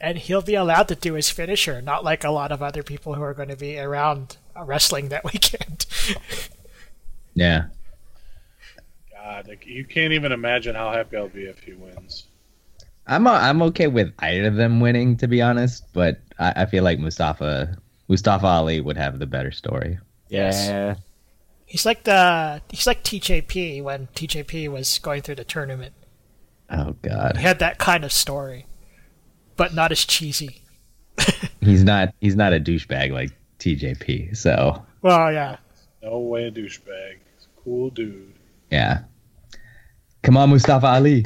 [SPEAKER 1] and he'll be allowed to do his finisher, not like a lot of other people who are going to be around uh, wrestling that weekend.
[SPEAKER 3] Yeah.
[SPEAKER 2] God, like, you can't even imagine how happy I'll be if he wins.
[SPEAKER 3] I'm i I'm okay with either of them winning, to be honest. But I, I feel like Mustafa Mustafa Ali would have the better story.
[SPEAKER 1] Yes.
[SPEAKER 4] Yeah.
[SPEAKER 1] He's like the he's like TJP when TJP was going through the tournament.
[SPEAKER 3] Oh
[SPEAKER 1] He
[SPEAKER 3] God,
[SPEAKER 1] had that kind of story, but not as cheesy.
[SPEAKER 3] he's not he's not a douchebag like TJP. So
[SPEAKER 1] Well, yeah,
[SPEAKER 2] No way a douchebag. He's a cool dude.
[SPEAKER 3] yeah, come on, Mustafa Ali.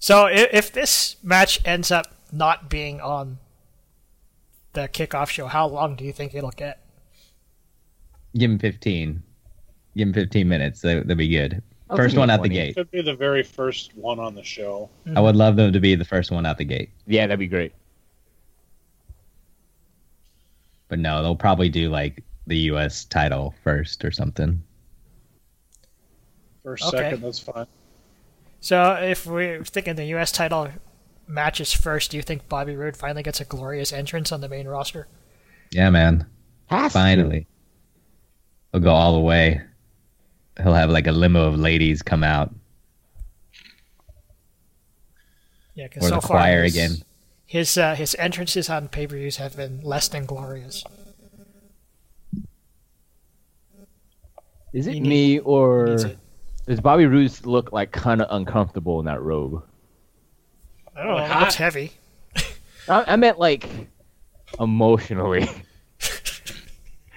[SPEAKER 1] So if, if this match ends up not being on the kickoff show, how long do you think it'll get?
[SPEAKER 3] Give him 15. Give him 15 minutes. They, they'll be good.
[SPEAKER 4] I'll
[SPEAKER 3] first
[SPEAKER 4] give him
[SPEAKER 3] one out the
[SPEAKER 4] 20.
[SPEAKER 3] gate.
[SPEAKER 2] Could be the very first one on the show.
[SPEAKER 3] I would love them to be the first one out the gate.
[SPEAKER 4] Yeah, that'd be great.
[SPEAKER 3] But no, they'll probably do like the U.S. title first or something.
[SPEAKER 2] First,
[SPEAKER 1] Okay.
[SPEAKER 2] second, that's fine.
[SPEAKER 1] So if we're thinking the U.S. title matches first, do you think Bobby Roode finally gets a glorious entrance on the main roster?
[SPEAKER 3] Yeah, man.
[SPEAKER 4] Has to.
[SPEAKER 3] Finally, he'll go all the way. He'll have like a limo of ladies come out.
[SPEAKER 1] Yeah, because
[SPEAKER 3] Or
[SPEAKER 1] so
[SPEAKER 3] the
[SPEAKER 1] far
[SPEAKER 3] choir
[SPEAKER 1] his,
[SPEAKER 3] again.
[SPEAKER 1] His uh, his entrances on pay per views have been less than glorious.
[SPEAKER 4] Is it
[SPEAKER 1] He
[SPEAKER 4] me or
[SPEAKER 1] Needs it.
[SPEAKER 4] does Bobby Roode look like kind of uncomfortable in that robe?
[SPEAKER 1] I don't know. It
[SPEAKER 2] Hot.
[SPEAKER 1] looks heavy.
[SPEAKER 4] I, I meant like emotionally.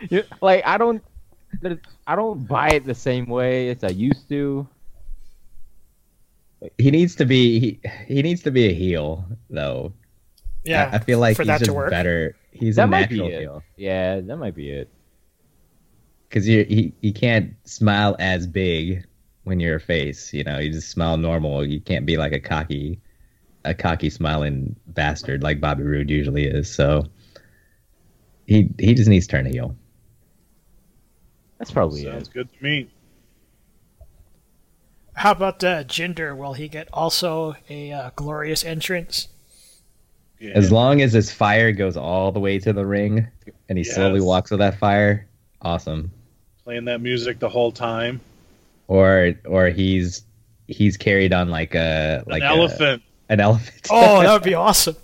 [SPEAKER 4] You- like I don't, there- I don't buy it the same way as I used to.
[SPEAKER 3] He needs to be he, he needs to be a heel though.
[SPEAKER 1] Yeah,
[SPEAKER 3] I, I feel like
[SPEAKER 1] for
[SPEAKER 3] he's
[SPEAKER 1] that to
[SPEAKER 3] just
[SPEAKER 1] work.
[SPEAKER 3] better. He's
[SPEAKER 4] that
[SPEAKER 3] a
[SPEAKER 4] might be
[SPEAKER 3] natural
[SPEAKER 4] it.
[SPEAKER 3] heel
[SPEAKER 4] Yeah, that might be it.
[SPEAKER 3] because you he, he can't smile as big when you're a face. You know, you just smile normal. You can't be like a cocky, a cocky smiling bastard like Bobby Roode usually is. So he he just needs to turn heel.
[SPEAKER 4] That's
[SPEAKER 3] Oh,
[SPEAKER 4] probably
[SPEAKER 2] Sounds
[SPEAKER 4] it.
[SPEAKER 2] good to me.
[SPEAKER 1] How about uh, Jinder? Will he get also a uh, glorious entrance?
[SPEAKER 2] Yeah.
[SPEAKER 3] As long as his fire goes all the way to the ring and he slowly
[SPEAKER 2] Yes.
[SPEAKER 3] walks with that fire, awesome.
[SPEAKER 2] Playing that music the whole time.
[SPEAKER 3] Or or he's he's carried on like a like uh,
[SPEAKER 2] An
[SPEAKER 3] a-
[SPEAKER 2] elephant.
[SPEAKER 3] an elephant.
[SPEAKER 1] Oh, that would be awesome.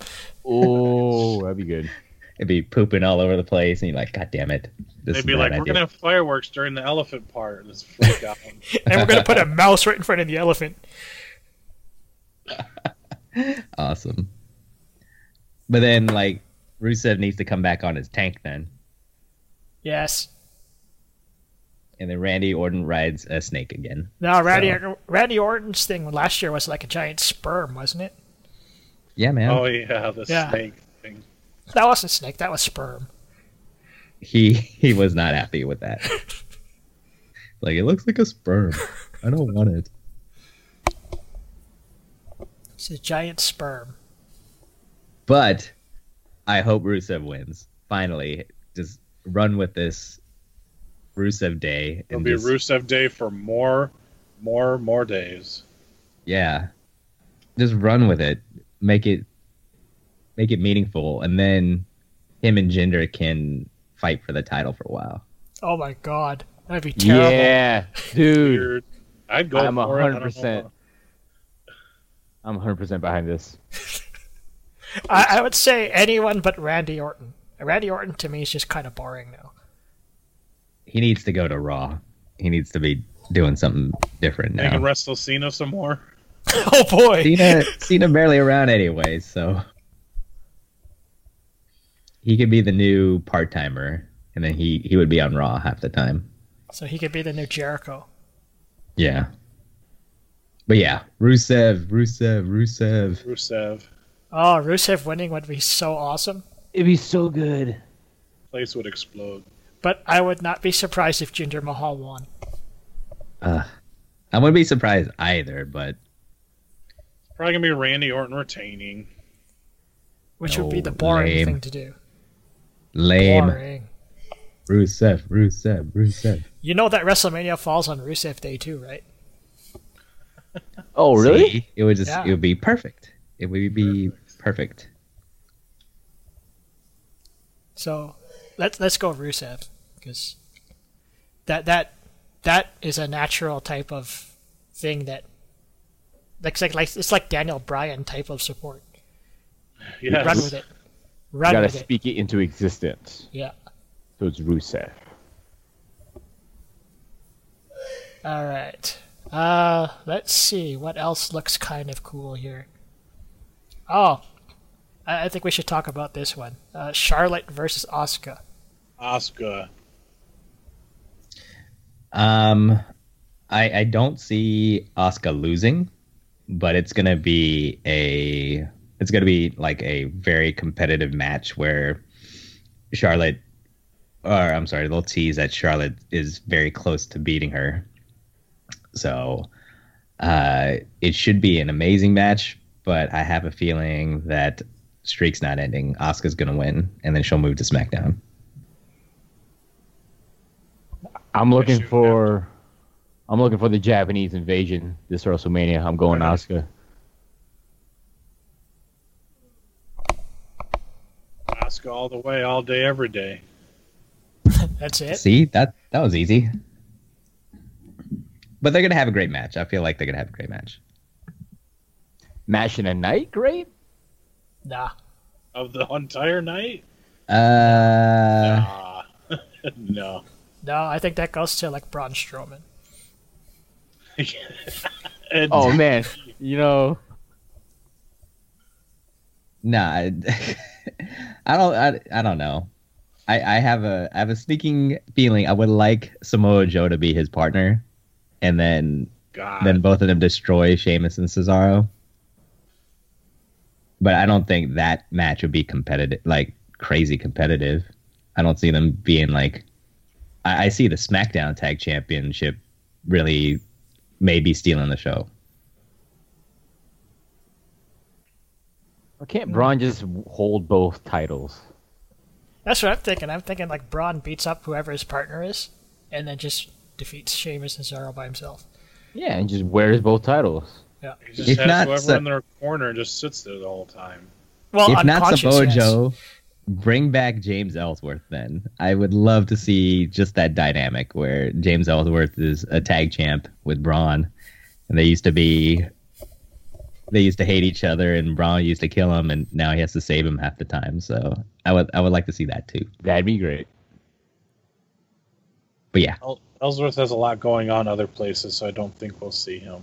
[SPEAKER 4] Oh, that'd be good.
[SPEAKER 3] It'd be pooping all over the place, and you're like, God damn it! This
[SPEAKER 2] They'd
[SPEAKER 3] is
[SPEAKER 2] be
[SPEAKER 3] a
[SPEAKER 2] like,
[SPEAKER 3] bad
[SPEAKER 2] "We're
[SPEAKER 3] idea."
[SPEAKER 2] gonna have fireworks during the elephant part." Let's freak out.
[SPEAKER 1] And we're gonna put a mouse right in front of the elephant.
[SPEAKER 3] awesome. But then, like, Rusev needs to come back on his tank then,
[SPEAKER 1] Yes.
[SPEAKER 3] and then Randy Orton rides a snake again.
[SPEAKER 1] Now Randy
[SPEAKER 3] So-
[SPEAKER 1] Randy Orton's thing last year was like a giant sperm, wasn't it?
[SPEAKER 3] Yeah, man.
[SPEAKER 2] Oh yeah, the
[SPEAKER 1] Yeah.
[SPEAKER 2] snake thing.
[SPEAKER 1] That wasn't snake. That was sperm.
[SPEAKER 3] He he was not happy with that. like, it looks like a sperm. I don't want it.
[SPEAKER 1] It's a giant sperm.
[SPEAKER 3] But I hope Rusev wins. Finally, just run with this Rusev day.
[SPEAKER 2] It'll
[SPEAKER 3] and
[SPEAKER 2] be
[SPEAKER 3] just-
[SPEAKER 2] Rusev Day for more, more, more days.
[SPEAKER 3] Yeah. Just run with it. Make it make it meaningful and then him and Jinder can fight for the title for a while.
[SPEAKER 1] Oh my god, that'd be terrible.
[SPEAKER 4] Yeah, dude,
[SPEAKER 2] Weird. I'd go.
[SPEAKER 4] I'm
[SPEAKER 2] for it. I don't know.
[SPEAKER 4] hundred percent. I'm hundred percent behind this.
[SPEAKER 1] I, I would say anyone but Randy Orton. Randy Orton to me is just kind of boring now.
[SPEAKER 3] He needs to go to Raw. He needs to be doing something different
[SPEAKER 2] They can
[SPEAKER 3] now.
[SPEAKER 2] wrestle Cena some more.
[SPEAKER 1] Oh boy,
[SPEAKER 3] Cena Cena barely around anyway, so he could be the new part timer and then he, he would be on Raw half the time.
[SPEAKER 1] so he could be the new Jericho.
[SPEAKER 3] Yeah. But yeah, Rusev, Rusev, Rusev.
[SPEAKER 2] Rusev.
[SPEAKER 1] Oh, Rusev winning would be so awesome.
[SPEAKER 4] It'd be so good.
[SPEAKER 2] Place would explode.
[SPEAKER 1] But I would not be surprised if Jinder Mahal won.
[SPEAKER 3] I wouldn't be surprised either, but
[SPEAKER 2] Probably gonna be Randy Orton retaining.
[SPEAKER 1] which would be
[SPEAKER 3] No,
[SPEAKER 1] the boring
[SPEAKER 3] Oh, lame.
[SPEAKER 1] thing to do.
[SPEAKER 3] lame.
[SPEAKER 1] Boring.
[SPEAKER 3] Rusev, Rusev, Rusev.
[SPEAKER 1] You know that WrestleMania falls on Rusev Day too, right?
[SPEAKER 4] Oh, really?
[SPEAKER 3] See? It would just
[SPEAKER 1] Yeah.
[SPEAKER 3] it would be perfect. It would be perfect.
[SPEAKER 1] So let's let's go Rusev because that that that is a natural type of thing that like like, like it's like Daniel Bryan type of support.
[SPEAKER 2] Yes.
[SPEAKER 1] Run with it.
[SPEAKER 4] You
[SPEAKER 1] Run
[SPEAKER 4] gotta
[SPEAKER 1] with it.
[SPEAKER 4] speak it into existence.
[SPEAKER 1] Yeah.
[SPEAKER 4] So it's Rusev.
[SPEAKER 1] All right. Uh, let's see what else looks kind of cool here. Oh, I, I think we should talk about this one. Uh, Charlotte versus Oscar.
[SPEAKER 2] Asuka.
[SPEAKER 3] Um I I don't see Asuka losing, but it's gonna be a it's gonna be like a very competitive match where Charlotte or I'm sorry, they'll tease that Charlotte is very close to beating her. So uh it should be an amazing match, but I have a feeling that streak's not ending. Asuka's gonna win, and then she'll move to SmackDown.
[SPEAKER 4] I'm looking
[SPEAKER 2] shoot,
[SPEAKER 4] for, I'm looking for the Japanese invasion this WrestleMania. I'm going Oscar.
[SPEAKER 2] Asuka all the way, all day, every day.
[SPEAKER 1] That's it.
[SPEAKER 3] See that that was easy. But they're gonna have a great match. I feel like they're gonna have a great match.
[SPEAKER 4] Match in a night, great.
[SPEAKER 1] Nah.
[SPEAKER 2] Of the entire night?
[SPEAKER 3] Uh,
[SPEAKER 2] Ah. no.
[SPEAKER 1] No, I think that goes to like Braun Strowman.
[SPEAKER 2] And
[SPEAKER 4] Oh man, you know,
[SPEAKER 3] nah, I, I don't. I, I don't know. I, I have a I have a sneaking feeling I would like Samoa Joe to be his partner, and then
[SPEAKER 2] God.
[SPEAKER 3] then both of them destroy Sheamus and Cesaro. But I don't think that match would be competitive, like crazy competitive. I don't see them being like. I, I see the SmackDown Tag Championship really maybe stealing the show.
[SPEAKER 4] Why can't Braun just hold both titles?
[SPEAKER 1] That's what I'm thinking. I'm thinking like Braun beats up whoever his partner is, and then just defeats Sheamus and Cesaro by himself.
[SPEAKER 4] Yeah, and just wears both titles.
[SPEAKER 1] Yeah.
[SPEAKER 2] He just
[SPEAKER 3] If
[SPEAKER 2] has
[SPEAKER 3] not,
[SPEAKER 2] whoever
[SPEAKER 3] so-
[SPEAKER 2] in their corner and just sits there the whole time.
[SPEAKER 1] Well,
[SPEAKER 3] if not
[SPEAKER 1] unconscious, yes.
[SPEAKER 3] Sabojo, bring back James Ellsworth. Then I would love to see just that dynamic where James Ellsworth is a tag champ with Braun, and they used to be, they used to hate each other, and Braun used to kill him, and now he has to save him half the time. So I would I would like to see that too.
[SPEAKER 4] That'd be great.
[SPEAKER 3] But yeah,
[SPEAKER 2] El- Ellsworth has a lot going on other places, so I don't think we'll see him.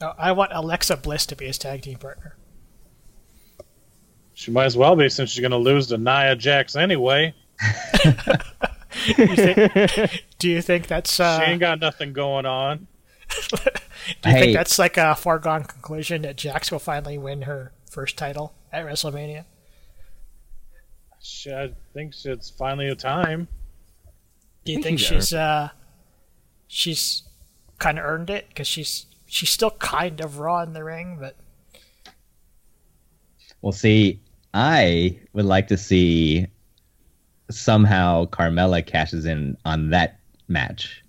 [SPEAKER 1] No, I want Alexa Bliss to be his tag team partner.
[SPEAKER 2] She might as well be since she's going to lose to Nia Jax anyway.
[SPEAKER 1] You think- do you think that's uh,
[SPEAKER 2] she ain't got nothing going on.
[SPEAKER 1] do you
[SPEAKER 3] Hey.
[SPEAKER 1] think that's like a foregone conclusion that Jax will finally win her first title at WrestleMania?
[SPEAKER 2] She, I think she- it's finally a time.
[SPEAKER 1] Do you think
[SPEAKER 4] think she's
[SPEAKER 1] she's uh, she's kind of earned it because she's she's still kind of raw in the ring, but
[SPEAKER 3] we'll see. I would like to see somehow Carmella cashes in on that match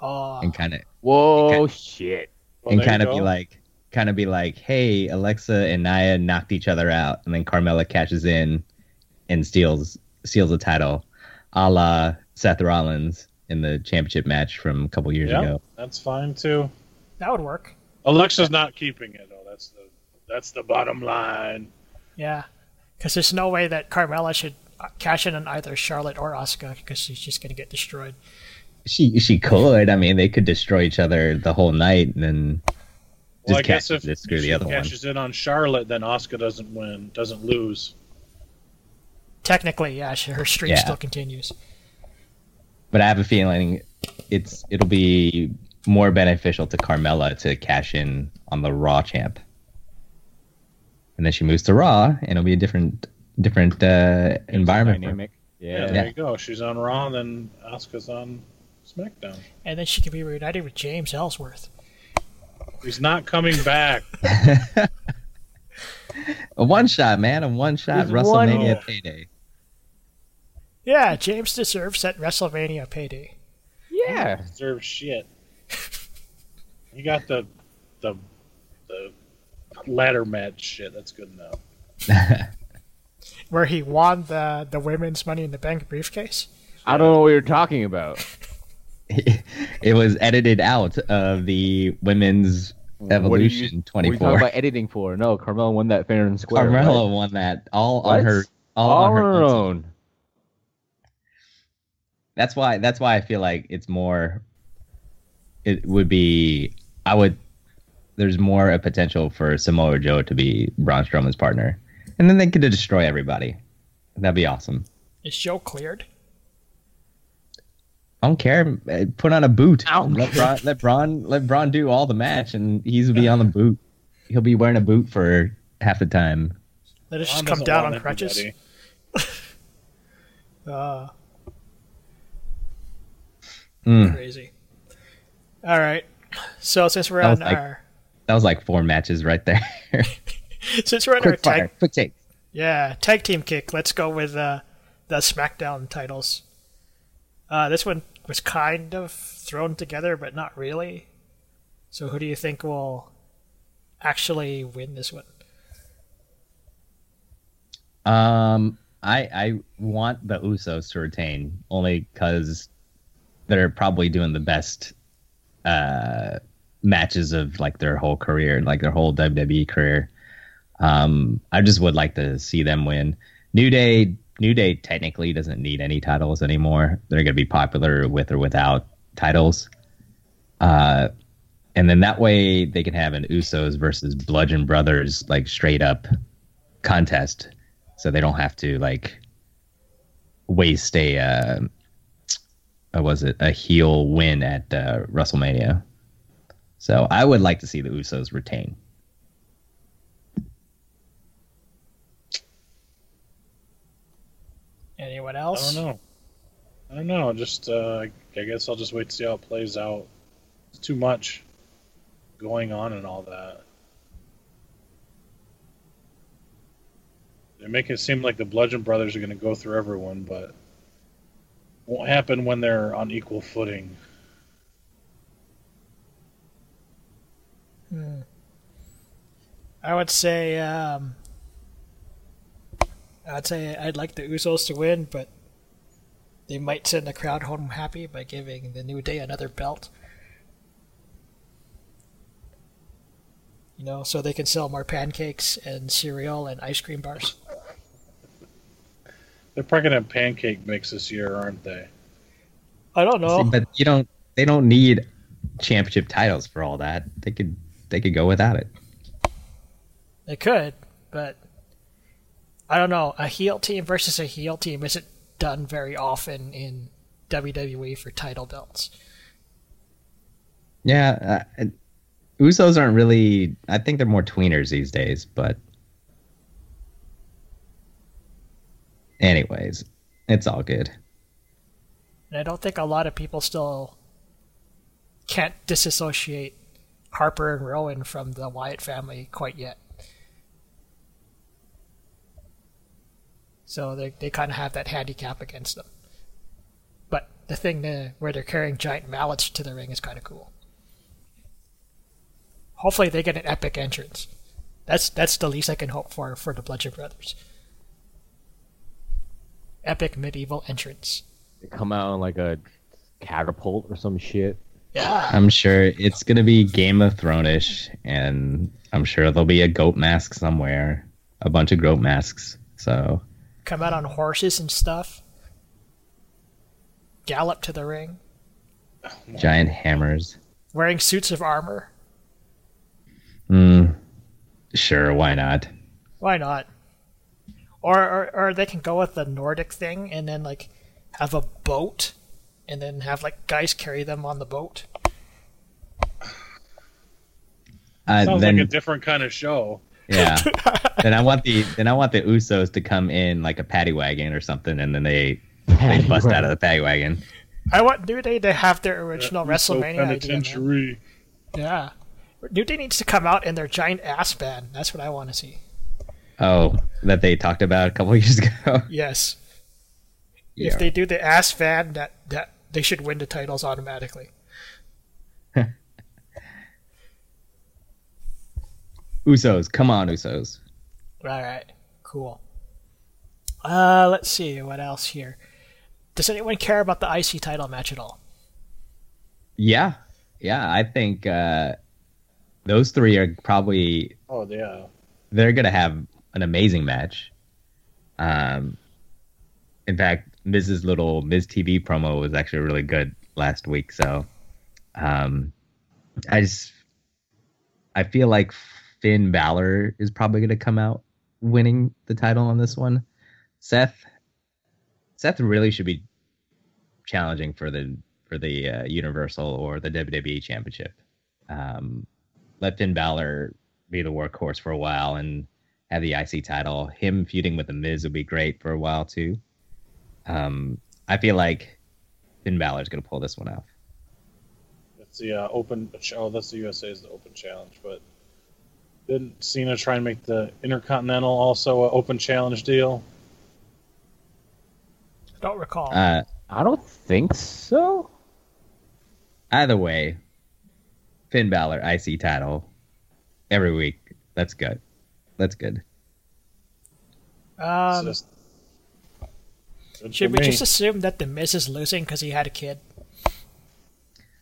[SPEAKER 1] oh,
[SPEAKER 3] and kind of
[SPEAKER 4] Whoa, shit.
[SPEAKER 2] Well,
[SPEAKER 3] and
[SPEAKER 2] there you
[SPEAKER 3] kind of be
[SPEAKER 2] go.
[SPEAKER 3] like, kind of be like, hey, Alexa and Naya knocked each other out, and then Carmella cashes in and steals steals the title, a la Seth Rollins in the championship match from a couple years
[SPEAKER 2] yeah,
[SPEAKER 3] ago.
[SPEAKER 2] that's fine too.
[SPEAKER 1] that would work.
[SPEAKER 2] Alexa's not keeping it though. That's the that's the bottom line.
[SPEAKER 1] Yeah, because there's no way that Carmella should uh, cash in on either Charlotte or Asuka because she's just gonna get destroyed.
[SPEAKER 3] She she could. I mean, they could destroy each other the whole night, and then
[SPEAKER 2] Well,
[SPEAKER 3] Just
[SPEAKER 2] I guess
[SPEAKER 3] catch
[SPEAKER 2] if
[SPEAKER 3] this, screw the
[SPEAKER 2] she
[SPEAKER 3] other one.
[SPEAKER 2] cashes in on Charlotte, then Oscar doesn't win, doesn't lose.
[SPEAKER 1] Technically, yeah, she, her streak
[SPEAKER 3] Yeah.
[SPEAKER 1] still continues.
[SPEAKER 3] but I have a feeling it's it'll be more beneficial to Carmella to cash in on the Raw champ, and then she moves to Raw, and it'll be a different different uh, environment. for her.
[SPEAKER 4] Dynamic.
[SPEAKER 2] Yeah,
[SPEAKER 4] Yeah.
[SPEAKER 2] there you go. She's on Raw, then Oscar's on SmackDown.
[SPEAKER 1] And then she could be reunited with James Ellsworth.
[SPEAKER 2] He's not coming back.
[SPEAKER 3] A one shot, man. A one shot
[SPEAKER 4] It's
[SPEAKER 3] WrestleMania
[SPEAKER 2] one-
[SPEAKER 3] payday.
[SPEAKER 1] Yeah, James deserves that WrestleMania payday.
[SPEAKER 4] Yeah.
[SPEAKER 2] Deserve shit. He got the the the ladder match shit. That's good enough.
[SPEAKER 1] Where he won the, the women's Money in the Bank briefcase.
[SPEAKER 4] I don't know what you're talking about.
[SPEAKER 3] it was edited out of the women's
[SPEAKER 4] What are you-
[SPEAKER 3] Evolution
[SPEAKER 4] What are
[SPEAKER 3] 24.
[SPEAKER 4] you talking about editing for? No, Carmella won that fair and square.
[SPEAKER 3] Carmella
[SPEAKER 4] right?
[SPEAKER 3] won that all
[SPEAKER 4] What? Oh.
[SPEAKER 3] on her all,
[SPEAKER 4] all,
[SPEAKER 3] on her,
[SPEAKER 4] her
[SPEAKER 3] own.
[SPEAKER 4] own.
[SPEAKER 3] That's why that's why I feel like it's more it would be I would there's more a potential for Samoa Joe to be Braun Strowman's partner. And then they could destroy everybody. That'd be awesome.
[SPEAKER 1] Is Joe cleared?
[SPEAKER 3] I don't care. Uh, Put on a boot.
[SPEAKER 4] Ow.
[SPEAKER 3] Let Braun, let Braun let Braun do all the match, and he's be on the boot. He'll be wearing a boot for half the time.
[SPEAKER 1] Let us just
[SPEAKER 2] Braun
[SPEAKER 1] come
[SPEAKER 2] doesn't
[SPEAKER 1] down
[SPEAKER 2] want
[SPEAKER 1] on crutches.
[SPEAKER 2] anybody.
[SPEAKER 1] Uh,
[SPEAKER 3] Mm.
[SPEAKER 1] Crazy. All right. So since we're
[SPEAKER 3] That
[SPEAKER 1] on
[SPEAKER 3] was like-
[SPEAKER 1] our
[SPEAKER 3] That was like four matches right there.
[SPEAKER 1] since we're on our
[SPEAKER 3] quick
[SPEAKER 1] tag
[SPEAKER 3] fire, quick take.
[SPEAKER 1] Yeah, tag team kick. Let's go with uh, the SmackDown titles. Uh, this one was kind of thrown together, but not really. So, who do you think will actually win this one?
[SPEAKER 3] Um, I I want the Usos to retain only because they're probably doing the best uh, matches of like their whole career, like their whole WWE career. Um, I just would like to see them win. New Day, New Day technically doesn't need any titles anymore. They're going to be popular with or without titles. Uh, and then that way they can have an Usos versus Bludgeon Brothers like straight up contest so they don't have to like waste a uh, uh, was it a heel win at uh, WrestleMania So I would like to see the Usos retain.
[SPEAKER 1] Anyone
[SPEAKER 2] I
[SPEAKER 1] else?
[SPEAKER 2] don't know. I don't know. Just uh, I guess I'll just wait to see how it plays out. It's too much going on and all that. They make it seem like the Bludgeon Brothers are going to go through everyone, but it won't happen when they're on equal footing.
[SPEAKER 1] Hmm. I would say um, I'd say I'd like the Usos to win, but they might send the crowd home happy by giving the New Day another belt. You know, so they can sell more pancakes and cereal and ice cream bars.
[SPEAKER 2] They're probably going to have pancake mix this year, aren't they?
[SPEAKER 1] I don't know.
[SPEAKER 3] See, but you don't. They don't need championship titles for all that. They could. They could go without it.
[SPEAKER 1] They could, but I don't know. A heel team versus a heel team isn't done very often in WWE for title belts.
[SPEAKER 3] Yeah, uh, Usos aren't really. I think they're more tweeners these days, but. Anyways, it's all good.
[SPEAKER 1] And I don't think a lot of people still can't disassociate Harper and Rowan from the Wyatt family quite yet. So they, they kind of have that handicap against them. But the thing there, where they're carrying giant mallets to the ring is kind of cool. Hopefully they get an epic entrance. That's that's the least I can hope for for the Bludgeon Brothers. Epic medieval entrance.
[SPEAKER 4] They come out on like a catapult or some shit.
[SPEAKER 1] Yeah.
[SPEAKER 3] I'm sure it's gonna be Game of Thronesish, and I'm sure there'll be a goat mask somewhere, a bunch of goat masks. So
[SPEAKER 1] come out on horses and stuff, gallop to the ring,
[SPEAKER 3] giant hammers.
[SPEAKER 1] wearing suits of armor.
[SPEAKER 3] Mm, sure, why not?
[SPEAKER 1] Why not? Or, or or they can go with the Nordic thing and then like have a boat and then have like guys carry them on the boat.
[SPEAKER 3] Uh,
[SPEAKER 2] Sounds
[SPEAKER 3] then
[SPEAKER 2] like a different kind of show.
[SPEAKER 3] yeah, then I want the then I want the Usos to come in like a paddy wagon or something, and then they they bust out of the paddy wagon.
[SPEAKER 1] I want New Day to have their original
[SPEAKER 2] Uso
[SPEAKER 1] WrestleMania idea. man.
[SPEAKER 2] Penitentiary.
[SPEAKER 1] Yeah. New Day needs to come out in their giant ass band. That's what I want to see.
[SPEAKER 3] Oh, that they talked about a couple years ago.
[SPEAKER 1] Yes.
[SPEAKER 3] Yeah.
[SPEAKER 1] If they do the ass fan, that that they should win the titles automatically.
[SPEAKER 3] Usos, come on, Usos.
[SPEAKER 1] All right, cool. Uh, let's see what else here. Does anyone care about the IC title match at all?
[SPEAKER 3] Yeah, yeah. I think uh, those three are probably
[SPEAKER 2] Oh yeah.
[SPEAKER 3] they're gonna have an amazing match. Um, in fact, Mrs. Little Ms. TV promo was actually really good last week. So, um, I just I feel like Finn Balor is probably gonna come out winning the title on this one. Seth, Seth really should be challenging for the for the uh, Universal or the WWE Championship. Um, let Finn Balor be the workhorse for a while and have the IC title. Him feuding with the Miz would be great for a while too. Um, I feel like Finn Balor's gonna pull this one off.
[SPEAKER 2] That's the uh, open. Oh, that's the USA's the open challenge. But didn't Cena try and make the Intercontinental also an open challenge deal?
[SPEAKER 1] I don't recall.
[SPEAKER 3] Uh,
[SPEAKER 4] I don't think so.
[SPEAKER 3] either way, Finn Balor IC title every week. That's good. That's good.
[SPEAKER 2] It's
[SPEAKER 1] um,
[SPEAKER 2] just- Good
[SPEAKER 1] should
[SPEAKER 2] for
[SPEAKER 1] we
[SPEAKER 2] me.
[SPEAKER 1] just assume that the Miz is losing because he had a kid?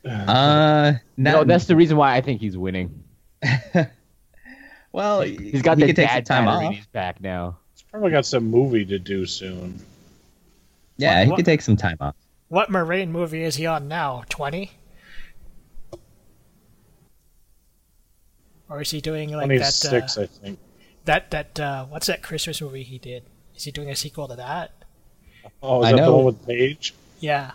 [SPEAKER 3] Uh,
[SPEAKER 4] No,
[SPEAKER 3] now
[SPEAKER 4] that's the reason why I think he's winning.
[SPEAKER 3] well.
[SPEAKER 4] He's got
[SPEAKER 3] he
[SPEAKER 4] the
[SPEAKER 3] could take some
[SPEAKER 4] dad
[SPEAKER 3] time
[SPEAKER 4] battery in
[SPEAKER 3] off.
[SPEAKER 4] his back now.
[SPEAKER 2] He's probably got some movie to do soon.
[SPEAKER 3] Yeah, he
[SPEAKER 1] What-
[SPEAKER 3] could take some time off.
[SPEAKER 1] What Marine movie is he on now? Twenty? Or is he doing like
[SPEAKER 2] Twenty
[SPEAKER 1] that? Uh,
[SPEAKER 2] six, I think.
[SPEAKER 1] that that uh, what's that Christmas movie he did? Is he doing a sequel to that?
[SPEAKER 2] Oh, is
[SPEAKER 3] I
[SPEAKER 2] that
[SPEAKER 3] know.
[SPEAKER 2] the one with Paige?
[SPEAKER 1] Yeah.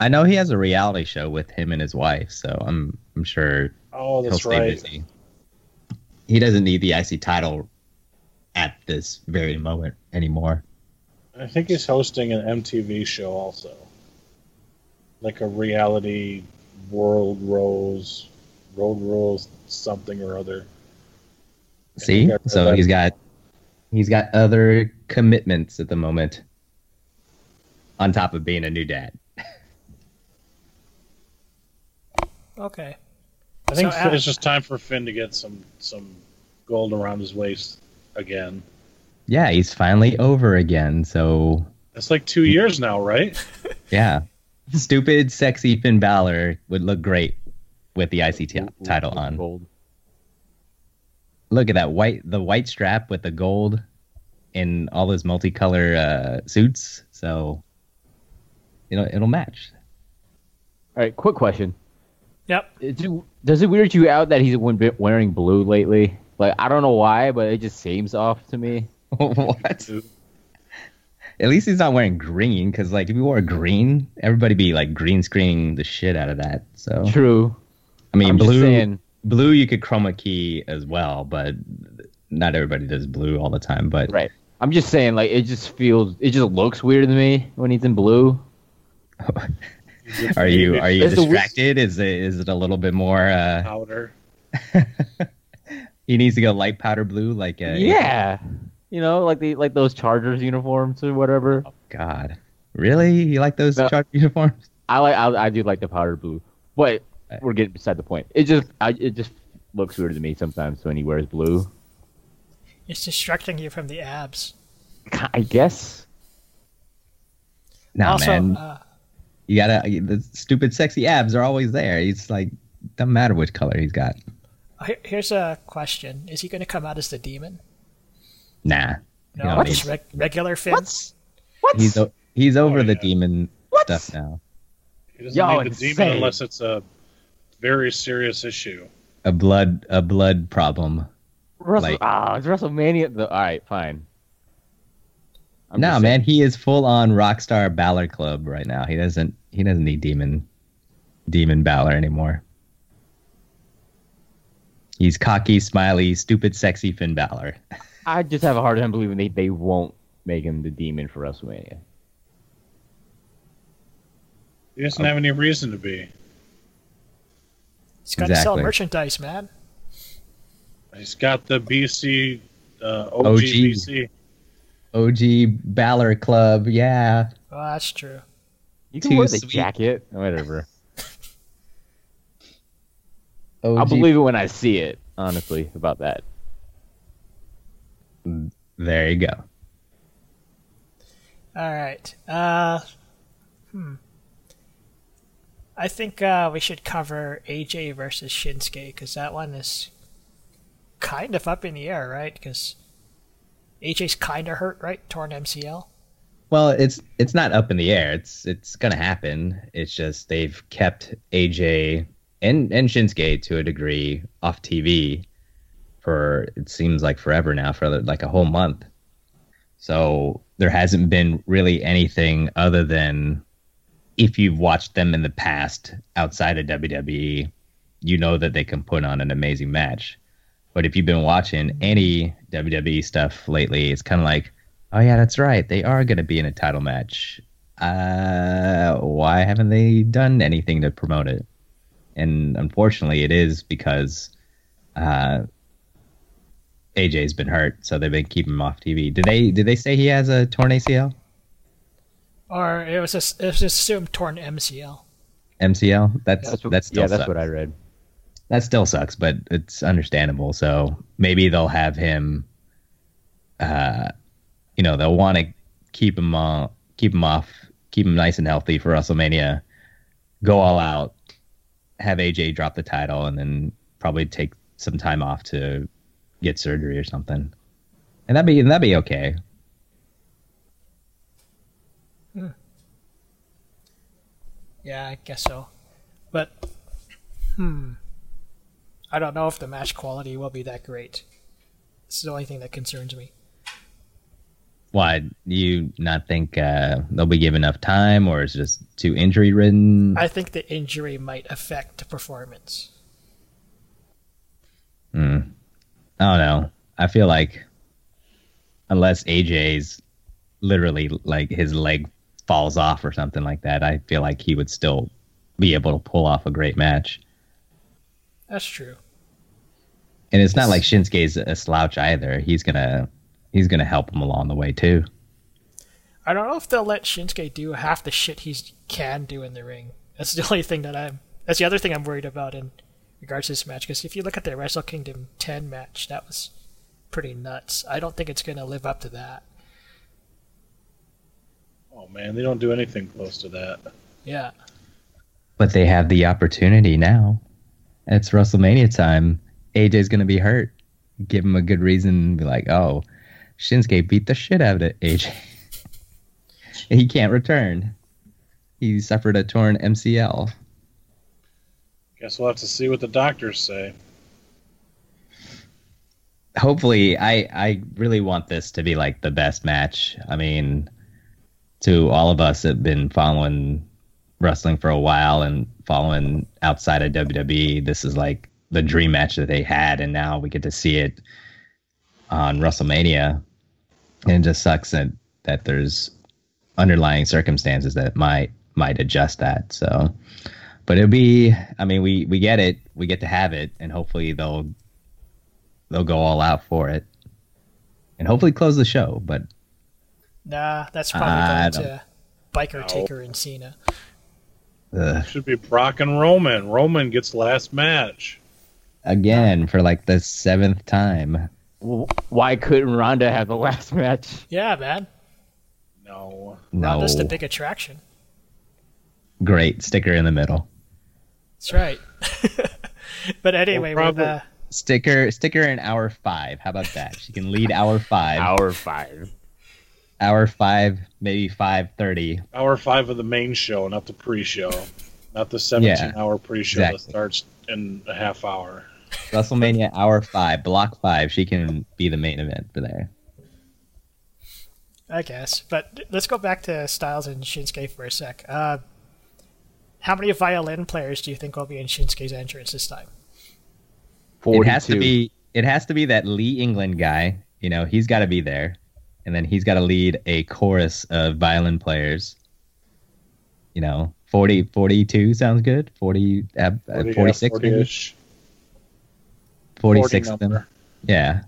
[SPEAKER 3] I know he has a reality show with him and his wife, so I'm I'm sure
[SPEAKER 2] Oh,
[SPEAKER 3] he'll
[SPEAKER 2] that's
[SPEAKER 3] stay
[SPEAKER 2] right.
[SPEAKER 3] busy. He doesn't need the IC title at this very moment anymore.
[SPEAKER 2] I think he's hosting an MTV show also, like a reality world rose, road rules something or other.
[SPEAKER 3] See,
[SPEAKER 2] got
[SPEAKER 3] so
[SPEAKER 2] that.
[SPEAKER 3] he's got he's got other commitments at the moment, on top of being a new dad.
[SPEAKER 1] Okay.
[SPEAKER 2] I think
[SPEAKER 1] So, Al-
[SPEAKER 2] it's just time for Finn to get some some gold around his waist again.
[SPEAKER 3] Yeah, he's finally over again. So
[SPEAKER 2] It's like two years now, right?
[SPEAKER 3] yeah, stupid, sexy Finn Balor would look great with the IC ti- title on.
[SPEAKER 4] Gold.
[SPEAKER 3] look at that white the white strap with the gold and all those multicolor uh, suits so you know it'll match
[SPEAKER 4] All right, quick question.
[SPEAKER 1] Yep.
[SPEAKER 4] Is it- does it weird you out that he's been wearing blue lately? Like I don't know why, but it just seems off to me.
[SPEAKER 3] what at least he's not wearing green because like if he wore green everybody be like green screening the shit out of that so
[SPEAKER 4] True.
[SPEAKER 3] i mean
[SPEAKER 4] I'm just
[SPEAKER 3] blue
[SPEAKER 4] saying.
[SPEAKER 3] blue you could chroma key as well but not everybody does blue all the time but
[SPEAKER 4] Right. I'm just saying, like it just feels, it just looks weird to me when he's in blue.
[SPEAKER 3] are you are you
[SPEAKER 4] It's a wi-
[SPEAKER 3] distracted is it is it a little bit more uh
[SPEAKER 2] powder?
[SPEAKER 3] he needs to go light powder blue like uh,
[SPEAKER 4] Yeah. You know, like the like those Chargers uniforms or whatever.
[SPEAKER 3] God. Really? You like those
[SPEAKER 4] No.
[SPEAKER 3] Charger uniforms?
[SPEAKER 4] I like I, I do like the powder blue, but we're getting beside the point. It just I, it just looks weird to me sometimes when he wears blue.
[SPEAKER 1] It's distracting you from the abs.
[SPEAKER 4] I guess.
[SPEAKER 3] No,
[SPEAKER 1] also,
[SPEAKER 3] man.
[SPEAKER 1] Uh,
[SPEAKER 3] you gotta the stupid sexy abs are always there. It's like doesn't matter which color he's got.
[SPEAKER 1] here- here's a question: Is he going to come out as the demon?
[SPEAKER 3] Nah. You
[SPEAKER 1] No,
[SPEAKER 3] know,
[SPEAKER 1] just
[SPEAKER 3] he's,
[SPEAKER 1] reg- regular Finn.
[SPEAKER 4] What's what's
[SPEAKER 3] he's o- he's over
[SPEAKER 2] Oh,
[SPEAKER 3] the
[SPEAKER 2] yeah.
[SPEAKER 3] demon
[SPEAKER 4] What?
[SPEAKER 3] stuff now.
[SPEAKER 2] He doesn't
[SPEAKER 4] Yo,
[SPEAKER 2] need the
[SPEAKER 4] insane.
[SPEAKER 2] demon unless it's a very serious issue.
[SPEAKER 3] A blood a blood problem.
[SPEAKER 4] Russell,
[SPEAKER 3] like-
[SPEAKER 4] ah, it's WrestleMania. The, all right, fine. I'm
[SPEAKER 3] no,
[SPEAKER 4] just saying-
[SPEAKER 3] man, he is full on rockstar Balor Club right now. He doesn't he doesn't need demon demon Balor anymore. He's cocky, smiley, stupid, sexy Finn Balor.
[SPEAKER 4] I just have a hard time believing they, they won't make him the demon for WrestleMania.
[SPEAKER 2] He doesn't
[SPEAKER 3] Oh.
[SPEAKER 2] have any reason to be.
[SPEAKER 1] He's got to sell
[SPEAKER 3] Exactly.
[SPEAKER 1] merchandise, man.
[SPEAKER 2] He's got the BC, uh, OG,
[SPEAKER 3] OG.
[SPEAKER 2] BC.
[SPEAKER 3] OG Balor Club, yeah.
[SPEAKER 1] Oh, that's true.
[SPEAKER 4] You can
[SPEAKER 3] Too
[SPEAKER 4] wear the
[SPEAKER 3] sweet.
[SPEAKER 4] jacket, whatever.
[SPEAKER 3] OG
[SPEAKER 4] I'll believe it when I see it. Honestly, about that.
[SPEAKER 3] There you go.
[SPEAKER 1] All right. Uh, hmm. I think uh, we should cover AJ versus Shinsuke because that one is kind of up in the air, right? Because AJ's kind of hurt, right? Torn MCL.
[SPEAKER 3] Well, it's it's not up in the air. It's it's gonna happen. It's just they've kept AJ and and Shinsuke to a degree off TV for it seems like forever now for like a whole month. So there hasn't been really anything other than if you've watched them in the past outside of WWE, you know that they can put on an amazing match. But if you've been watching any WWE stuff lately, it's kind of like, oh yeah, that's right, they are going to be in a title match. Uh, why haven't they done anything to promote it? And unfortunately, it is because uh, AJ's been hurt, so they've been keeping him off TV. Did they? Did they say he has a torn ACL,
[SPEAKER 1] Or it was, just, it was assumed torn MCL.
[SPEAKER 3] MCL? That's
[SPEAKER 4] That's what,
[SPEAKER 3] that's still
[SPEAKER 4] yeah, that's
[SPEAKER 3] sucks.
[SPEAKER 4] what I read.
[SPEAKER 3] that still sucks, but it's understandable. So maybe they'll have him. Uh, you know, they'll want to keep him uh, keep him off, keep him nice and healthy for WrestleMania. Go all out, have AJ drop the title, and then probably take some time off to get surgery or something. And that'd be and that'd be okay.
[SPEAKER 1] Yeah, I guess so. But hmm, I don't know if the match quality will be that great. This is the only thing that concerns me.
[SPEAKER 3] Why do you not think uh, they'll be given enough time, or is it just too injury ridden?
[SPEAKER 1] I think the injury might affect the performance.
[SPEAKER 3] Mm. I don't know. I feel like unless AJ's literally like his leg falls off or something like that, I feel like he would still be able to pull off a great match.
[SPEAKER 1] That's true.
[SPEAKER 3] And it's not like Shinsuke's a slouch either. He's gonna he's gonna help him along the way too.
[SPEAKER 1] I don't know if they'll let Shinsuke do half the shit he can do in the ring. That's the only thing that I'm. That's the other thing I'm worried about in regards to this match. Because if you look at the Wrestle Kingdom 10 match, that was pretty nuts. I don't think it's gonna live up to that.
[SPEAKER 2] Oh man, they don't do anything close to that.
[SPEAKER 1] Yeah.
[SPEAKER 3] But they have the opportunity now. It's WrestleMania time. AJ's gonna be hurt. Give him a good reason and be like, oh, Shinsuke beat the shit out of AJ. he can't return. He suffered a torn MCL.
[SPEAKER 2] Guess we'll have to see what the doctors say.
[SPEAKER 3] Hopefully, I I really want this to be like the best match. I mean, to all of us that have been following wrestling for a while and following outside of WWE, this is like the dream match that they had, and now we get to see it on WrestleMania. And it just sucks that, that there's underlying circumstances that might might adjust that. So, but it'll be. I mean, we we get it. We get to have it, and hopefully they'll they'll go all out for it, and hopefully close the show. But
[SPEAKER 1] Nah, that's probably
[SPEAKER 3] I
[SPEAKER 1] going to Biker Taker and Cena.
[SPEAKER 3] ugh.
[SPEAKER 2] Should be Brock and Roman. Roman gets last match.
[SPEAKER 3] again for like the seventh time.
[SPEAKER 4] W- Why couldn't Ronda have the last match?
[SPEAKER 1] Yeah, man.
[SPEAKER 2] No.
[SPEAKER 1] Now
[SPEAKER 3] No,
[SPEAKER 1] that's the big attraction.
[SPEAKER 3] great sticker in the middle.
[SPEAKER 1] That's right. but anyway,
[SPEAKER 2] Well,
[SPEAKER 1] with, uh,
[SPEAKER 3] Sticker, sticker in hour five. How about that? She can lead hour five, hour,
[SPEAKER 4] Hour five.
[SPEAKER 3] five, maybe five thirty.
[SPEAKER 2] Hour five of the main show, not the pre show. Not the 17 hour pre show that
[SPEAKER 3] exactly.
[SPEAKER 2] starts in a half hour.
[SPEAKER 3] WrestleMania hour five, block five. She can be the main event for there.
[SPEAKER 1] I guess. But let's go back to Styles and Shinsuke for a sec. Uh, how many violin players do you think will be in Shinsuke's entrance this time?
[SPEAKER 3] It has to
[SPEAKER 4] 42.
[SPEAKER 3] be. It has to be that Lee England guy. You know, he's got to be there, and then he's got to lead a chorus of violin players. You know, 40, 42 sounds good. 40, uh, uh,
[SPEAKER 2] 40, yeah,
[SPEAKER 3] 46, maybe?
[SPEAKER 2] 40-ish.
[SPEAKER 3] 46
[SPEAKER 2] 40
[SPEAKER 3] of them.
[SPEAKER 2] number.
[SPEAKER 3] Yeah.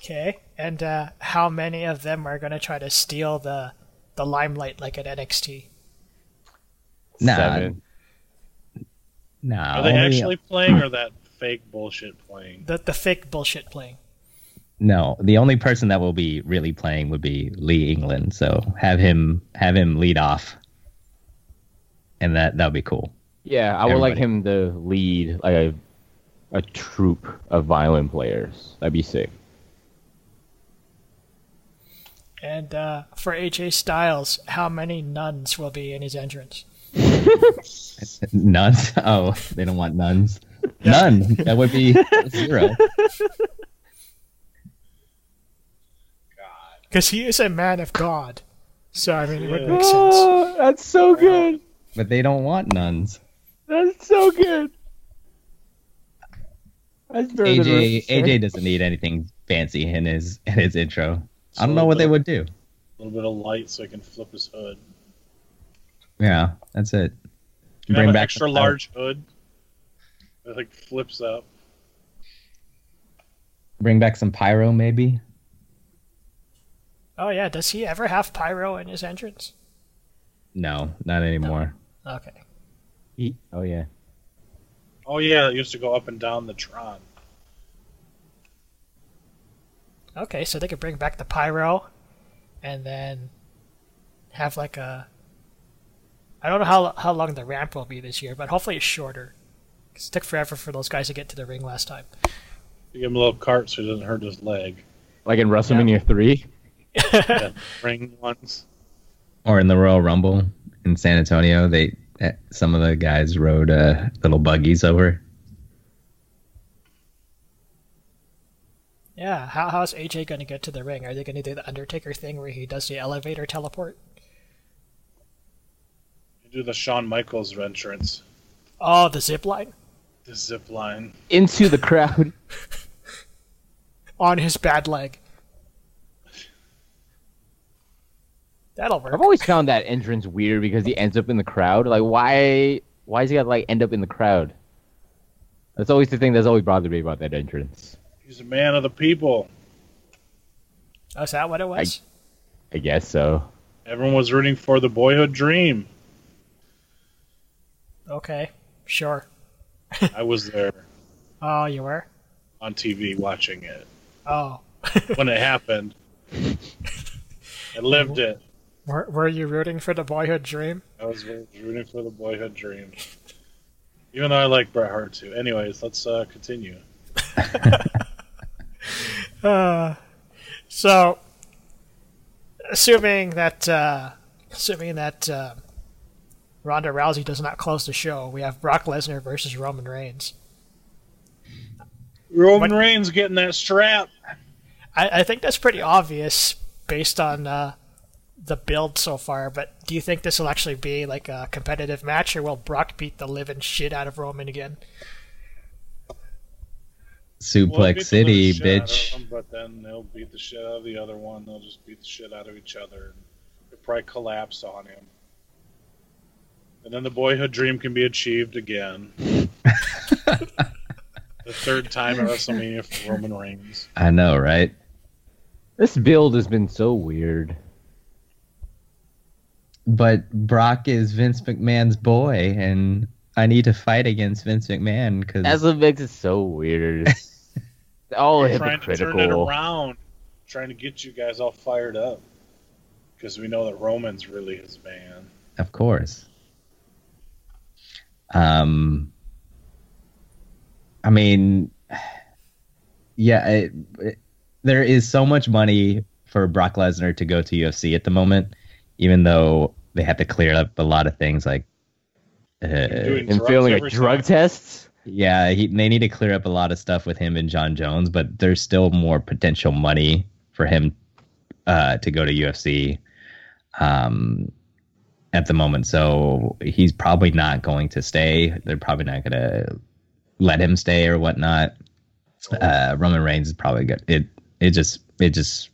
[SPEAKER 1] Okay. And uh, how many of them are going to try to steal the the limelight like at NXT?
[SPEAKER 3] Nah.
[SPEAKER 4] Seven.
[SPEAKER 3] No.
[SPEAKER 2] Are they
[SPEAKER 3] only-
[SPEAKER 2] actually playing or that fake bullshit playing?
[SPEAKER 1] The, the fake bullshit playing.
[SPEAKER 3] No, the only person that will be really playing would be Lee England. So have him have him lead off, and that that'll be cool.
[SPEAKER 4] Yeah, I would like
[SPEAKER 3] Everybody.
[SPEAKER 4] him to lead like a a troop of violin players. That'd be sick.
[SPEAKER 1] And uh, for AJ Styles, how many nuns will be in his entrance?
[SPEAKER 3] Nuns? Oh, they don't want nuns. None. That would be zero.
[SPEAKER 1] Because he is a man of God. So, I mean, it would make sense.
[SPEAKER 4] Oh, that's so good.
[SPEAKER 3] But they don't want nuns.
[SPEAKER 4] That's so good. That's better than
[SPEAKER 3] AJ
[SPEAKER 4] Rose.
[SPEAKER 3] AJ doesn't need anything fancy in his in his intro. I don't know what they would do.
[SPEAKER 2] A little bit of light so he can flip his hood.
[SPEAKER 3] Yeah, that's it.
[SPEAKER 2] Can I have an
[SPEAKER 3] the
[SPEAKER 2] extra
[SPEAKER 3] power.
[SPEAKER 2] large hood that like flips up.
[SPEAKER 3] Bring back some pyro, maybe.
[SPEAKER 1] Oh, yeah. Does he ever have pyro in his entrance?
[SPEAKER 3] No, not anymore.
[SPEAKER 1] Okay.
[SPEAKER 4] He- Oh yeah.
[SPEAKER 2] Oh yeah, it used to go up and down the Tron.
[SPEAKER 1] Okay, so they could bring back the pyro, and then have like a. I don't know how how long the ramp will be this year, but hopefully it's shorter. 'Cause it took forever for those guys to get to the ring last time.
[SPEAKER 2] You give him a little cart so he doesn't hurt his leg.
[SPEAKER 4] Like in WrestleMania three.
[SPEAKER 2] Yeah, ring ones.
[SPEAKER 3] Or in the Royal Rumble in San Antonio, they eh, some of the guys rode uh, little buggies over.
[SPEAKER 1] Yeah, how, how's AJ going to get to the ring? Are they going to do the Undertaker thing where he does the elevator teleport?
[SPEAKER 2] You do the Shawn Michaels entrance,
[SPEAKER 1] Oh, the zip line
[SPEAKER 2] the zip line.
[SPEAKER 4] Into the crowd.
[SPEAKER 1] on his bad leg. That'll work.
[SPEAKER 4] I've always found that entrance weird because he ends up in the crowd. Like, why? Why does he got to like end up in the crowd? That's always the thing that's always bothered me about that entrance.
[SPEAKER 2] He's a man of the people.
[SPEAKER 1] Oh, is that what it was?
[SPEAKER 4] I guess so.
[SPEAKER 2] Everyone was rooting for the boyhood dream.
[SPEAKER 1] Okay, sure.
[SPEAKER 2] I was there
[SPEAKER 1] Oh, you were?
[SPEAKER 2] on TV watching it
[SPEAKER 1] Oh,
[SPEAKER 2] when it happened. I lived it.
[SPEAKER 1] were, were you rooting for the boyhood dream?
[SPEAKER 2] I was rooting for the boyhood dream. Even though I like Bret Hart too. Anyways, let's uh, continue.
[SPEAKER 1] So, assuming that uh, assuming that uh, Ronda Rousey does not close the show, we have Brock Lesnar versus Roman Reigns.
[SPEAKER 2] Roman Reigns getting that strap.
[SPEAKER 1] I, I think that's pretty obvious based on uh, the build so far. But do you think this will actually be like a competitive match, or will Brock beat the living shit out of Roman again?
[SPEAKER 3] Suplex
[SPEAKER 2] Well, beat the
[SPEAKER 3] City,
[SPEAKER 2] shit out of
[SPEAKER 3] bitch.
[SPEAKER 2] them, but then they'll beat the shit out of the other one. They'll just beat the shit out of each other. They'll probably collapse on him. And then the boyhood dream can be achieved again. the third time at WrestleMania for Roman Reigns.
[SPEAKER 3] I know, right?
[SPEAKER 4] This build has been so weird.
[SPEAKER 3] But Brock is Vince McMahon's boy, and I need to fight against Vince McMahon
[SPEAKER 4] That's
[SPEAKER 3] because
[SPEAKER 4] what makes it so weird.
[SPEAKER 2] trying
[SPEAKER 4] All
[SPEAKER 2] to turn it
[SPEAKER 4] Oh, hypocritical.
[SPEAKER 2] around. Trying to get you guys all fired up. Because we know that Roman's really his man.
[SPEAKER 3] of course. Um, I mean, yeah, it, it- there is so much money for Brock Lesnar to go to UFC at the moment, even though they have to clear up a lot of things like. Uh,
[SPEAKER 2] Doing
[SPEAKER 4] And
[SPEAKER 2] drugs
[SPEAKER 4] feeling like
[SPEAKER 2] every
[SPEAKER 4] drug
[SPEAKER 2] time.
[SPEAKER 4] tests.
[SPEAKER 3] Yeah, he, they need to clear up a lot of stuff with him and John Jones, but there's still more potential money for him uh, to go to UFC um, at the moment. So he's probably not going to stay. They're probably not going to let him stay or whatnot. Uh, Roman Reigns is probably good. It it just it just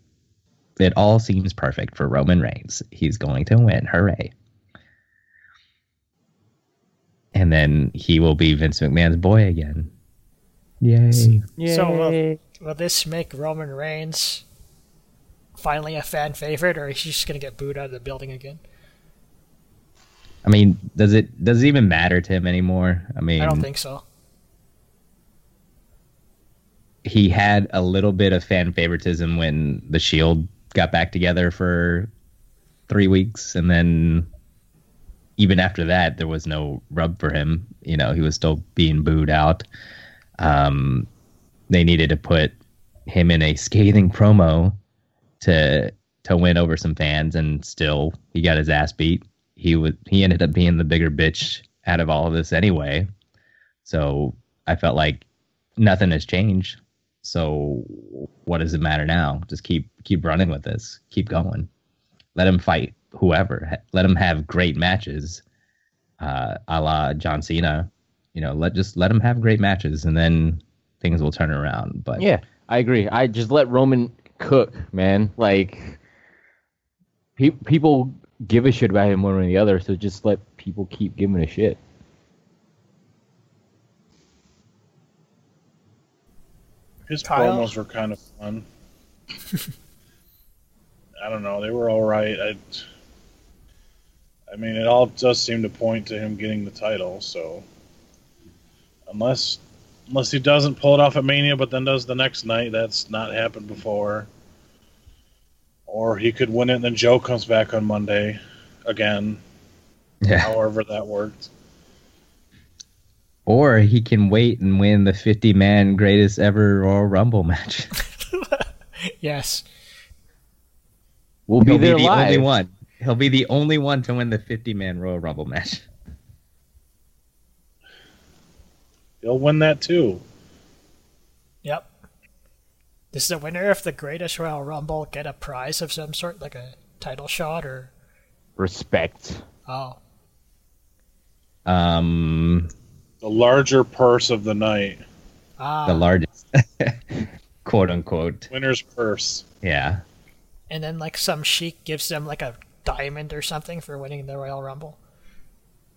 [SPEAKER 3] it all seems perfect for Roman Reigns. He's going to win. Hooray! And then he will be Vince McMahon's boy again. Yay!
[SPEAKER 1] So will,
[SPEAKER 2] uh,
[SPEAKER 1] will this make Roman Reigns finally a fan favorite, or is he just going to get booed out of the building again?
[SPEAKER 3] I mean, does it does it even matter to him anymore? I mean,
[SPEAKER 1] I don't think so.
[SPEAKER 3] he had a little bit of fan favoritism when the Shield got back together for three weeks, and then even after that, there was no rub for him. You know, he was still being booed out. Um, they needed to put him in a scathing promo to to win over some fans, and still he got his ass beat. He was he ended up being the bigger bitch out of all of this anyway. So I felt like nothing has changed. So what does it matter now? Just keep keep running with this. Keep going. Let him fight whoever. Ha- Let him have great matches, uh, a la John Cena. You know, let just let him have great matches, and then things will turn around. But
[SPEAKER 4] Yeah, I agree. I just let Roman cook, man. Like, pe- people give a shit about him one way or the other, so just let people keep giving a shit.
[SPEAKER 2] His
[SPEAKER 1] Kyle?
[SPEAKER 2] promos were kind of fun. I don't know. They were all right. I, I mean, it all does seem to point to him getting the title. So, unless unless he doesn't pull it off at Mania, but then does the next night, that's not happened before. Or he could win it, and then Joe comes back on Monday again.
[SPEAKER 3] yeah.
[SPEAKER 2] However, that worked.
[SPEAKER 3] Or he can wait and win the fifty man greatest ever Royal Rumble match.
[SPEAKER 1] Yes.
[SPEAKER 4] We'll be
[SPEAKER 3] He'll
[SPEAKER 4] there
[SPEAKER 3] be the
[SPEAKER 4] live.
[SPEAKER 3] only one. He'll be the only one to win the fifty man Royal Rumble match.
[SPEAKER 2] He'll win that too.
[SPEAKER 1] Yep. Does the winner of the Greatest Royal Rumble get a prize of some sort, like a title shot or?
[SPEAKER 4] Respect.
[SPEAKER 1] Oh,
[SPEAKER 3] Um,
[SPEAKER 2] The larger purse of the night.
[SPEAKER 1] ah,
[SPEAKER 3] the largest, quote unquote.
[SPEAKER 2] Winner's purse.
[SPEAKER 3] Yeah.
[SPEAKER 1] and then like some sheik gives them like a diamond or something for winning the Royal Rumble.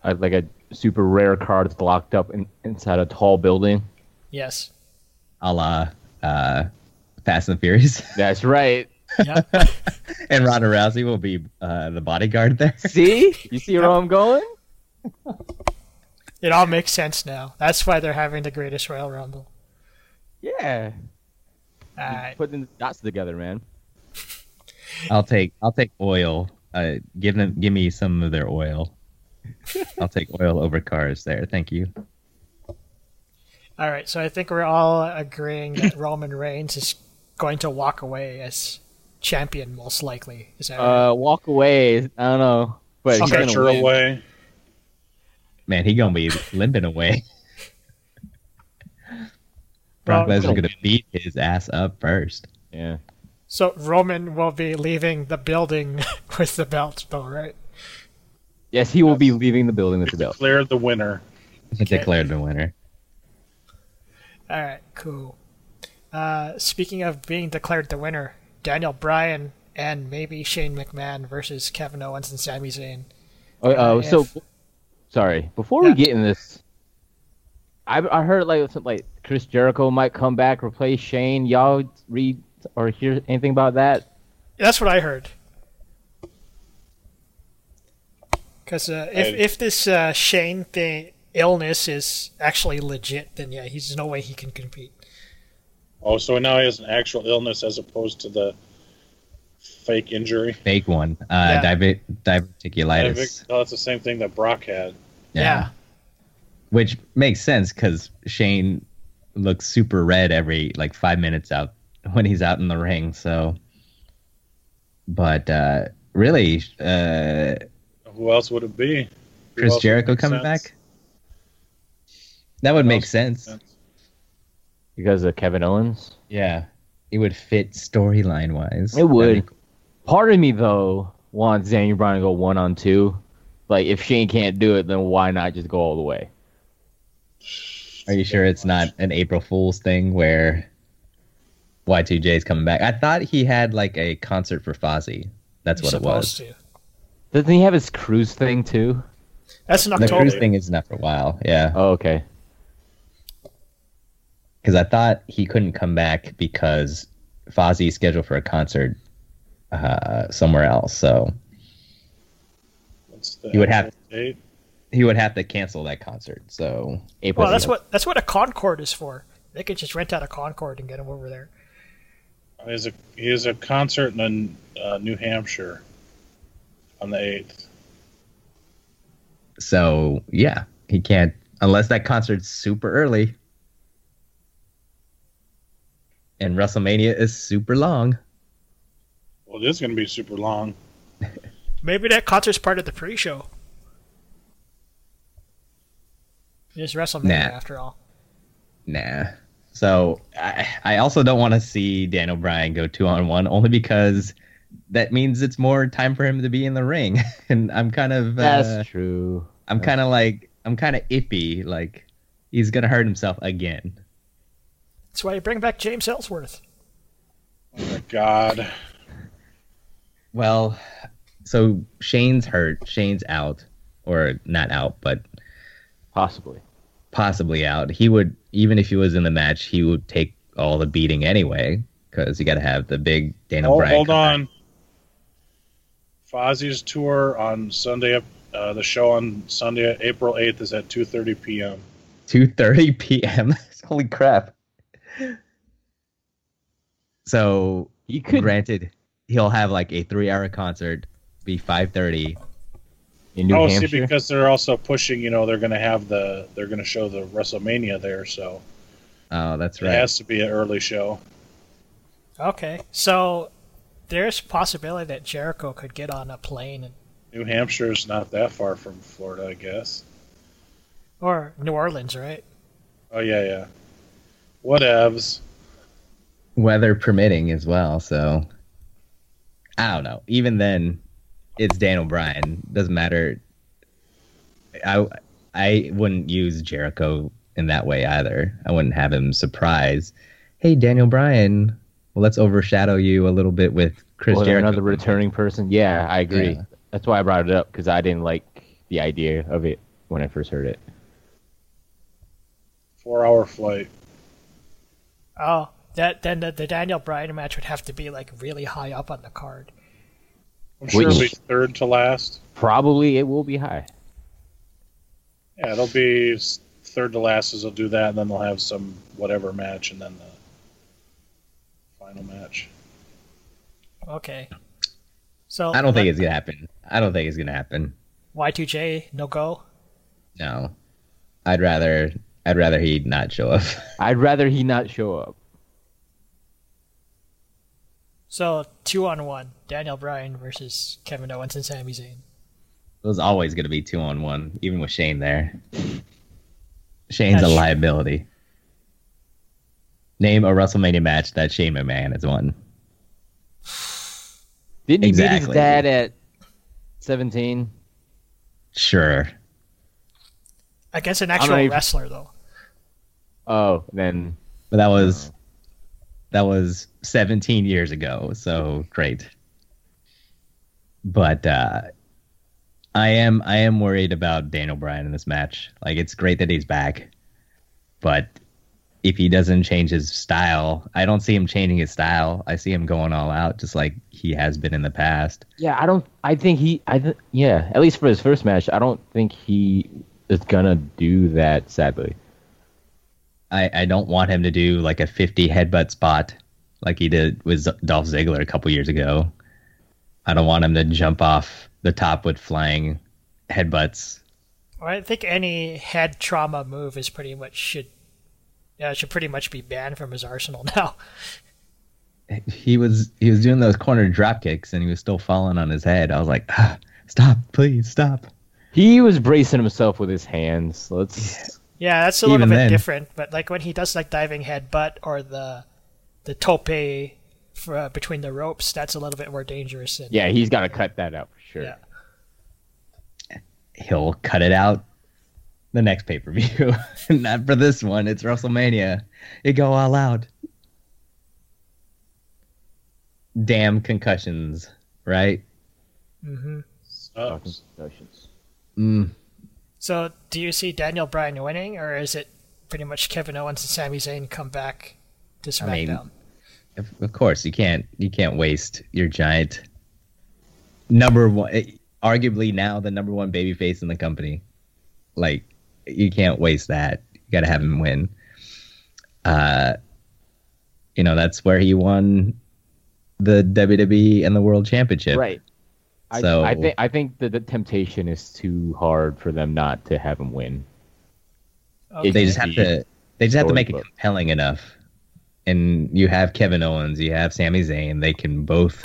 [SPEAKER 4] I, like a super rare card that's locked up in, inside a tall building.
[SPEAKER 1] Yes.
[SPEAKER 3] A la uh, Fast and Furious.
[SPEAKER 4] That's right.
[SPEAKER 1] Yep.
[SPEAKER 3] and Ronda Rousey will be uh, the bodyguard there.
[SPEAKER 4] See? You see where I'm going?
[SPEAKER 1] it all makes sense now. That's why they're having the Greatest Royal Rumble.
[SPEAKER 4] Yeah.
[SPEAKER 1] Uh,
[SPEAKER 4] Putting the dots together, man.
[SPEAKER 3] I'll take I'll take oil. Uh, give them give me some of their oil. I'll take oil over cars there. Thank you.
[SPEAKER 1] all right, so I think we're all agreeing that Roman Reigns is going to walk away as champion, most likely. Is that right?
[SPEAKER 4] Uh, walk away. I don't know. But he's
[SPEAKER 1] Okay.
[SPEAKER 4] gonna
[SPEAKER 2] Stretcher
[SPEAKER 4] win.
[SPEAKER 2] away.
[SPEAKER 3] Man, he gonna be limping away. Brock
[SPEAKER 1] Well,
[SPEAKER 3] Lesnar gonna beat his ass up first.
[SPEAKER 4] Yeah.
[SPEAKER 1] So Roman will be leaving the building with the belt, though, right?
[SPEAKER 4] Yes, he will be leaving the building with the belt.
[SPEAKER 2] Declare the winner.
[SPEAKER 3] Declared the winner.
[SPEAKER 1] All right, cool. Uh, speaking of being declared the winner, Daniel Bryan and maybe Shane McMahon versus Kevin Owens and Sami Zayn.
[SPEAKER 4] Oh, uh,
[SPEAKER 1] if-
[SPEAKER 4] so, sorry. Before
[SPEAKER 1] Yeah.
[SPEAKER 4] we get in this, I I heard like some, like Chris Jericho might come back replace Shane. Y'all read or hear anything about that?
[SPEAKER 1] That's what I heard. Because uh, if
[SPEAKER 2] I-
[SPEAKER 1] if this uh, Shane thing illness is actually legit, then yeah, he's no way he can compete.
[SPEAKER 2] Oh, so now he has an actual illness as opposed to the fake injury.
[SPEAKER 3] Fake one. Uh,
[SPEAKER 1] Yeah.
[SPEAKER 3] diabe- diverticulitis.
[SPEAKER 2] Oh, that's the same thing that Brock had.
[SPEAKER 1] Yeah.
[SPEAKER 3] Which makes sense because Shane looks super red every like five minutes out when he's out in the ring. So, but uh, really, uh,
[SPEAKER 2] Who else would it be? Who
[SPEAKER 3] Chris
[SPEAKER 2] else
[SPEAKER 3] Jericho
[SPEAKER 2] would make
[SPEAKER 3] coming
[SPEAKER 2] sense?
[SPEAKER 3] back. That would
[SPEAKER 2] Who
[SPEAKER 3] make
[SPEAKER 2] else
[SPEAKER 3] sense.
[SPEAKER 2] sense?
[SPEAKER 4] Because of Kevin Owens.
[SPEAKER 3] Yeah, it would fit storyline wise.
[SPEAKER 4] It would. Part of me though wants Daniel Bryan to go one on two. Like if Shane can't do it, then why not just go all the way?
[SPEAKER 3] Are you sure it's not an April Fool's thing where Y2J is coming back? I thought he had like a concert for Fozzy. That's
[SPEAKER 1] He's
[SPEAKER 3] what it was.
[SPEAKER 1] supposed
[SPEAKER 4] Doesn't he have his cruise thing too?
[SPEAKER 1] to. That's in
[SPEAKER 3] The
[SPEAKER 1] October.
[SPEAKER 3] cruise thing is not for a while. Yeah.
[SPEAKER 4] Oh, okay.
[SPEAKER 3] because I thought he couldn't come back because Fozzy's scheduled for a concert uh, somewhere else. So
[SPEAKER 2] What's the
[SPEAKER 3] You would have-
[SPEAKER 2] actual date?
[SPEAKER 3] he would have to cancel that concert. So
[SPEAKER 4] April.
[SPEAKER 1] Well, that's what that's what a Concord is for. They could just rent out a Concord and get him over there.
[SPEAKER 2] He has a he has a concert in uh, New Hampshire on the eighth.
[SPEAKER 3] so yeah, he can't unless that concert's super early. And WrestleMania is super long.
[SPEAKER 2] Well, it is going to be super long.
[SPEAKER 1] Maybe that concert's part of the pre-show. It is WrestleMania
[SPEAKER 3] Nah.
[SPEAKER 1] after all.
[SPEAKER 3] Nah. So I, I also don't want to see Daniel Bryan go two on one only because that means it's more time for him to be in the ring, and I'm kind of
[SPEAKER 4] That's
[SPEAKER 3] uh,
[SPEAKER 4] true.
[SPEAKER 3] I'm kind of like I'm kind of iffy. Like he's gonna hurt himself again.
[SPEAKER 1] That's why you bring back James Ellsworth.
[SPEAKER 2] Oh my God,
[SPEAKER 3] Well, so Shane's hurt. Shane's out, or not out, but
[SPEAKER 4] Possibly.
[SPEAKER 3] possibly out. He would even if he was in the match, he would take all the beating anyway because you got to have the big Daniel
[SPEAKER 2] Hold-
[SPEAKER 3] Bryan.
[SPEAKER 2] hold
[SPEAKER 3] comeback.
[SPEAKER 2] on. Fozzie's tour on Sunday. Uh, the show on Sunday, April eighth, is at two thirty p.m.
[SPEAKER 3] 2:30 p.m. Holy crap! So
[SPEAKER 4] He could
[SPEAKER 3] granted, he'll have like a three-hour concert, be 5:30.
[SPEAKER 4] in New
[SPEAKER 2] oh,
[SPEAKER 4] Hampshire.
[SPEAKER 2] see, because they're also pushing. You know, they're going to have the they're going to show the WrestleMania there, so
[SPEAKER 3] Oh, that's
[SPEAKER 2] it
[SPEAKER 3] right.
[SPEAKER 2] has to be an early show.
[SPEAKER 1] Okay, so there's possibility that Jericho could get on a plane, and,
[SPEAKER 2] New Hampshire's not that far from Florida, I guess.
[SPEAKER 1] or New Orleans, right?
[SPEAKER 2] Oh yeah, yeah. Whatevs.
[SPEAKER 3] weather permitting as well. So I don't know. Even then, it's Dan O'Brien. Doesn't matter. I I wouldn't use Jericho in that way either. I wouldn't have him surprise. Hey, Daniel Bryan. Well, let's overshadow you a little bit with Chris
[SPEAKER 4] Well,
[SPEAKER 3] Jericho.
[SPEAKER 4] another returning person. Yeah, I agree.
[SPEAKER 3] Yeah.
[SPEAKER 4] That's why I brought it up because I didn't like the idea of it when I first heard it.
[SPEAKER 2] Four hour flight.
[SPEAKER 1] Oh, that then the, the Daniel Bryan match would have to be like really high up on the card.
[SPEAKER 2] I'm sure it'll be
[SPEAKER 4] Which-
[SPEAKER 2] third to last.
[SPEAKER 4] Probably it will be high.
[SPEAKER 2] Yeah, it'll be s- third to last is they'll do that, and then they'll have some whatever match, and then the final match.
[SPEAKER 1] Okay. So
[SPEAKER 3] I don't think it's gonna happen. I don't think it's gonna happen.
[SPEAKER 1] Y2J no go.
[SPEAKER 3] No, I'd rather I'd rather he not show up.
[SPEAKER 4] I'd rather he not show up.
[SPEAKER 1] So two on one, Daniel Bryan versus Kevin Owens and Sami Zayn.
[SPEAKER 3] It was always gonna be two on one, even with Shane there. Shane's a
[SPEAKER 1] That's-
[SPEAKER 3] liability. Name a WrestleMania match that Shane McMahon has won.
[SPEAKER 4] Didn't he meet his
[SPEAKER 3] Exactly.
[SPEAKER 4] dad at seventeen?
[SPEAKER 3] Sure.
[SPEAKER 1] Against an
[SPEAKER 4] not
[SPEAKER 1] actual
[SPEAKER 4] even-
[SPEAKER 1] wrestler though.
[SPEAKER 4] Oh, then
[SPEAKER 3] But that was that was 17 years ago, so great. But uh, I am I am worried about Daniel Bryan in this match. Like it's great that he's back, but if he doesn't change his style, I don't see him changing his style. I see him going all out, just like he has been in the past.
[SPEAKER 4] yeah, I don't. I think he. I th- yeah, at least for his first match, I don't think he is gonna do that. Sadly,
[SPEAKER 3] I, I don't want him to do like a 50 headbutt spot like he did with Dolph Ziggler a couple years ago. I don't want him to jump off the top with flying headbutts.
[SPEAKER 1] Well, I think any head trauma move is pretty much should yeah, should pretty much be banned from his arsenal now.
[SPEAKER 3] He was he was doing those corner drop kicks and he was still falling on his head. I was like, ah, stop, please stop.
[SPEAKER 4] he was bracing himself with his hands. Let's.
[SPEAKER 1] Yeah, that's a little
[SPEAKER 3] Even
[SPEAKER 1] bit
[SPEAKER 3] then.
[SPEAKER 1] different. But like when he does like diving headbutt or the the tope for, uh, between the ropes, that's a little bit more dangerous. And,
[SPEAKER 4] Yeah, he's got to cut that out for sure.
[SPEAKER 1] yeah.
[SPEAKER 3] He'll cut it out the next pay per view. Not for this one. It's WrestleMania. It go all out. Damn concussions, right?
[SPEAKER 1] hmm
[SPEAKER 4] Fucking
[SPEAKER 2] Sucks.
[SPEAKER 4] notions.
[SPEAKER 3] Mm.
[SPEAKER 1] So do you see Daniel Bryan winning, or is it pretty much Kevin Owens and Sami Zayn come back to SmackDown?
[SPEAKER 3] I mean- of, of course you can't you can't waste your giant number one eh, arguably now the number one baby face in the company like you can't waste that you gotta have him win uh you know that's where he won the wwe and the world championship
[SPEAKER 4] Right. I,
[SPEAKER 3] So-
[SPEAKER 4] I think I think that the temptation is too hard for them not to have him win.
[SPEAKER 1] Okay.
[SPEAKER 3] they just have to they just have to make it
[SPEAKER 4] Storybook.
[SPEAKER 3] compelling enough and you have Kevin Owens, you have Sami Zayn. They can both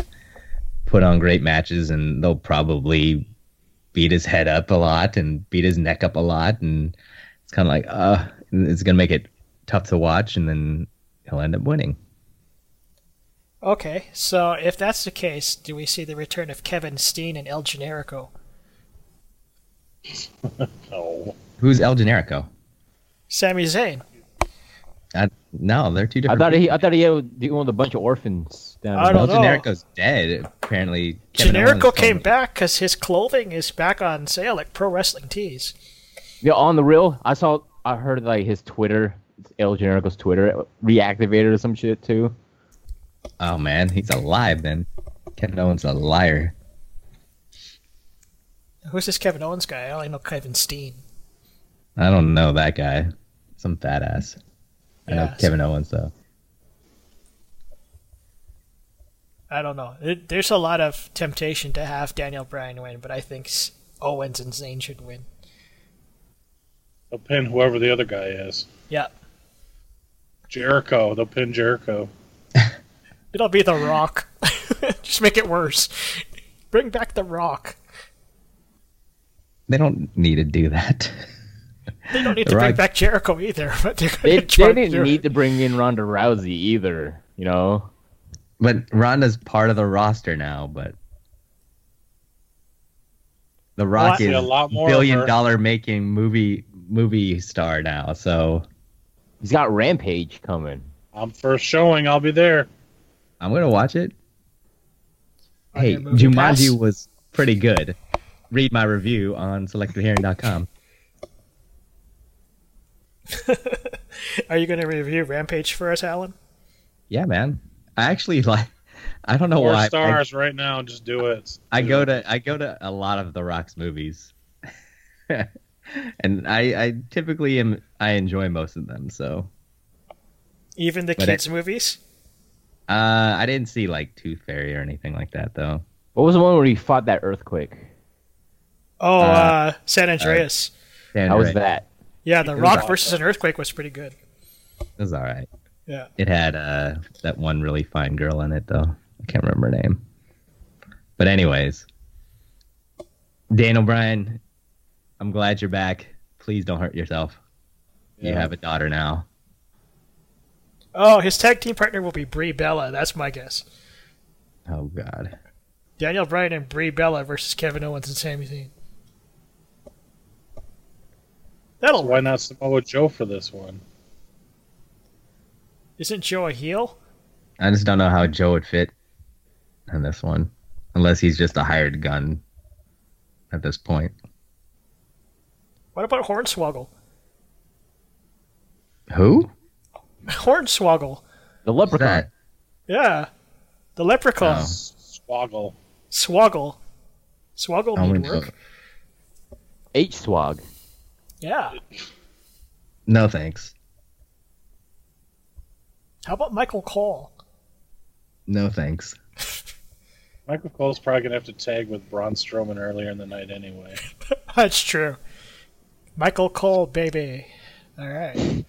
[SPEAKER 3] put on great matches, and they'll probably beat his head up a lot and beat his neck up a lot. And it's kind of like, uh, it's gonna make it tough to watch, and then he'll end up winning.
[SPEAKER 1] okay, so if that's the case, do we see the return of Kevin Steen and El Generico?
[SPEAKER 2] No.
[SPEAKER 3] Who's El Generico?
[SPEAKER 1] Sami Zayn.
[SPEAKER 3] I, no, they're two
[SPEAKER 4] I
[SPEAKER 3] different.
[SPEAKER 4] thought he
[SPEAKER 3] people.
[SPEAKER 4] I thought he had he owned a bunch of orphans down
[SPEAKER 1] I
[SPEAKER 4] in-
[SPEAKER 1] don't
[SPEAKER 3] El
[SPEAKER 1] know.
[SPEAKER 3] Generico's dead. Apparently, Kevin Owens
[SPEAKER 1] Generico
[SPEAKER 3] told
[SPEAKER 1] came
[SPEAKER 3] me.
[SPEAKER 1] back because his clothing is back on sale at Pro Wrestling Tees.
[SPEAKER 4] Yeah, on the real, I saw I heard like his Twitter, El Generico's Twitter reactivated or some shit too.
[SPEAKER 3] Oh man, he's alive then. Kevin Owens a liar.
[SPEAKER 1] Who's this Kevin Owens guy? I only know Kevin Steen.
[SPEAKER 3] I don't know that guy. Some fat ass. I know
[SPEAKER 1] Yeah,
[SPEAKER 3] Kevin Owens though.
[SPEAKER 1] I don't know. There- There's a lot of temptation to have Daniel Bryan win, but I think S- Owens and Zayn should win.
[SPEAKER 2] They'll pin whoever the other guy is.
[SPEAKER 1] Yeah,
[SPEAKER 2] Jericho. They'll pin Jericho.
[SPEAKER 1] it'll be The Rock. Just make it worse. Bring back The Rock.
[SPEAKER 3] They don't need to do that.
[SPEAKER 1] They don't need
[SPEAKER 3] The
[SPEAKER 1] to bring
[SPEAKER 3] Rock-
[SPEAKER 1] back Jericho either, but they're
[SPEAKER 4] They,
[SPEAKER 1] going to
[SPEAKER 4] they didn't need to bring in Ronda Rousey either. You know,
[SPEAKER 3] But Ronda's part of the roster now, but The Rock
[SPEAKER 1] see
[SPEAKER 3] is
[SPEAKER 2] a lot more of
[SPEAKER 3] billion
[SPEAKER 2] her.
[SPEAKER 3] dollar making movie movie star now. So
[SPEAKER 4] he's got Rampage coming.
[SPEAKER 2] I'm first showing. I'll be there.
[SPEAKER 3] I'm gonna watch it.
[SPEAKER 1] On
[SPEAKER 3] hey,
[SPEAKER 1] your movie
[SPEAKER 3] Jumanji
[SPEAKER 1] pass?
[SPEAKER 3] was pretty good. Read my review on selectivehearing.com.
[SPEAKER 1] Are you going to review Rampage for us, Alan?
[SPEAKER 3] Yeah, man. I actually like. I don't know
[SPEAKER 2] Four
[SPEAKER 3] why. I-
[SPEAKER 2] stars right now. Just do it.
[SPEAKER 3] I, go to I go to a lot of The Rock's movies, and I, I typically am I enjoy most of them. So
[SPEAKER 1] Even the
[SPEAKER 3] But
[SPEAKER 1] kids' movies?
[SPEAKER 3] uh, I didn't see like Tooth Fairy or anything like that though.
[SPEAKER 4] What was the one where he fought that earthquake?
[SPEAKER 1] Oh, uh,
[SPEAKER 3] uh,
[SPEAKER 1] San Andreas.
[SPEAKER 3] Dan
[SPEAKER 4] How was
[SPEAKER 3] Ray-
[SPEAKER 4] that?
[SPEAKER 1] yeah, The
[SPEAKER 2] was
[SPEAKER 1] Rock
[SPEAKER 2] awesome.
[SPEAKER 1] versus an earthquake was pretty good.
[SPEAKER 3] It was all right.
[SPEAKER 1] Yeah.
[SPEAKER 3] It had uh, that one really fine girl in it, though. I can't remember her name. But anyways, Dan O'Brien, I'm glad you're back. Please don't hurt yourself. You
[SPEAKER 2] Yeah.
[SPEAKER 3] have a daughter now.
[SPEAKER 1] Oh, his tag team partner will be Brie Bella. That's my guess.
[SPEAKER 3] Oh God.
[SPEAKER 1] Daniel Bryan and Brie Bella versus Kevin Owens and Sami Zayn. That'll work.
[SPEAKER 2] Why not Samoa Joe for this one?
[SPEAKER 1] Isn't Joe a heel?
[SPEAKER 3] I just don't know how Joe would fit on this one, unless he's just a hired gun at this point.
[SPEAKER 1] What about Hornswoggle?
[SPEAKER 3] Who?
[SPEAKER 1] Hornswoggle.
[SPEAKER 4] The
[SPEAKER 3] Who's
[SPEAKER 4] leprechaun.
[SPEAKER 3] that?
[SPEAKER 1] Yeah. The leprechaun.
[SPEAKER 3] Oh.
[SPEAKER 2] Swoggle.
[SPEAKER 1] Swoggle. Swoggle
[SPEAKER 3] I
[SPEAKER 1] mean
[SPEAKER 3] wouldn't
[SPEAKER 1] work?
[SPEAKER 3] know.
[SPEAKER 4] H Swag.
[SPEAKER 1] Yeah.
[SPEAKER 3] No thanks.
[SPEAKER 1] How about Michael Cole?
[SPEAKER 3] No thanks.
[SPEAKER 2] Michael Cole's probably gonna have to tag with Braun Strowman earlier in the night anyway.
[SPEAKER 1] That's true. Michael Cole, baby. All right.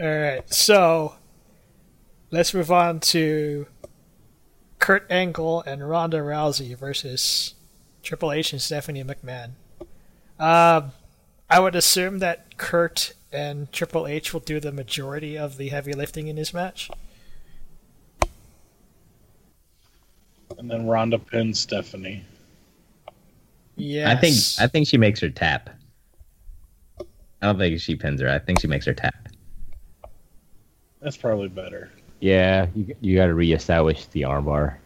[SPEAKER 1] All right. So let's move on to Kurt Angle and Ronda Rousey versus Triple H and Stephanie McMahon. Um, I would assume that Kurt and Triple H will do the majority of the heavy lifting in this match.
[SPEAKER 2] And then Ronda pins Stephanie.
[SPEAKER 1] Yeah.
[SPEAKER 3] I think I think she makes her tap. I don't think she pins her. I think she makes her tap.
[SPEAKER 2] That's probably better.
[SPEAKER 4] Yeah, you, you got to reestablish the armbar.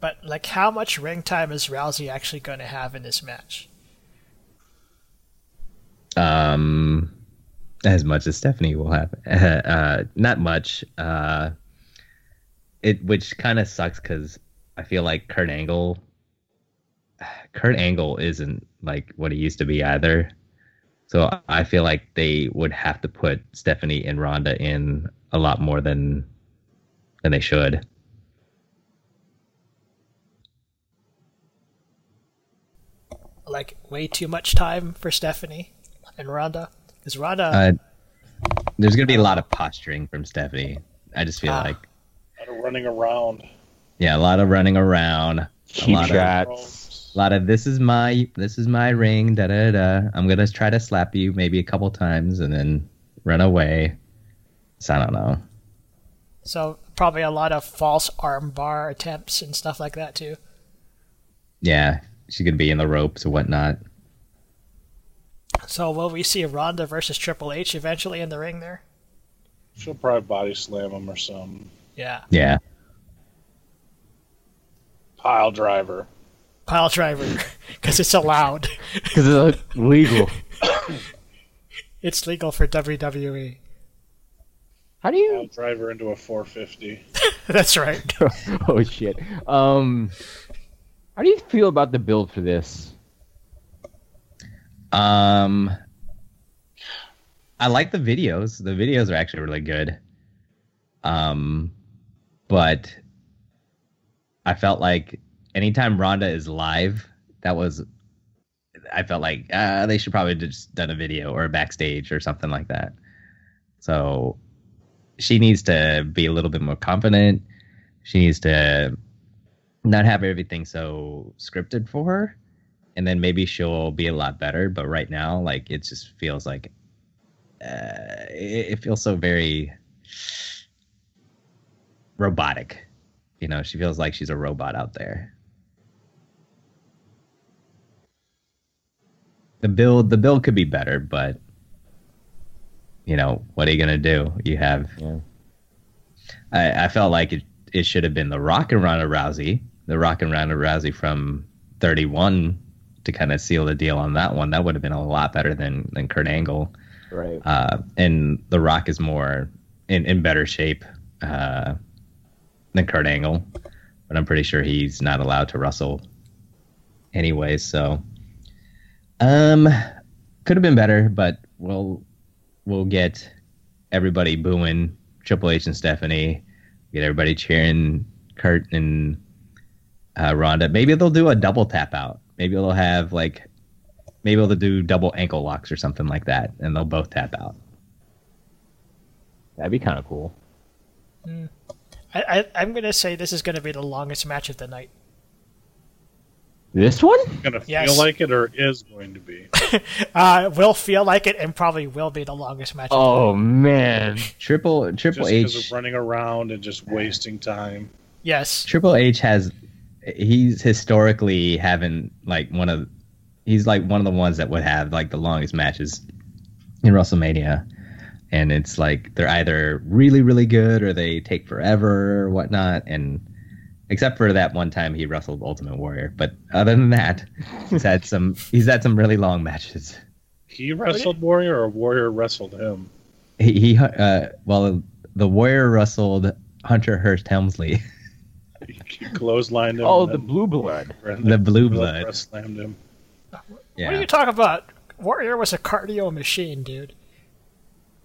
[SPEAKER 1] But like, how much ring time is Rousey actually going to have in this match?
[SPEAKER 3] Um, as much as Stephanie will have, uh, not much. Uh, it which kind of sucks because I feel like Kurt Angle, Kurt Angle isn't like what he used to be either. So I feel like they would have to put Stephanie and Rhonda in a lot more than than they should.
[SPEAKER 1] Like, way too much time for Stephanie and Ronda. Because Ronda,
[SPEAKER 3] Uh, there's gonna be a lot of posturing from Stephanie. I just feel
[SPEAKER 1] Ah.
[SPEAKER 3] like
[SPEAKER 2] A lot of running around.
[SPEAKER 3] yeah, a lot of running around, a
[SPEAKER 4] Cheap
[SPEAKER 3] lot of
[SPEAKER 4] shots.
[SPEAKER 2] Ropes.
[SPEAKER 3] a lot of this is my this is my ring da da da. I'm gonna try to slap you maybe a couple times and then run away. So I don't know.
[SPEAKER 1] so probably a lot of false armbar attempts and stuff like that too.
[SPEAKER 3] Yeah, she's gonna be in the ropes and whatnot.
[SPEAKER 1] So will we see Ronda versus Triple H eventually in the ring there?
[SPEAKER 2] She'll probably body slam him or some
[SPEAKER 1] Yeah,
[SPEAKER 3] Yeah,
[SPEAKER 2] pile driver.
[SPEAKER 1] pile driver, because it's allowed.
[SPEAKER 4] Because it's illegal.
[SPEAKER 1] It's legal for E. WWE.
[SPEAKER 4] How do you
[SPEAKER 2] Pile driver into a 450.
[SPEAKER 1] That's right.
[SPEAKER 4] oh shit. Um, how do you feel about the build for this?
[SPEAKER 3] Um, I like the videos. The videos are actually really good. Um, but I felt like anytime Rhonda is live, that was, I felt like uh, they should probably just done a video or a backstage or something like that. So she needs to be a little bit more confident. She needs to not have everything so scripted for her and then maybe she'll be a lot better. But right now, like it just feels like uh, it, it feels so very robotic. You know, she feels like she's a robot out there. The build, the build could be better, but you know, what are you gonna do? You have.
[SPEAKER 4] Yeah.
[SPEAKER 3] I, I felt like it, it should have been the Rock and Ronda Rousey, the Rock and Ronda Rousey from 31 to kind of seal the deal on that one. That would have been a lot better than than Kurt Angle.
[SPEAKER 4] Right.
[SPEAKER 3] Uh, and The Rock is more in, in better shape uh, than Kurt Angle, but I'm pretty sure he's not allowed to wrestle anyway. So, um, could have been better, but we'll we'll get everybody booing Triple H and Stephanie, get everybody cheering Kurt and uh, Ronda. Maybe they'll do a double tap out. Maybe they'll have like. Maybe they'll do double ankle locks or something like that, and they'll both tap out.
[SPEAKER 4] That'd be kind of cool.
[SPEAKER 1] I, I, I'm gonna say this is gonna be the longest match of the night.
[SPEAKER 4] This one?
[SPEAKER 2] Gonna feel
[SPEAKER 1] Yes.
[SPEAKER 2] like it or is going to be.
[SPEAKER 1] Uh, will feel like it and probably will be the longest match. of
[SPEAKER 4] Oh man.
[SPEAKER 3] Triple
[SPEAKER 2] Just
[SPEAKER 3] Triple
[SPEAKER 2] because
[SPEAKER 3] H
[SPEAKER 2] of running around and just wasting time.
[SPEAKER 1] the- Yes.
[SPEAKER 3] Triple H has he's historically having like one of he's like one of the ones that would have like the longest matches in WrestleMania. And it's like they're either really, really good or they take forever or whatnot. And except for that one time he wrestled Ultimate Warrior. But other than that, he's had some he's had some really long matches.
[SPEAKER 2] He wrestled Warrior or Warrior wrestled him?
[SPEAKER 3] He, he uh, well the Warrior wrestled Hunter Hurst Helmsley,
[SPEAKER 2] He, he clotheslined him.
[SPEAKER 4] Oh,
[SPEAKER 2] and
[SPEAKER 4] the
[SPEAKER 2] then
[SPEAKER 4] blue blood.
[SPEAKER 2] ran-
[SPEAKER 3] the Blue
[SPEAKER 2] press
[SPEAKER 3] Blood.
[SPEAKER 2] Slammed him.
[SPEAKER 1] What are
[SPEAKER 3] Yeah.
[SPEAKER 1] you talking about? Warrior was a cardio machine, dude.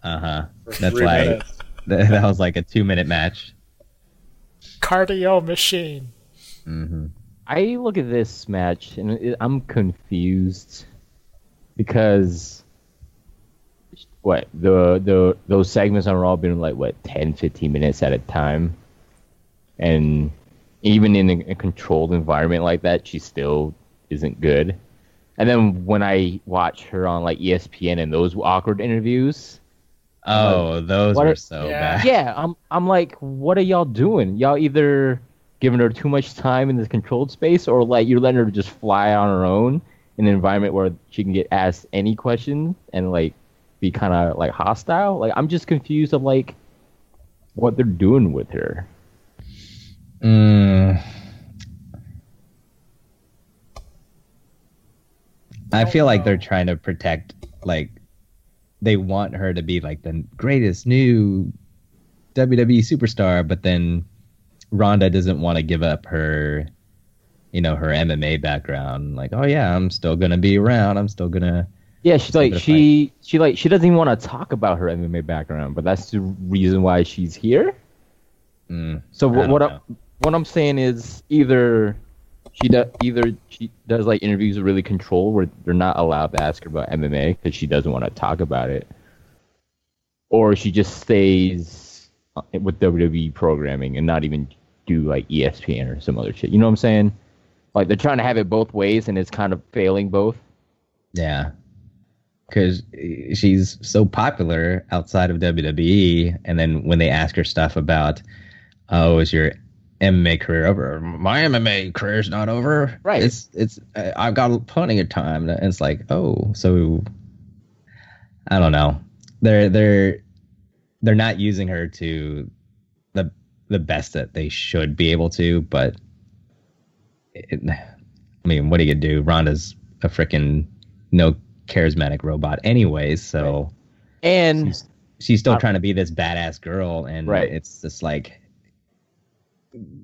[SPEAKER 3] Uh huh.
[SPEAKER 2] for
[SPEAKER 3] That's
[SPEAKER 2] three
[SPEAKER 3] why
[SPEAKER 2] minutes.
[SPEAKER 3] that, that was like a two minute match.
[SPEAKER 1] Cardio machine.
[SPEAKER 3] Mm-hmm.
[SPEAKER 4] I look at this match and it, I'm confused because what the the those segments on Raw been like what 10, 15 minutes at a time, and even in a, a controlled environment like that, she still isn't good. And then when I watch her on like E ESPN and those awkward interviews,
[SPEAKER 3] Oh, those
[SPEAKER 4] What
[SPEAKER 3] were
[SPEAKER 4] are-
[SPEAKER 3] so
[SPEAKER 1] Yeah.
[SPEAKER 3] bad.
[SPEAKER 4] yeah, I'm I'm like, what are y'all doing? Y'all either giving her too much time in this controlled space, or like you're letting her just fly on her own in an environment where she can get asked any question and like be kind of like hostile. Like I'm just confused of like what they're doing with her.
[SPEAKER 3] Mm. I feel like they're trying to protect, like, they want her to be like the greatest new WWE superstar, but then Rhonda doesn't want to give up her, you know, her MMA background. Like, oh yeah, I'm still gonna be around. I'm still gonna.
[SPEAKER 4] Yeah, she's
[SPEAKER 3] bit
[SPEAKER 4] like
[SPEAKER 3] of
[SPEAKER 4] she she like she doesn't even want to talk about her MMA background, but that's the reason why she's here.
[SPEAKER 3] Mm.
[SPEAKER 4] So
[SPEAKER 3] I
[SPEAKER 4] what
[SPEAKER 3] don't
[SPEAKER 4] what,
[SPEAKER 3] know.
[SPEAKER 4] I, what I'm saying is either she does either she does like interviews really controlled where they're not allowed to ask her about MMA because she doesn't want to talk about it, or she just stays uh, with WWE programming and not even do like E ESPN or some other shit. You know what I'm saying? Like they're trying to have it both ways and it's kind of failing both.
[SPEAKER 3] Yeah. Because she's so popular outside of WWE. And then when they ask her stuff about, oh, is your MMA career over? My MMA career's not over.
[SPEAKER 4] Right.
[SPEAKER 3] It's, it's, uh, I've got plenty of time. And it's like, oh, so I don't know. They're, they're, they're not using her to the, the best that they should be able to, but it, I mean, what do you do? Rhonda's a freaking no charismatic robot, anyways. So
[SPEAKER 4] And
[SPEAKER 3] she's, she's still
[SPEAKER 4] Uh,
[SPEAKER 3] trying to be this badass girl, and
[SPEAKER 4] Right.
[SPEAKER 3] it's just like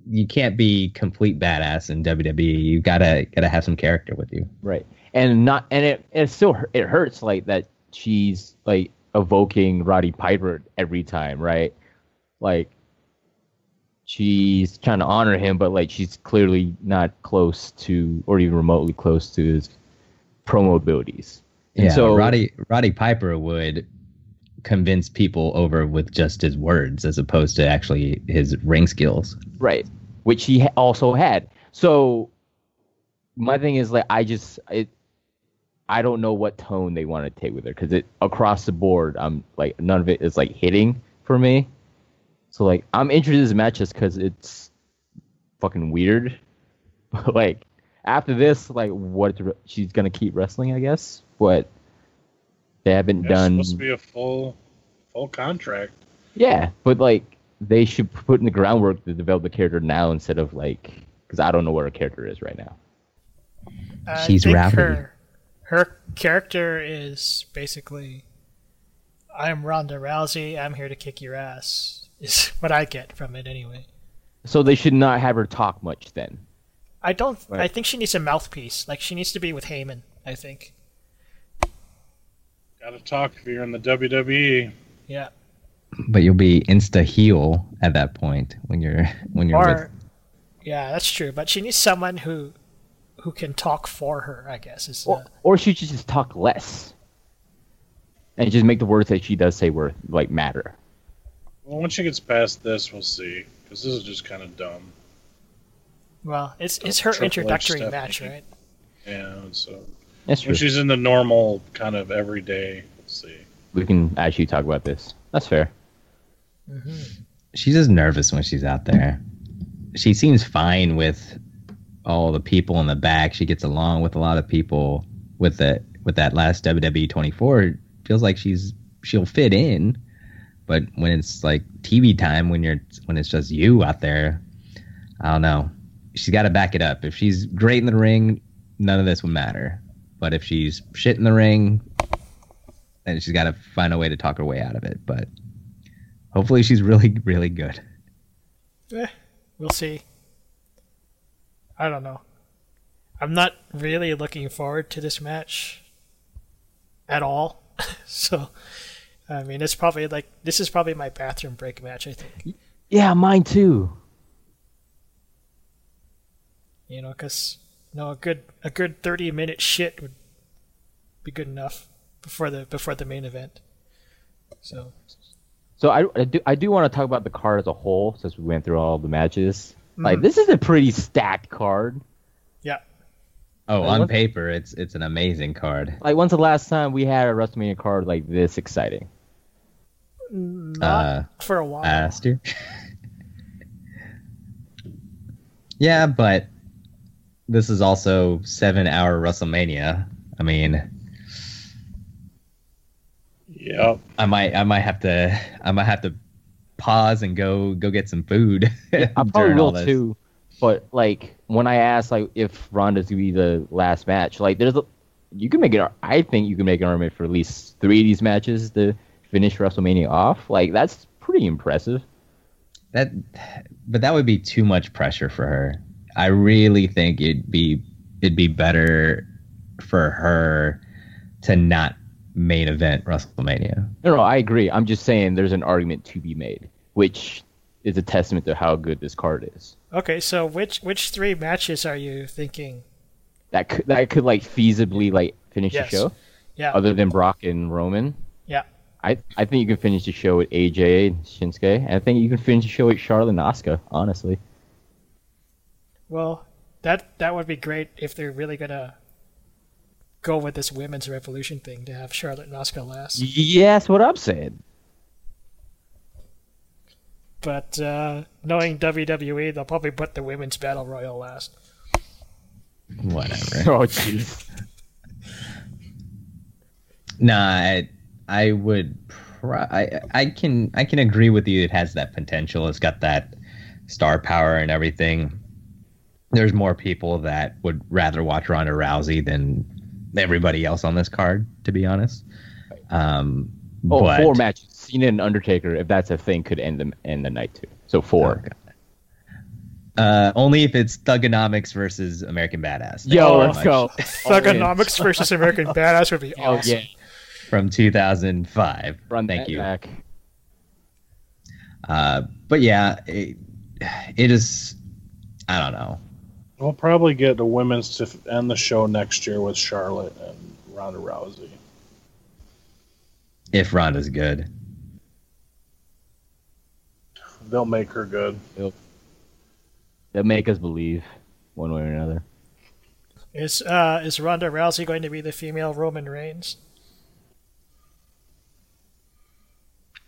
[SPEAKER 3] you can't be complete badass in WWE. You gotta gotta have some character with you.
[SPEAKER 4] Right. And not and it it still hu- it hurts like that she's like evoking Roddy Piper every time, right? Like she's trying to honor him, but like she's clearly not close to or even remotely close to his promo abilities. And
[SPEAKER 3] yeah,
[SPEAKER 4] so
[SPEAKER 3] Roddy Roddy Piper would convince people over with just his words as opposed to actually his ring skills.
[SPEAKER 4] Right. Which he ha- also had. So my thing is like I just it I don't know what tone they want to take with it because it across the board, I'm like none of it is like hitting for me. So like I'm interested in this match just because it's fucking weird. But like after this, like what she's gonna keep wrestling, I guess. But they haven't
[SPEAKER 2] It's
[SPEAKER 4] done.
[SPEAKER 2] supposed to be a full, full contract.
[SPEAKER 4] Yeah, but like they should put in the groundwork to develop the character now instead of like because I don't know what her character is right now.
[SPEAKER 1] I
[SPEAKER 3] She's
[SPEAKER 1] think
[SPEAKER 3] rowdy.
[SPEAKER 1] Her, her character is basically, "I'm Ronda Rousey. I'm here to kick your ass." Is what I get from it anyway.
[SPEAKER 4] So they should not have her talk much then.
[SPEAKER 1] I don't. I
[SPEAKER 4] Right.
[SPEAKER 1] think she needs a mouthpiece. Like she needs to be with Heyman. I think.
[SPEAKER 2] Got to talk if you're in the E. WWE.
[SPEAKER 1] Yeah.
[SPEAKER 3] But you'll be insta heel at that point when you're when you're with
[SPEAKER 1] Or, yeah, that's true. But she needs someone who, who can talk for her. I guess is.
[SPEAKER 4] Or,
[SPEAKER 1] the-
[SPEAKER 4] or she should just talk less and just make the words that she does say worth like matter.
[SPEAKER 2] Well, once she gets past this, we'll see. Because this is just kind of dumb.
[SPEAKER 1] well, it's it's her
[SPEAKER 2] Triple H
[SPEAKER 1] introductory
[SPEAKER 2] stuff,
[SPEAKER 1] match,
[SPEAKER 2] I think.
[SPEAKER 1] right?
[SPEAKER 2] Yeah, so
[SPEAKER 4] That's
[SPEAKER 2] when
[SPEAKER 4] true.
[SPEAKER 2] she's in the normal kind of everyday, let's see.
[SPEAKER 4] We can actually talk about this. That's fair.
[SPEAKER 3] she's just nervous when she's out there. She seems fine with all the people in the back. She gets along with a lot of people with the with that last WWE 24. Feels like she's she'll fit in, but when it's like TV time, when you're when it's just you out there, I don't know. She's got to back it up. If she's great in the ring, none of this would matter. But if she's shit in the ring, then she's got to find a way to talk her way out of it. But hopefully, she's really really good.
[SPEAKER 1] Eh, we'll see. I don't know. I'm not really looking forward to this match at all. so, I mean, it's probably like this is probably my bathroom break match. I think
[SPEAKER 4] Yeah, mine too.
[SPEAKER 1] you know, because you know, a good a good thirty minute shit would be good enough before the before the main event. So
[SPEAKER 4] So I, I do I do want to talk about the card as a whole since we went through all the matches. Like this is a pretty stacked card.
[SPEAKER 1] yeah,
[SPEAKER 3] Oh,
[SPEAKER 4] Like,
[SPEAKER 3] on
[SPEAKER 4] what-
[SPEAKER 3] paper, it's it's an amazing card.
[SPEAKER 4] Like when's the last time we had a WrestleMania card like this exciting?
[SPEAKER 1] not
[SPEAKER 3] Uh,
[SPEAKER 1] for a while.
[SPEAKER 3] Last year. yeah, but this is also seven hour WrestleMania. I mean,
[SPEAKER 2] Yep.
[SPEAKER 3] I might I might have to I might have to pause and go go get some food.
[SPEAKER 4] I probably
[SPEAKER 3] during all
[SPEAKER 4] will
[SPEAKER 3] this.
[SPEAKER 4] too. But like when I asked like if Ronda's gonna be the last match, like there's a you can make it. I think you can make an argument for at least three of these matches to finish WrestleMania off. Like that's pretty impressive.
[SPEAKER 3] That, but that would be too much pressure for her. I really think it'd be it'd be better for her to not main event WrestleMania.
[SPEAKER 4] No, no, I agree. I'm just saying there's an argument to be made, which is a testament to how good this card is.
[SPEAKER 1] Okay, so which which three matches are you thinking?
[SPEAKER 4] That could that could like feasibly like finish
[SPEAKER 1] Yes.
[SPEAKER 4] the show,
[SPEAKER 1] Yeah,
[SPEAKER 4] other than Brock and Roman.
[SPEAKER 1] yeah.
[SPEAKER 4] I, I think you can finish the show with AJ and Shinsuke. And I think you can finish the show with Charlotte and Asuka, honestly.
[SPEAKER 1] Well, that that would be great if they're really gonna go with this women's revolution thing to have Charlotte and Asuka last.
[SPEAKER 4] Yeah, that's what I'm saying.
[SPEAKER 1] But uh, knowing WWE, they'll probably put the women's battle royal last.
[SPEAKER 3] Whatever.
[SPEAKER 4] Oh, jeez.
[SPEAKER 3] Nah, I, I would. Pro- I I can I can agree with you. It has that potential. It's got that star power and everything. There's more people that would rather watch Ronda Rousey than everybody else on this card, to be honest. Um,
[SPEAKER 4] Oh,
[SPEAKER 3] but,
[SPEAKER 4] four matches. Cena and Undertaker, if that's a thing, could end the, end the night, too. So four.
[SPEAKER 3] oh, uh, only if it's Thugonomics versus American Badass
[SPEAKER 4] Yo,
[SPEAKER 1] Oh,
[SPEAKER 4] let's go.
[SPEAKER 1] Thugonomics versus American Badass would be
[SPEAKER 4] Oh,
[SPEAKER 1] awesome.
[SPEAKER 4] yeah.
[SPEAKER 3] from 2005.
[SPEAKER 4] Run
[SPEAKER 3] Thank
[SPEAKER 4] that
[SPEAKER 3] you.
[SPEAKER 4] back.
[SPEAKER 3] Uh, but yeah, it, it is. I don't know.
[SPEAKER 2] We'll probably get the women's to f- end the show next year with Charlotte and Ronda Rousey.
[SPEAKER 3] If Ronda's good.
[SPEAKER 2] They'll make her good.
[SPEAKER 4] They'll make us believe one way or another.
[SPEAKER 1] Is uh is Ronda Rousey going to be the female Roman Reigns?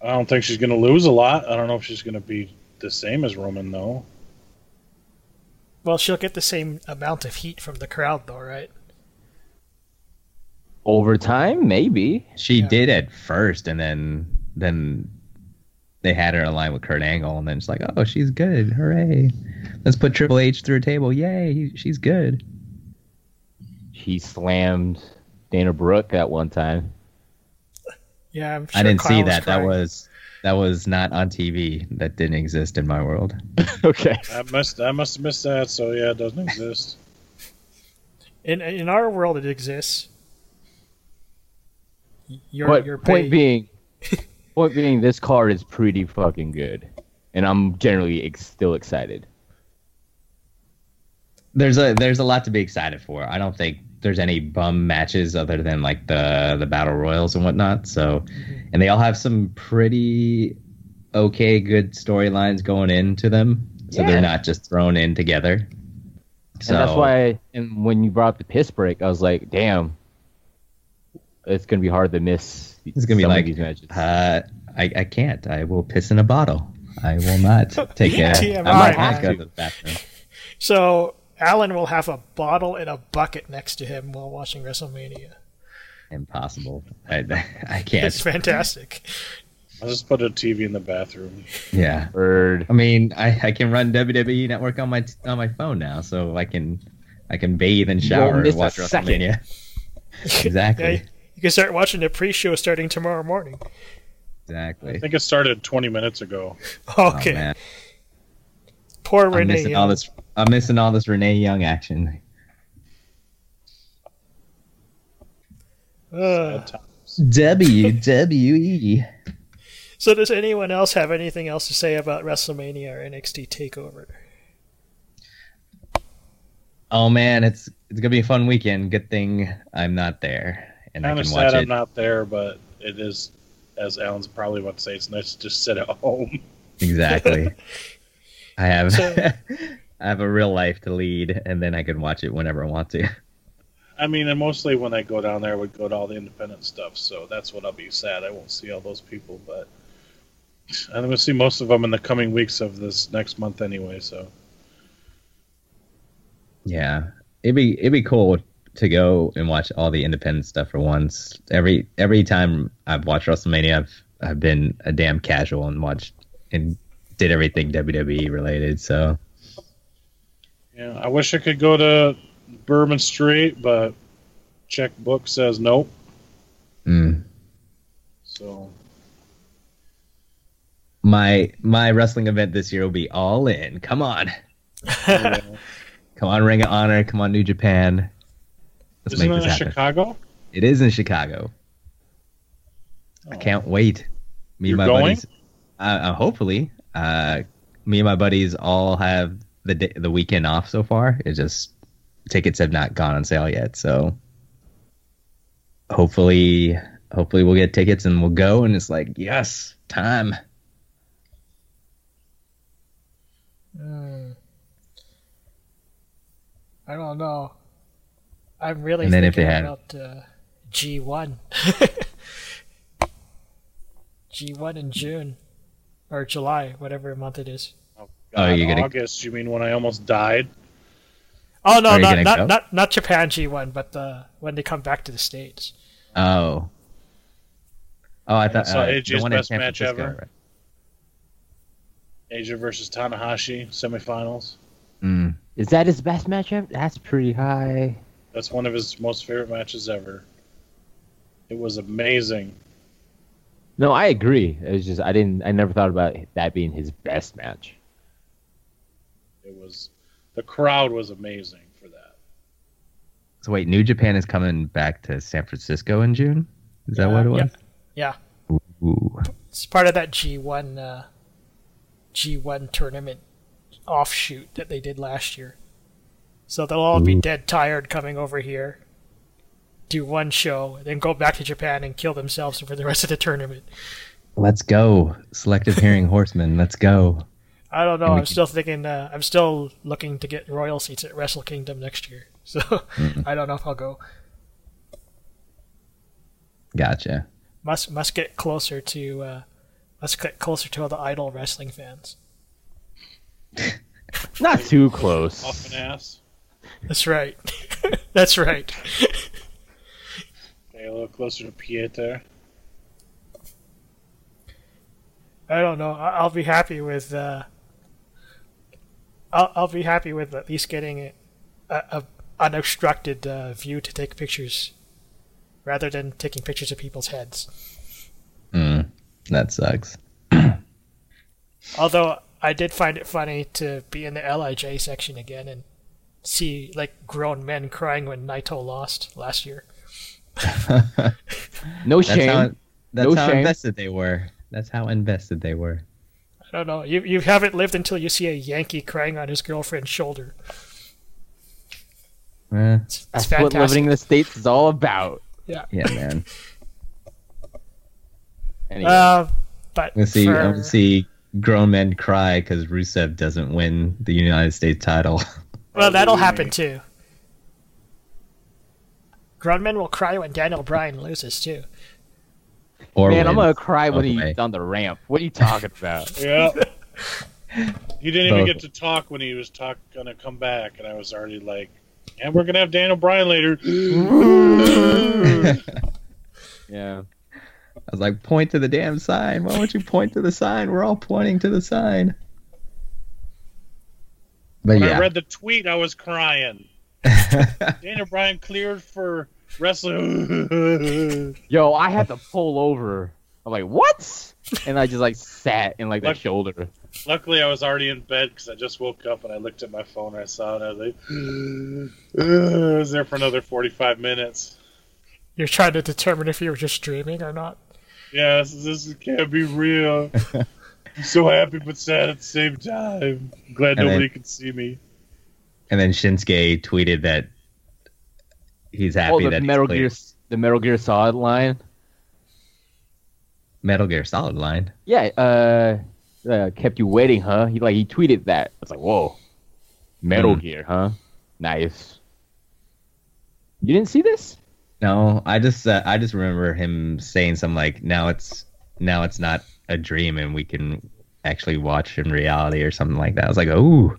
[SPEAKER 2] I don't think she's going to lose a lot. I don't know if she's going to be the same as Roman though.
[SPEAKER 1] Well, she'll get the same amount of heat from the crowd though, right?
[SPEAKER 4] Over time, maybe.
[SPEAKER 3] She
[SPEAKER 1] Yeah.
[SPEAKER 3] did at first, and then then they had her aligned with Kurt Angle, and then it's like, oh, she's good, hooray! Let's put Triple H through a table, yay, he, she's good.
[SPEAKER 4] She slammed Dana Brooke at one time.
[SPEAKER 1] Yeah, I'm sure
[SPEAKER 3] I didn't
[SPEAKER 1] Kyle
[SPEAKER 3] see
[SPEAKER 1] was
[SPEAKER 3] that. That
[SPEAKER 1] crying.
[SPEAKER 3] was that was not on TV. That didn't exist in my world.
[SPEAKER 4] okay.
[SPEAKER 2] I must I must have missed that. So yeah, it doesn't exist.
[SPEAKER 1] in in our world it exists. Your
[SPEAKER 4] But
[SPEAKER 1] your
[SPEAKER 4] point
[SPEAKER 1] pay-
[SPEAKER 4] being, point being, this card is pretty fucking good, and I'm generally ex- still excited.
[SPEAKER 3] There's a there's a lot to be excited for. I don't think there's any bum matches other than like the the battle royals and whatnot. So, and they all have some pretty okay good storylines going into them. So
[SPEAKER 4] Yeah.
[SPEAKER 3] they're not just thrown in together. So
[SPEAKER 4] and that's why, and when you brought up the piss break, I was like, damn, it's gonna be hard to miss.
[SPEAKER 3] It's gonna be
[SPEAKER 4] some of
[SPEAKER 3] like,
[SPEAKER 4] these matches.
[SPEAKER 3] uh, I I can't. I will piss in a bottle. I will not take a.
[SPEAKER 1] TMI,
[SPEAKER 3] I might
[SPEAKER 1] man.
[SPEAKER 3] not go to the bathroom.
[SPEAKER 1] So Alan will have a bottle and a bucket next to him while watching WrestleMania.
[SPEAKER 3] Impossible. I I
[SPEAKER 1] It's
[SPEAKER 3] can't.
[SPEAKER 1] fantastic.
[SPEAKER 2] I'll just put a TV in the bathroom.
[SPEAKER 3] Yeah.
[SPEAKER 4] Bird.
[SPEAKER 3] I mean, I, I can run WWE Network on my on my phone now, so I can I can bathe and
[SPEAKER 4] won't
[SPEAKER 3] shower
[SPEAKER 4] miss
[SPEAKER 3] and
[SPEAKER 4] a
[SPEAKER 3] watch
[SPEAKER 4] second.
[SPEAKER 3] WrestleMania.
[SPEAKER 1] Yeah, you
[SPEAKER 3] exactly,
[SPEAKER 1] you can start watching the pre-show starting tomorrow morning.
[SPEAKER 2] I
[SPEAKER 3] exactly.
[SPEAKER 2] think it started 20 minutes ago.
[SPEAKER 3] Oh,
[SPEAKER 1] Okay,
[SPEAKER 3] man.
[SPEAKER 1] poor
[SPEAKER 3] I'm
[SPEAKER 1] Renee.
[SPEAKER 3] missing all this. I'm missing all this Renee Young action.
[SPEAKER 1] Ugh.
[SPEAKER 3] WWE.
[SPEAKER 1] so does anyone else have anything else to say about WrestleMania or NXT Takeover?
[SPEAKER 3] Oh man, it's it's gonna be a fun weekend. Good thing I'm not there, and
[SPEAKER 2] Kind
[SPEAKER 3] I
[SPEAKER 2] of
[SPEAKER 3] can watch
[SPEAKER 2] sad I'm
[SPEAKER 3] it.
[SPEAKER 2] not there, but it is, as Alan's probably about to say, it's nice to just sit at home.
[SPEAKER 3] exactly. I have
[SPEAKER 1] So-
[SPEAKER 3] I have a real life to lead, and then I can watch it whenever I want to.
[SPEAKER 2] I mean, and mostly when I go down there, I would go to all the independent stuff, so that's what I'll be sad. I won't see all those people, but I'm going to see most of them in the coming weeks of this next month anyway, so.
[SPEAKER 3] Yeah, it'd be it'd be cool to go and watch all the independent stuff for once. Every every time I've watched WrestleMania, I've I've been a damn casual and watched and did everything WWE related. So
[SPEAKER 2] Yeah, I wish I could go to Bourbon Street, but checkbook says nope.
[SPEAKER 3] mm.
[SPEAKER 2] So
[SPEAKER 3] my my wrestling event this year will be all in. Come on,
[SPEAKER 2] yeah.
[SPEAKER 3] come on, Ring of Honor, come on, New Japan. Let's
[SPEAKER 2] isn't
[SPEAKER 3] make
[SPEAKER 2] it
[SPEAKER 3] this
[SPEAKER 2] in
[SPEAKER 3] happen.
[SPEAKER 2] Chicago?
[SPEAKER 3] It is in Chicago. I
[SPEAKER 2] Oh.
[SPEAKER 3] can't wait. Me
[SPEAKER 2] You're
[SPEAKER 3] and my
[SPEAKER 2] going?
[SPEAKER 3] buddies. Uh, uh, hopefully, uh, me and my buddies all have the day, the weekend off so far. It just tickets have not gone on sale yet, so hopefully, hopefully we'll get tickets and we'll go. And it's like, yes, time.
[SPEAKER 1] Hmm. I don't know. I'm really
[SPEAKER 3] And then if
[SPEAKER 1] thinking
[SPEAKER 3] they had-
[SPEAKER 1] about uh, G1. G1 in June or July, whatever month it is.
[SPEAKER 3] Oh,
[SPEAKER 2] God,
[SPEAKER 3] you're gonna-
[SPEAKER 2] August? You mean when I almost died?
[SPEAKER 1] Oh no,
[SPEAKER 3] Are you
[SPEAKER 1] not
[SPEAKER 3] gonna go?
[SPEAKER 1] not, not not Japan G1, but the when they come back to the states.
[SPEAKER 3] Oh, oh, I thought
[SPEAKER 2] saw
[SPEAKER 3] uh,
[SPEAKER 2] AJ's
[SPEAKER 3] the one in
[SPEAKER 2] best
[SPEAKER 3] San
[SPEAKER 2] match
[SPEAKER 3] Francisco,
[SPEAKER 2] ever.
[SPEAKER 3] right?
[SPEAKER 2] Asia versus Tanahashi semifinals.
[SPEAKER 3] Mm.
[SPEAKER 4] Is that his best match ever? That's pretty high.
[SPEAKER 2] That's one of his most favorite matches ever. It was amazing.
[SPEAKER 4] No, I agree. It was just I didn't. I never thought about that being his best match.
[SPEAKER 2] It was the crowd was amazing for that.
[SPEAKER 3] So wait, New Japan is coming back to San Francisco in June. Is that what it was?
[SPEAKER 1] Yeah, yeah.
[SPEAKER 3] Ooh.
[SPEAKER 1] It's part of that G1 uh, G1 tournament offshoot that they did last year. So they'll all be
[SPEAKER 3] Ooh.
[SPEAKER 1] dead tired coming over here, do one show, then go back to Japan and kill themselves for the rest of the tournament.
[SPEAKER 3] Let's go. Selective hearing horseman. Let's go.
[SPEAKER 1] I don't know.
[SPEAKER 3] And we
[SPEAKER 1] I'm
[SPEAKER 3] can-
[SPEAKER 1] still thinking. Uh, I'm still looking to get royal seats at Wrestle Kingdom next year. So I don't know if I'll go.
[SPEAKER 3] Gotcha.
[SPEAKER 1] Must must get closer to uh, must get closer to all the idol wrestling fans.
[SPEAKER 4] Not too
[SPEAKER 2] Muffin
[SPEAKER 4] close.
[SPEAKER 2] ass.
[SPEAKER 1] That's right. That's right.
[SPEAKER 2] Okay, a little closer to Pieter.
[SPEAKER 1] I don't know. I- I'll be happy with. Uh, I'll I'll be happy with at least getting a, a unobstructed uh, view to take pictures, rather than taking pictures of people's heads.
[SPEAKER 3] Mm, that sucks.
[SPEAKER 1] Although I did find it funny to be in the Lij section again and see like grown men crying when Naito lost last year.
[SPEAKER 4] No
[SPEAKER 3] That's how
[SPEAKER 4] shame.
[SPEAKER 3] that's
[SPEAKER 4] No
[SPEAKER 3] how
[SPEAKER 4] shame.
[SPEAKER 3] invested they were. That's how invested they were.
[SPEAKER 1] I don't know. You you haven't lived until you see a Yankee crying on his girlfriend's shoulder.
[SPEAKER 3] Eh,
[SPEAKER 1] It's, it's
[SPEAKER 4] That's what
[SPEAKER 1] fantastic.
[SPEAKER 4] living in the states is all about.
[SPEAKER 1] Yeah.
[SPEAKER 3] yeah, man.
[SPEAKER 4] Anyway,
[SPEAKER 1] Uh, but
[SPEAKER 3] I'm gonna see. I'm
[SPEAKER 1] for-
[SPEAKER 3] gonna see grown men cry because Rusev doesn't win the United States title.
[SPEAKER 1] Well, that'll happen
[SPEAKER 2] Maybe.
[SPEAKER 1] too. Grown men will cry when Daniel Bryan loses too.
[SPEAKER 3] Or
[SPEAKER 4] man, I'm
[SPEAKER 3] wins.
[SPEAKER 4] gonna cry when
[SPEAKER 3] Both way.
[SPEAKER 4] he's on the ramp. What are you talking about?
[SPEAKER 2] Yeah. He didn't even
[SPEAKER 3] Both.
[SPEAKER 2] get to talk when he was talk gonna come back, and I was already like, "And we're gonna have Daniel Bryan later."
[SPEAKER 4] yeah.
[SPEAKER 3] I was like, point to the damn sign. Why won't you point to the sign? We're all pointing to the sign. But
[SPEAKER 2] When
[SPEAKER 3] yeah,
[SPEAKER 2] I read the tweet, I was crying. Daniel Bryan cleared for wrestling.
[SPEAKER 4] Yo, I had to pull over. I'm like, what? And I just like sat in like that
[SPEAKER 2] Look-
[SPEAKER 4] shoulder.
[SPEAKER 2] Luckily, I was already in bed because I just woke up and I looked at my phone and I saw it. I was like, I was there for another 45 minutes.
[SPEAKER 1] You're trying to determine if you were just dreaming or not.
[SPEAKER 2] Yeah, this, this can't be real. I'm so happy but sad at the same time. Glad
[SPEAKER 3] And then-
[SPEAKER 2] nobody could see me.
[SPEAKER 3] and then Shinsuke tweeted that he's happy
[SPEAKER 4] Oh, the
[SPEAKER 3] that he's
[SPEAKER 4] Metal
[SPEAKER 3] clear.
[SPEAKER 4] Gear, the Metal Gear Solid line.
[SPEAKER 3] Metal Gear Solid line.
[SPEAKER 4] Yeah, uh, uh, kept you waiting, huh? He like he tweeted that. I was like, whoa, Metal
[SPEAKER 3] Hmm.
[SPEAKER 4] Gear, huh? Nice. You didn't see this?
[SPEAKER 3] No, I just uh, I just remember him saying something like, "Now it's now it's not a dream, and we can actually watch in reality or something like that." I was like, "Ooh,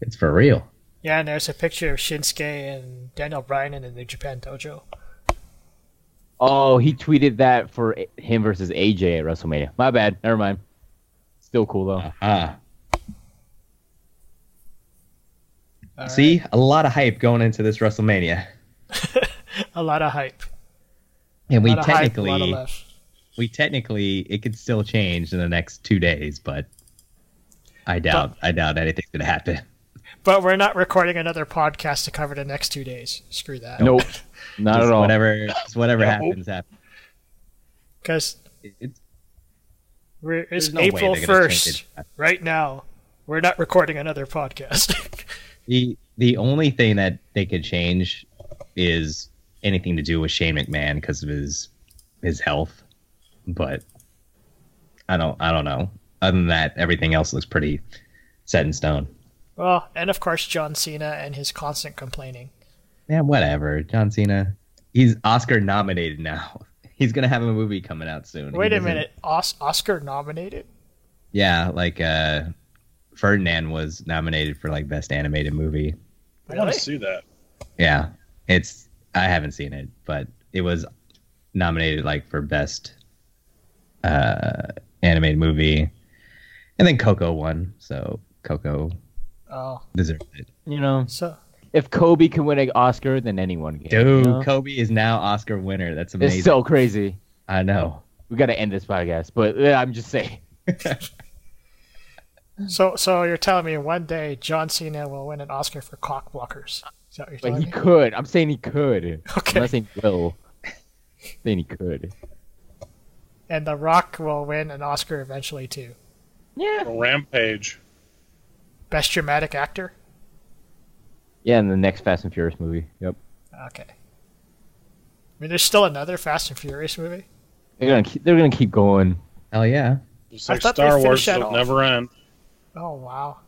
[SPEAKER 3] it's for real."
[SPEAKER 1] Yeah, and there's a picture of Shinsuke and Daniel Bryan in the New Japan Dojo.
[SPEAKER 4] Oh, he tweeted that for A- him versus AJ at WrestleMania. My bad. Never mind. Still cool though.
[SPEAKER 3] Uh-huh.
[SPEAKER 1] All
[SPEAKER 3] See, a lot of hype going into this WrestleMania,
[SPEAKER 1] A lot of hype.
[SPEAKER 3] and
[SPEAKER 1] A
[SPEAKER 3] we
[SPEAKER 1] lot of hype, a lot of
[SPEAKER 3] technically
[SPEAKER 1] love.
[SPEAKER 3] we technically it could still change in the next two days, but I doubt I doubt anything's gonna happen.
[SPEAKER 1] But we're not recording another podcast to cover the next two days. Screw that.
[SPEAKER 4] Nope, not
[SPEAKER 3] Just
[SPEAKER 4] at all.
[SPEAKER 3] Whatever just whatever
[SPEAKER 2] Nope.
[SPEAKER 3] happens happens.
[SPEAKER 1] Because
[SPEAKER 3] It's,
[SPEAKER 1] we're
[SPEAKER 3] there's
[SPEAKER 1] it's
[SPEAKER 3] no way
[SPEAKER 1] April
[SPEAKER 3] they're gonna
[SPEAKER 1] first
[SPEAKER 3] change it.
[SPEAKER 1] right now. We're not recording another podcast.
[SPEAKER 3] The the only thing that they could change is anything to do with Shane McMahon because of his his health. But I don't I don't know. Other than that, everything else looks pretty set in stone.
[SPEAKER 1] well, and of course John Cena and his constant complaining.
[SPEAKER 3] Yeah, whatever. John Cena. He's Oscar nominated now. He's gonna have a movie coming out soon. He
[SPEAKER 1] Wait a
[SPEAKER 3] doesn't-
[SPEAKER 1] minute, Os- Oscar nominated?
[SPEAKER 3] Yeah, like uh Ferdinand was nominated for like best animated movie.
[SPEAKER 2] I want
[SPEAKER 1] Really?
[SPEAKER 2] to see that.
[SPEAKER 3] Yeah. It's I haven't seen it, but it was nominated like for best uh animated movie. And then Coco won, so Coco
[SPEAKER 1] Oh,
[SPEAKER 3] deserved it.
[SPEAKER 4] You know,
[SPEAKER 1] so
[SPEAKER 4] if Kobe can win an Oscar, then anyone can. you
[SPEAKER 3] Dude,
[SPEAKER 4] know?
[SPEAKER 3] Kobe is now Oscar winner. That's amazing.
[SPEAKER 4] it's so crazy.
[SPEAKER 3] I know.
[SPEAKER 4] We got to end this podcast, but uh, I'm just saying.
[SPEAKER 1] so so you're telling me one day John Cena will win an Oscar for cock blockers? Is that what you're
[SPEAKER 4] But
[SPEAKER 1] telling
[SPEAKER 4] he
[SPEAKER 1] me?
[SPEAKER 4] could. I'm saying he could. I'm
[SPEAKER 1] Okay.
[SPEAKER 4] not saying he will. I'm saying he could.
[SPEAKER 1] And The Rock will win an Oscar eventually too.
[SPEAKER 4] Yeah.
[SPEAKER 2] Rampage.
[SPEAKER 1] Best dramatic actor?
[SPEAKER 4] Yeah, in the next Fast and Furious movie. Yep.
[SPEAKER 1] Okay. I mean, there's still another Fast and Furious movie.
[SPEAKER 4] They're gonna keep. They're gonna keep going.
[SPEAKER 3] Hell yeah.
[SPEAKER 2] Just
[SPEAKER 1] I
[SPEAKER 2] like
[SPEAKER 1] thought they
[SPEAKER 2] Star
[SPEAKER 1] finished
[SPEAKER 2] Wars,
[SPEAKER 1] that
[SPEAKER 2] it'll
[SPEAKER 1] off.
[SPEAKER 2] never end.
[SPEAKER 1] Oh wow.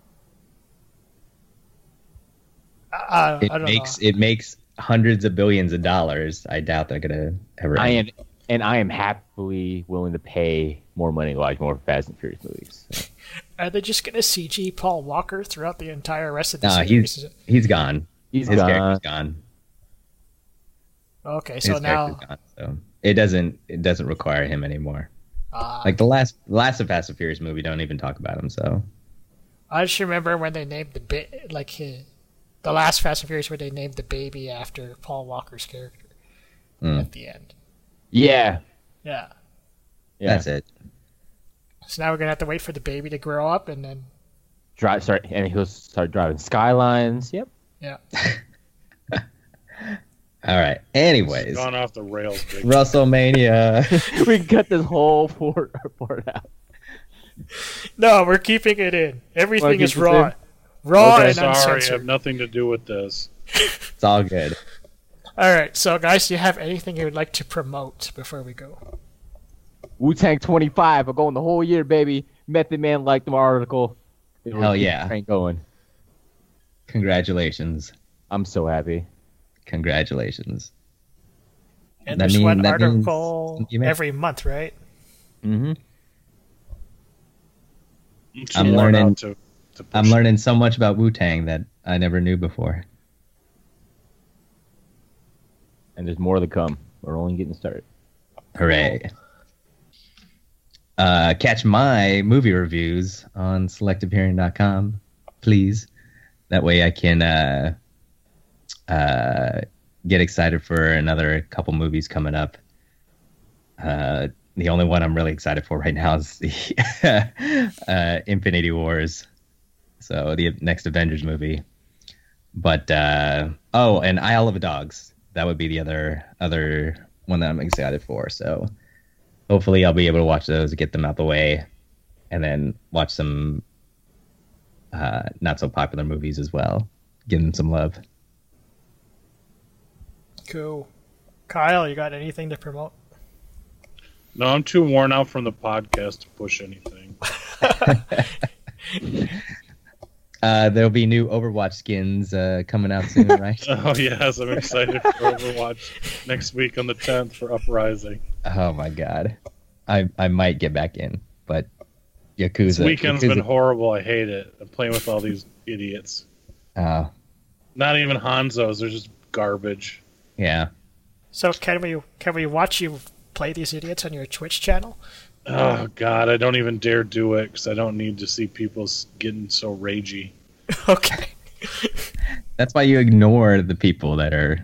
[SPEAKER 1] I, I,
[SPEAKER 3] It
[SPEAKER 1] I don't
[SPEAKER 3] makes
[SPEAKER 1] know.
[SPEAKER 3] it makes hundreds of billions of dollars. I doubt they're gonna ever.
[SPEAKER 4] I am, and I am happily willing to pay more money to watch more Fast and Furious movies.
[SPEAKER 1] Are they just gonna CG Paul Walker throughout the entire rest of the
[SPEAKER 3] No,
[SPEAKER 1] series?
[SPEAKER 3] he's he's gone.
[SPEAKER 4] He's
[SPEAKER 3] His
[SPEAKER 4] gone.
[SPEAKER 3] character's gone.
[SPEAKER 1] okay,
[SPEAKER 3] His
[SPEAKER 1] so now
[SPEAKER 3] character's gone. So it doesn't it doesn't require him anymore.
[SPEAKER 1] uh,
[SPEAKER 3] Like the last last of Fast and Furious movie, don't even talk about him. So
[SPEAKER 1] I just remember when they named the bit like his, the last Fast and Furious where they named the baby after Paul Walker's character
[SPEAKER 3] Mm.
[SPEAKER 1] at the end.
[SPEAKER 4] Yeah,
[SPEAKER 1] Yeah.
[SPEAKER 4] yeah.
[SPEAKER 3] that's it.
[SPEAKER 1] So now we're gonna have to wait for the baby to grow up and then
[SPEAKER 4] Drive, start, and he'll start driving Skylines. Yep.
[SPEAKER 1] yeah.
[SPEAKER 3] All right.
[SPEAKER 2] It's
[SPEAKER 3] Anyways,
[SPEAKER 2] gone off the rails. Big.
[SPEAKER 3] WrestleMania.
[SPEAKER 4] we can cut this whole part, part out.
[SPEAKER 1] No, we're keeping it in. Everything
[SPEAKER 4] keep
[SPEAKER 1] is
[SPEAKER 4] it
[SPEAKER 1] raw.
[SPEAKER 4] in?
[SPEAKER 1] Raw
[SPEAKER 2] Okay,
[SPEAKER 1] and
[SPEAKER 2] sorry, I
[SPEAKER 1] uncensored.
[SPEAKER 2] have nothing to do with this.
[SPEAKER 3] it's all good.
[SPEAKER 1] All right, so guys, do you have anything you would like to promote before we go?
[SPEAKER 4] Wu Tang 25. I'm going the whole year, baby. Method Man liked my article. It'll
[SPEAKER 3] Hell
[SPEAKER 4] keep
[SPEAKER 3] yeah.
[SPEAKER 4] the train going.
[SPEAKER 3] Congratulations.
[SPEAKER 4] I'm so happy.
[SPEAKER 3] Congratulations.
[SPEAKER 1] And
[SPEAKER 3] That
[SPEAKER 1] there's
[SPEAKER 3] mean-
[SPEAKER 1] one
[SPEAKER 3] that means
[SPEAKER 1] article
[SPEAKER 3] you may-
[SPEAKER 1] every month, right?
[SPEAKER 4] Mm-hmm.
[SPEAKER 2] too
[SPEAKER 3] I'm
[SPEAKER 2] worn out
[SPEAKER 3] learning-
[SPEAKER 2] To, to
[SPEAKER 3] I'm
[SPEAKER 2] push
[SPEAKER 3] learning so much about Wu Tang that I never knew before.
[SPEAKER 4] And there's more to come. We're only getting started.
[SPEAKER 3] Hooray. Uh, catch my movie reviews on selectivehearing.com, please. That way I can uh, uh, get excited for another couple movies coming up. Uh, the only one I'm really excited for right now is the uh, Infinity Wars, so the next Avengers movie. But uh, oh, and Isle of Dogs. That would be the other other one that I'm excited for. So hopefully I'll be able to watch those, get them out the way, and then watch some uh, not so popular movies as well. Give them some love.
[SPEAKER 1] Cool. Kyle, you got anything to promote?
[SPEAKER 2] No, I'm too worn out from the podcast to push anything.
[SPEAKER 3] Uh, there'll be new Overwatch skins uh, coming out soon, right?
[SPEAKER 2] Oh yes, I'm excited for Overwatch next week on the 10th for Uprising.
[SPEAKER 3] oh my god, I I might get back in, but
[SPEAKER 2] This
[SPEAKER 3] Yakuza.
[SPEAKER 2] weekend's
[SPEAKER 3] Yakuza-
[SPEAKER 2] been horrible. I hate it. I'm playing with all these idiots.
[SPEAKER 3] Oh,
[SPEAKER 2] Not even Hanzos. They're just garbage.
[SPEAKER 3] yeah.
[SPEAKER 1] So can we can we watch you play these idiots on your Twitch channel?
[SPEAKER 2] Oh God, I don't even dare do it because I don't need to see people s- getting so ragey.
[SPEAKER 1] okay.
[SPEAKER 3] That's why you ignore the people that are.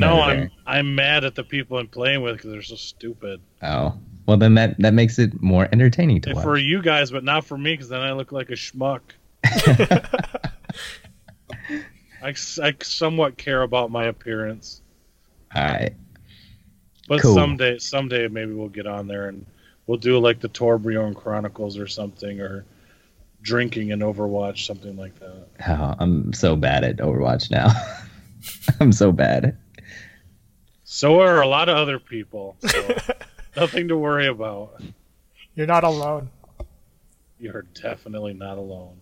[SPEAKER 2] No,
[SPEAKER 3] that are
[SPEAKER 2] I'm I'm mad at the people I'm playing with because they're so stupid.
[SPEAKER 3] there. Oh, well then that that makes it more entertaining to watch.
[SPEAKER 2] For you guys, but not for me because then I look like a schmuck. I, s- I somewhat care about my appearance,
[SPEAKER 3] All right.
[SPEAKER 2] but
[SPEAKER 3] Cool.
[SPEAKER 2] someday someday maybe we'll get on there and we'll do like the Torbjorn Chronicles or something or drinking in Overwatch something like that.
[SPEAKER 3] Oh, I'm so bad at Overwatch now. I'm so bad.
[SPEAKER 2] So are a lot of other people. So nothing to worry about.
[SPEAKER 1] You're not alone.
[SPEAKER 2] You're definitely not alone.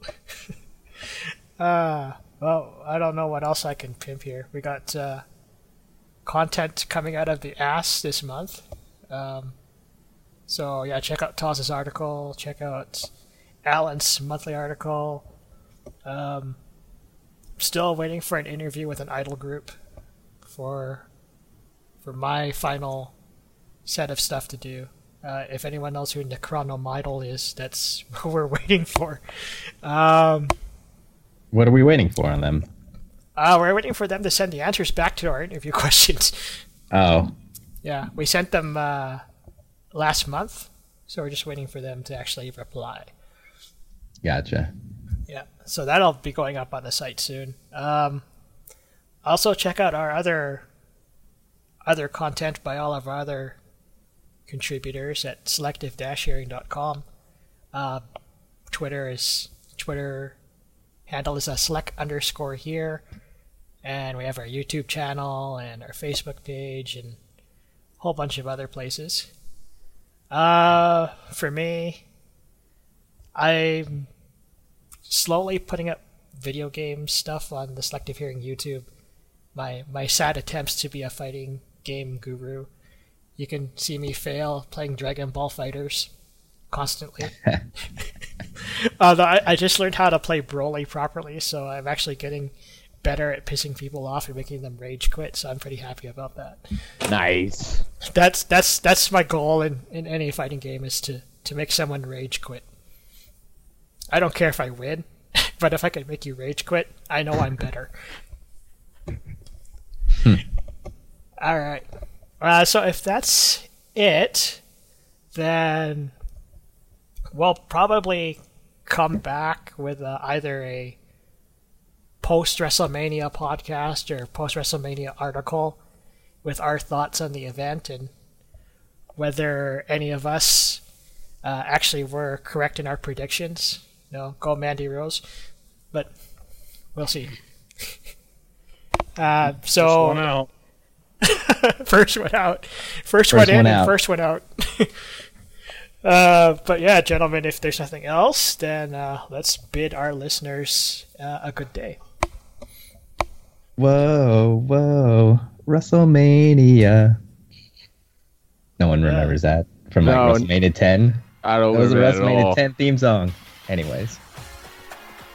[SPEAKER 1] Uh well, I don't know what else I can pimp here. We got uh, content coming out of the ass this month. Um, so yeah, check out Taz's article. Check out Alan's monthly article. Um, still waiting for an interview with an idol group for for my final set of stuff to do. Uh, if anyone knows who Necronomidal is, that's who we're waiting for. Um,
[SPEAKER 3] What are we waiting for on them?
[SPEAKER 1] uh, we're waiting for them to send the answers back to our interview questions.
[SPEAKER 3] Oh,
[SPEAKER 1] Yeah, we sent them uh, last month, so we're just waiting for them to actually reply.
[SPEAKER 3] gotcha.
[SPEAKER 1] Yeah, so that'll be going up on the site soon. Um, also, check out our other other content by all of our other contributors at selective-hearing.com. Uh, Twitter is Twitter handle is a select underscore here, and we have our YouTube channel and our Facebook page and a whole bunch of other places. Uh, for me, I'm slowly putting up video game stuff on the Selective Hearing YouTube. My my sad attempts to be a fighting game guru. You can see me fail playing Dragon Ball Fighters constantly. Although I, I just learned how to play Broly properly, so I'm actually getting better at pissing people off and making them rage quit. So I'm pretty happy about that.
[SPEAKER 4] Nice.
[SPEAKER 1] That's that's that's my goal in, in any fighting game is to to make someone rage quit. I don't care if I win, but if I can make you rage quit, I know I'm better. All right. Uh, so if that's it, then we'll probably come back with uh, either a post WrestleMania podcast or post WrestleMania article with our thoughts on the event and whether any of us uh, actually were correct in our predictions. You know, go Mandy Rose, but we'll see. Uh, so
[SPEAKER 2] One out.
[SPEAKER 1] first one out, first, one
[SPEAKER 3] First
[SPEAKER 1] in, and
[SPEAKER 3] one out.
[SPEAKER 1] first one out. uh, but yeah, gentlemen, if there's nothing else, then uh, let's bid our listeners uh, a good day.
[SPEAKER 3] Whoa, whoa, WrestleMania. No one remembers that from like
[SPEAKER 4] No.
[SPEAKER 3] WrestleMania 10.
[SPEAKER 4] I don't
[SPEAKER 3] That was a
[SPEAKER 4] remember that at
[SPEAKER 3] WrestleMania
[SPEAKER 4] all.
[SPEAKER 3] 10 theme song. Anyways,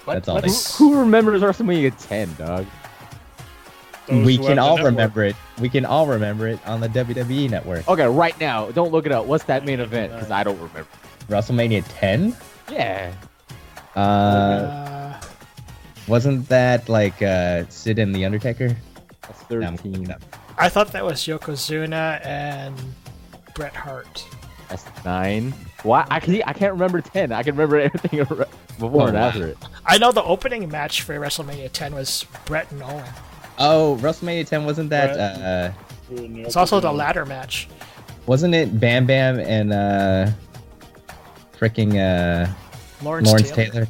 [SPEAKER 1] What,
[SPEAKER 3] That's all
[SPEAKER 1] what
[SPEAKER 3] they-
[SPEAKER 1] is-
[SPEAKER 4] Who remembers WrestleMania 10, dog?
[SPEAKER 2] Those
[SPEAKER 3] we
[SPEAKER 2] who
[SPEAKER 3] can
[SPEAKER 2] have the
[SPEAKER 3] all
[SPEAKER 2] network.
[SPEAKER 3] remember it. We can all remember it on the WWE network.
[SPEAKER 4] Okay, right now, don't look it up. What's that main event? Because I don't remember.
[SPEAKER 3] WrestleMania 10?
[SPEAKER 4] Yeah.
[SPEAKER 3] Uh,
[SPEAKER 4] Oh,
[SPEAKER 1] Uh,
[SPEAKER 3] wasn't that like uh, Sid and The Undertaker?
[SPEAKER 4] That's
[SPEAKER 3] No, I'm
[SPEAKER 4] 13.
[SPEAKER 3] kidding.
[SPEAKER 1] I thought that was Yokozuna and Bret Hart.
[SPEAKER 4] That's 9. Why? I, can, I can't remember 10. I can remember everything ar- before
[SPEAKER 3] Oh,
[SPEAKER 4] and
[SPEAKER 3] wow.
[SPEAKER 4] after it.
[SPEAKER 1] I know the opening match for WrestleMania 10 was Bret and Owen.
[SPEAKER 3] Oh, WrestleMania 10 wasn't that? Uh,
[SPEAKER 2] Who knew
[SPEAKER 1] It's also
[SPEAKER 2] it?
[SPEAKER 1] the ladder match.
[SPEAKER 3] wasn't it Bam Bam and uh, freaking uh,
[SPEAKER 1] Lawrence,
[SPEAKER 3] Lawrence
[SPEAKER 1] Taylor.
[SPEAKER 3] Taylor?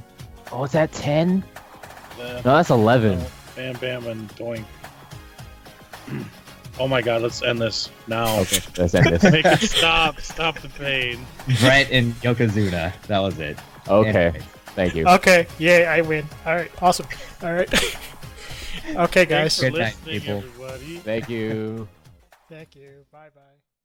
[SPEAKER 4] Oh, is that 10?
[SPEAKER 2] The-
[SPEAKER 4] No, that's 11.
[SPEAKER 2] Bam Bam and Doink. Oh my god, let's end this now.
[SPEAKER 4] Okay, let's end this.
[SPEAKER 2] Make it stop. Stop the pain.
[SPEAKER 3] Brett and Yokozuna. That was it.
[SPEAKER 4] Okay,
[SPEAKER 3] Anyways.
[SPEAKER 4] thank you.
[SPEAKER 1] Okay, yay, I win. All right, awesome. All right. okay,
[SPEAKER 2] Thanks
[SPEAKER 1] guys.
[SPEAKER 2] for
[SPEAKER 3] Good night,
[SPEAKER 2] listening,
[SPEAKER 3] people.
[SPEAKER 2] everybody.
[SPEAKER 4] Thank you.
[SPEAKER 1] Thank you. Bye bye.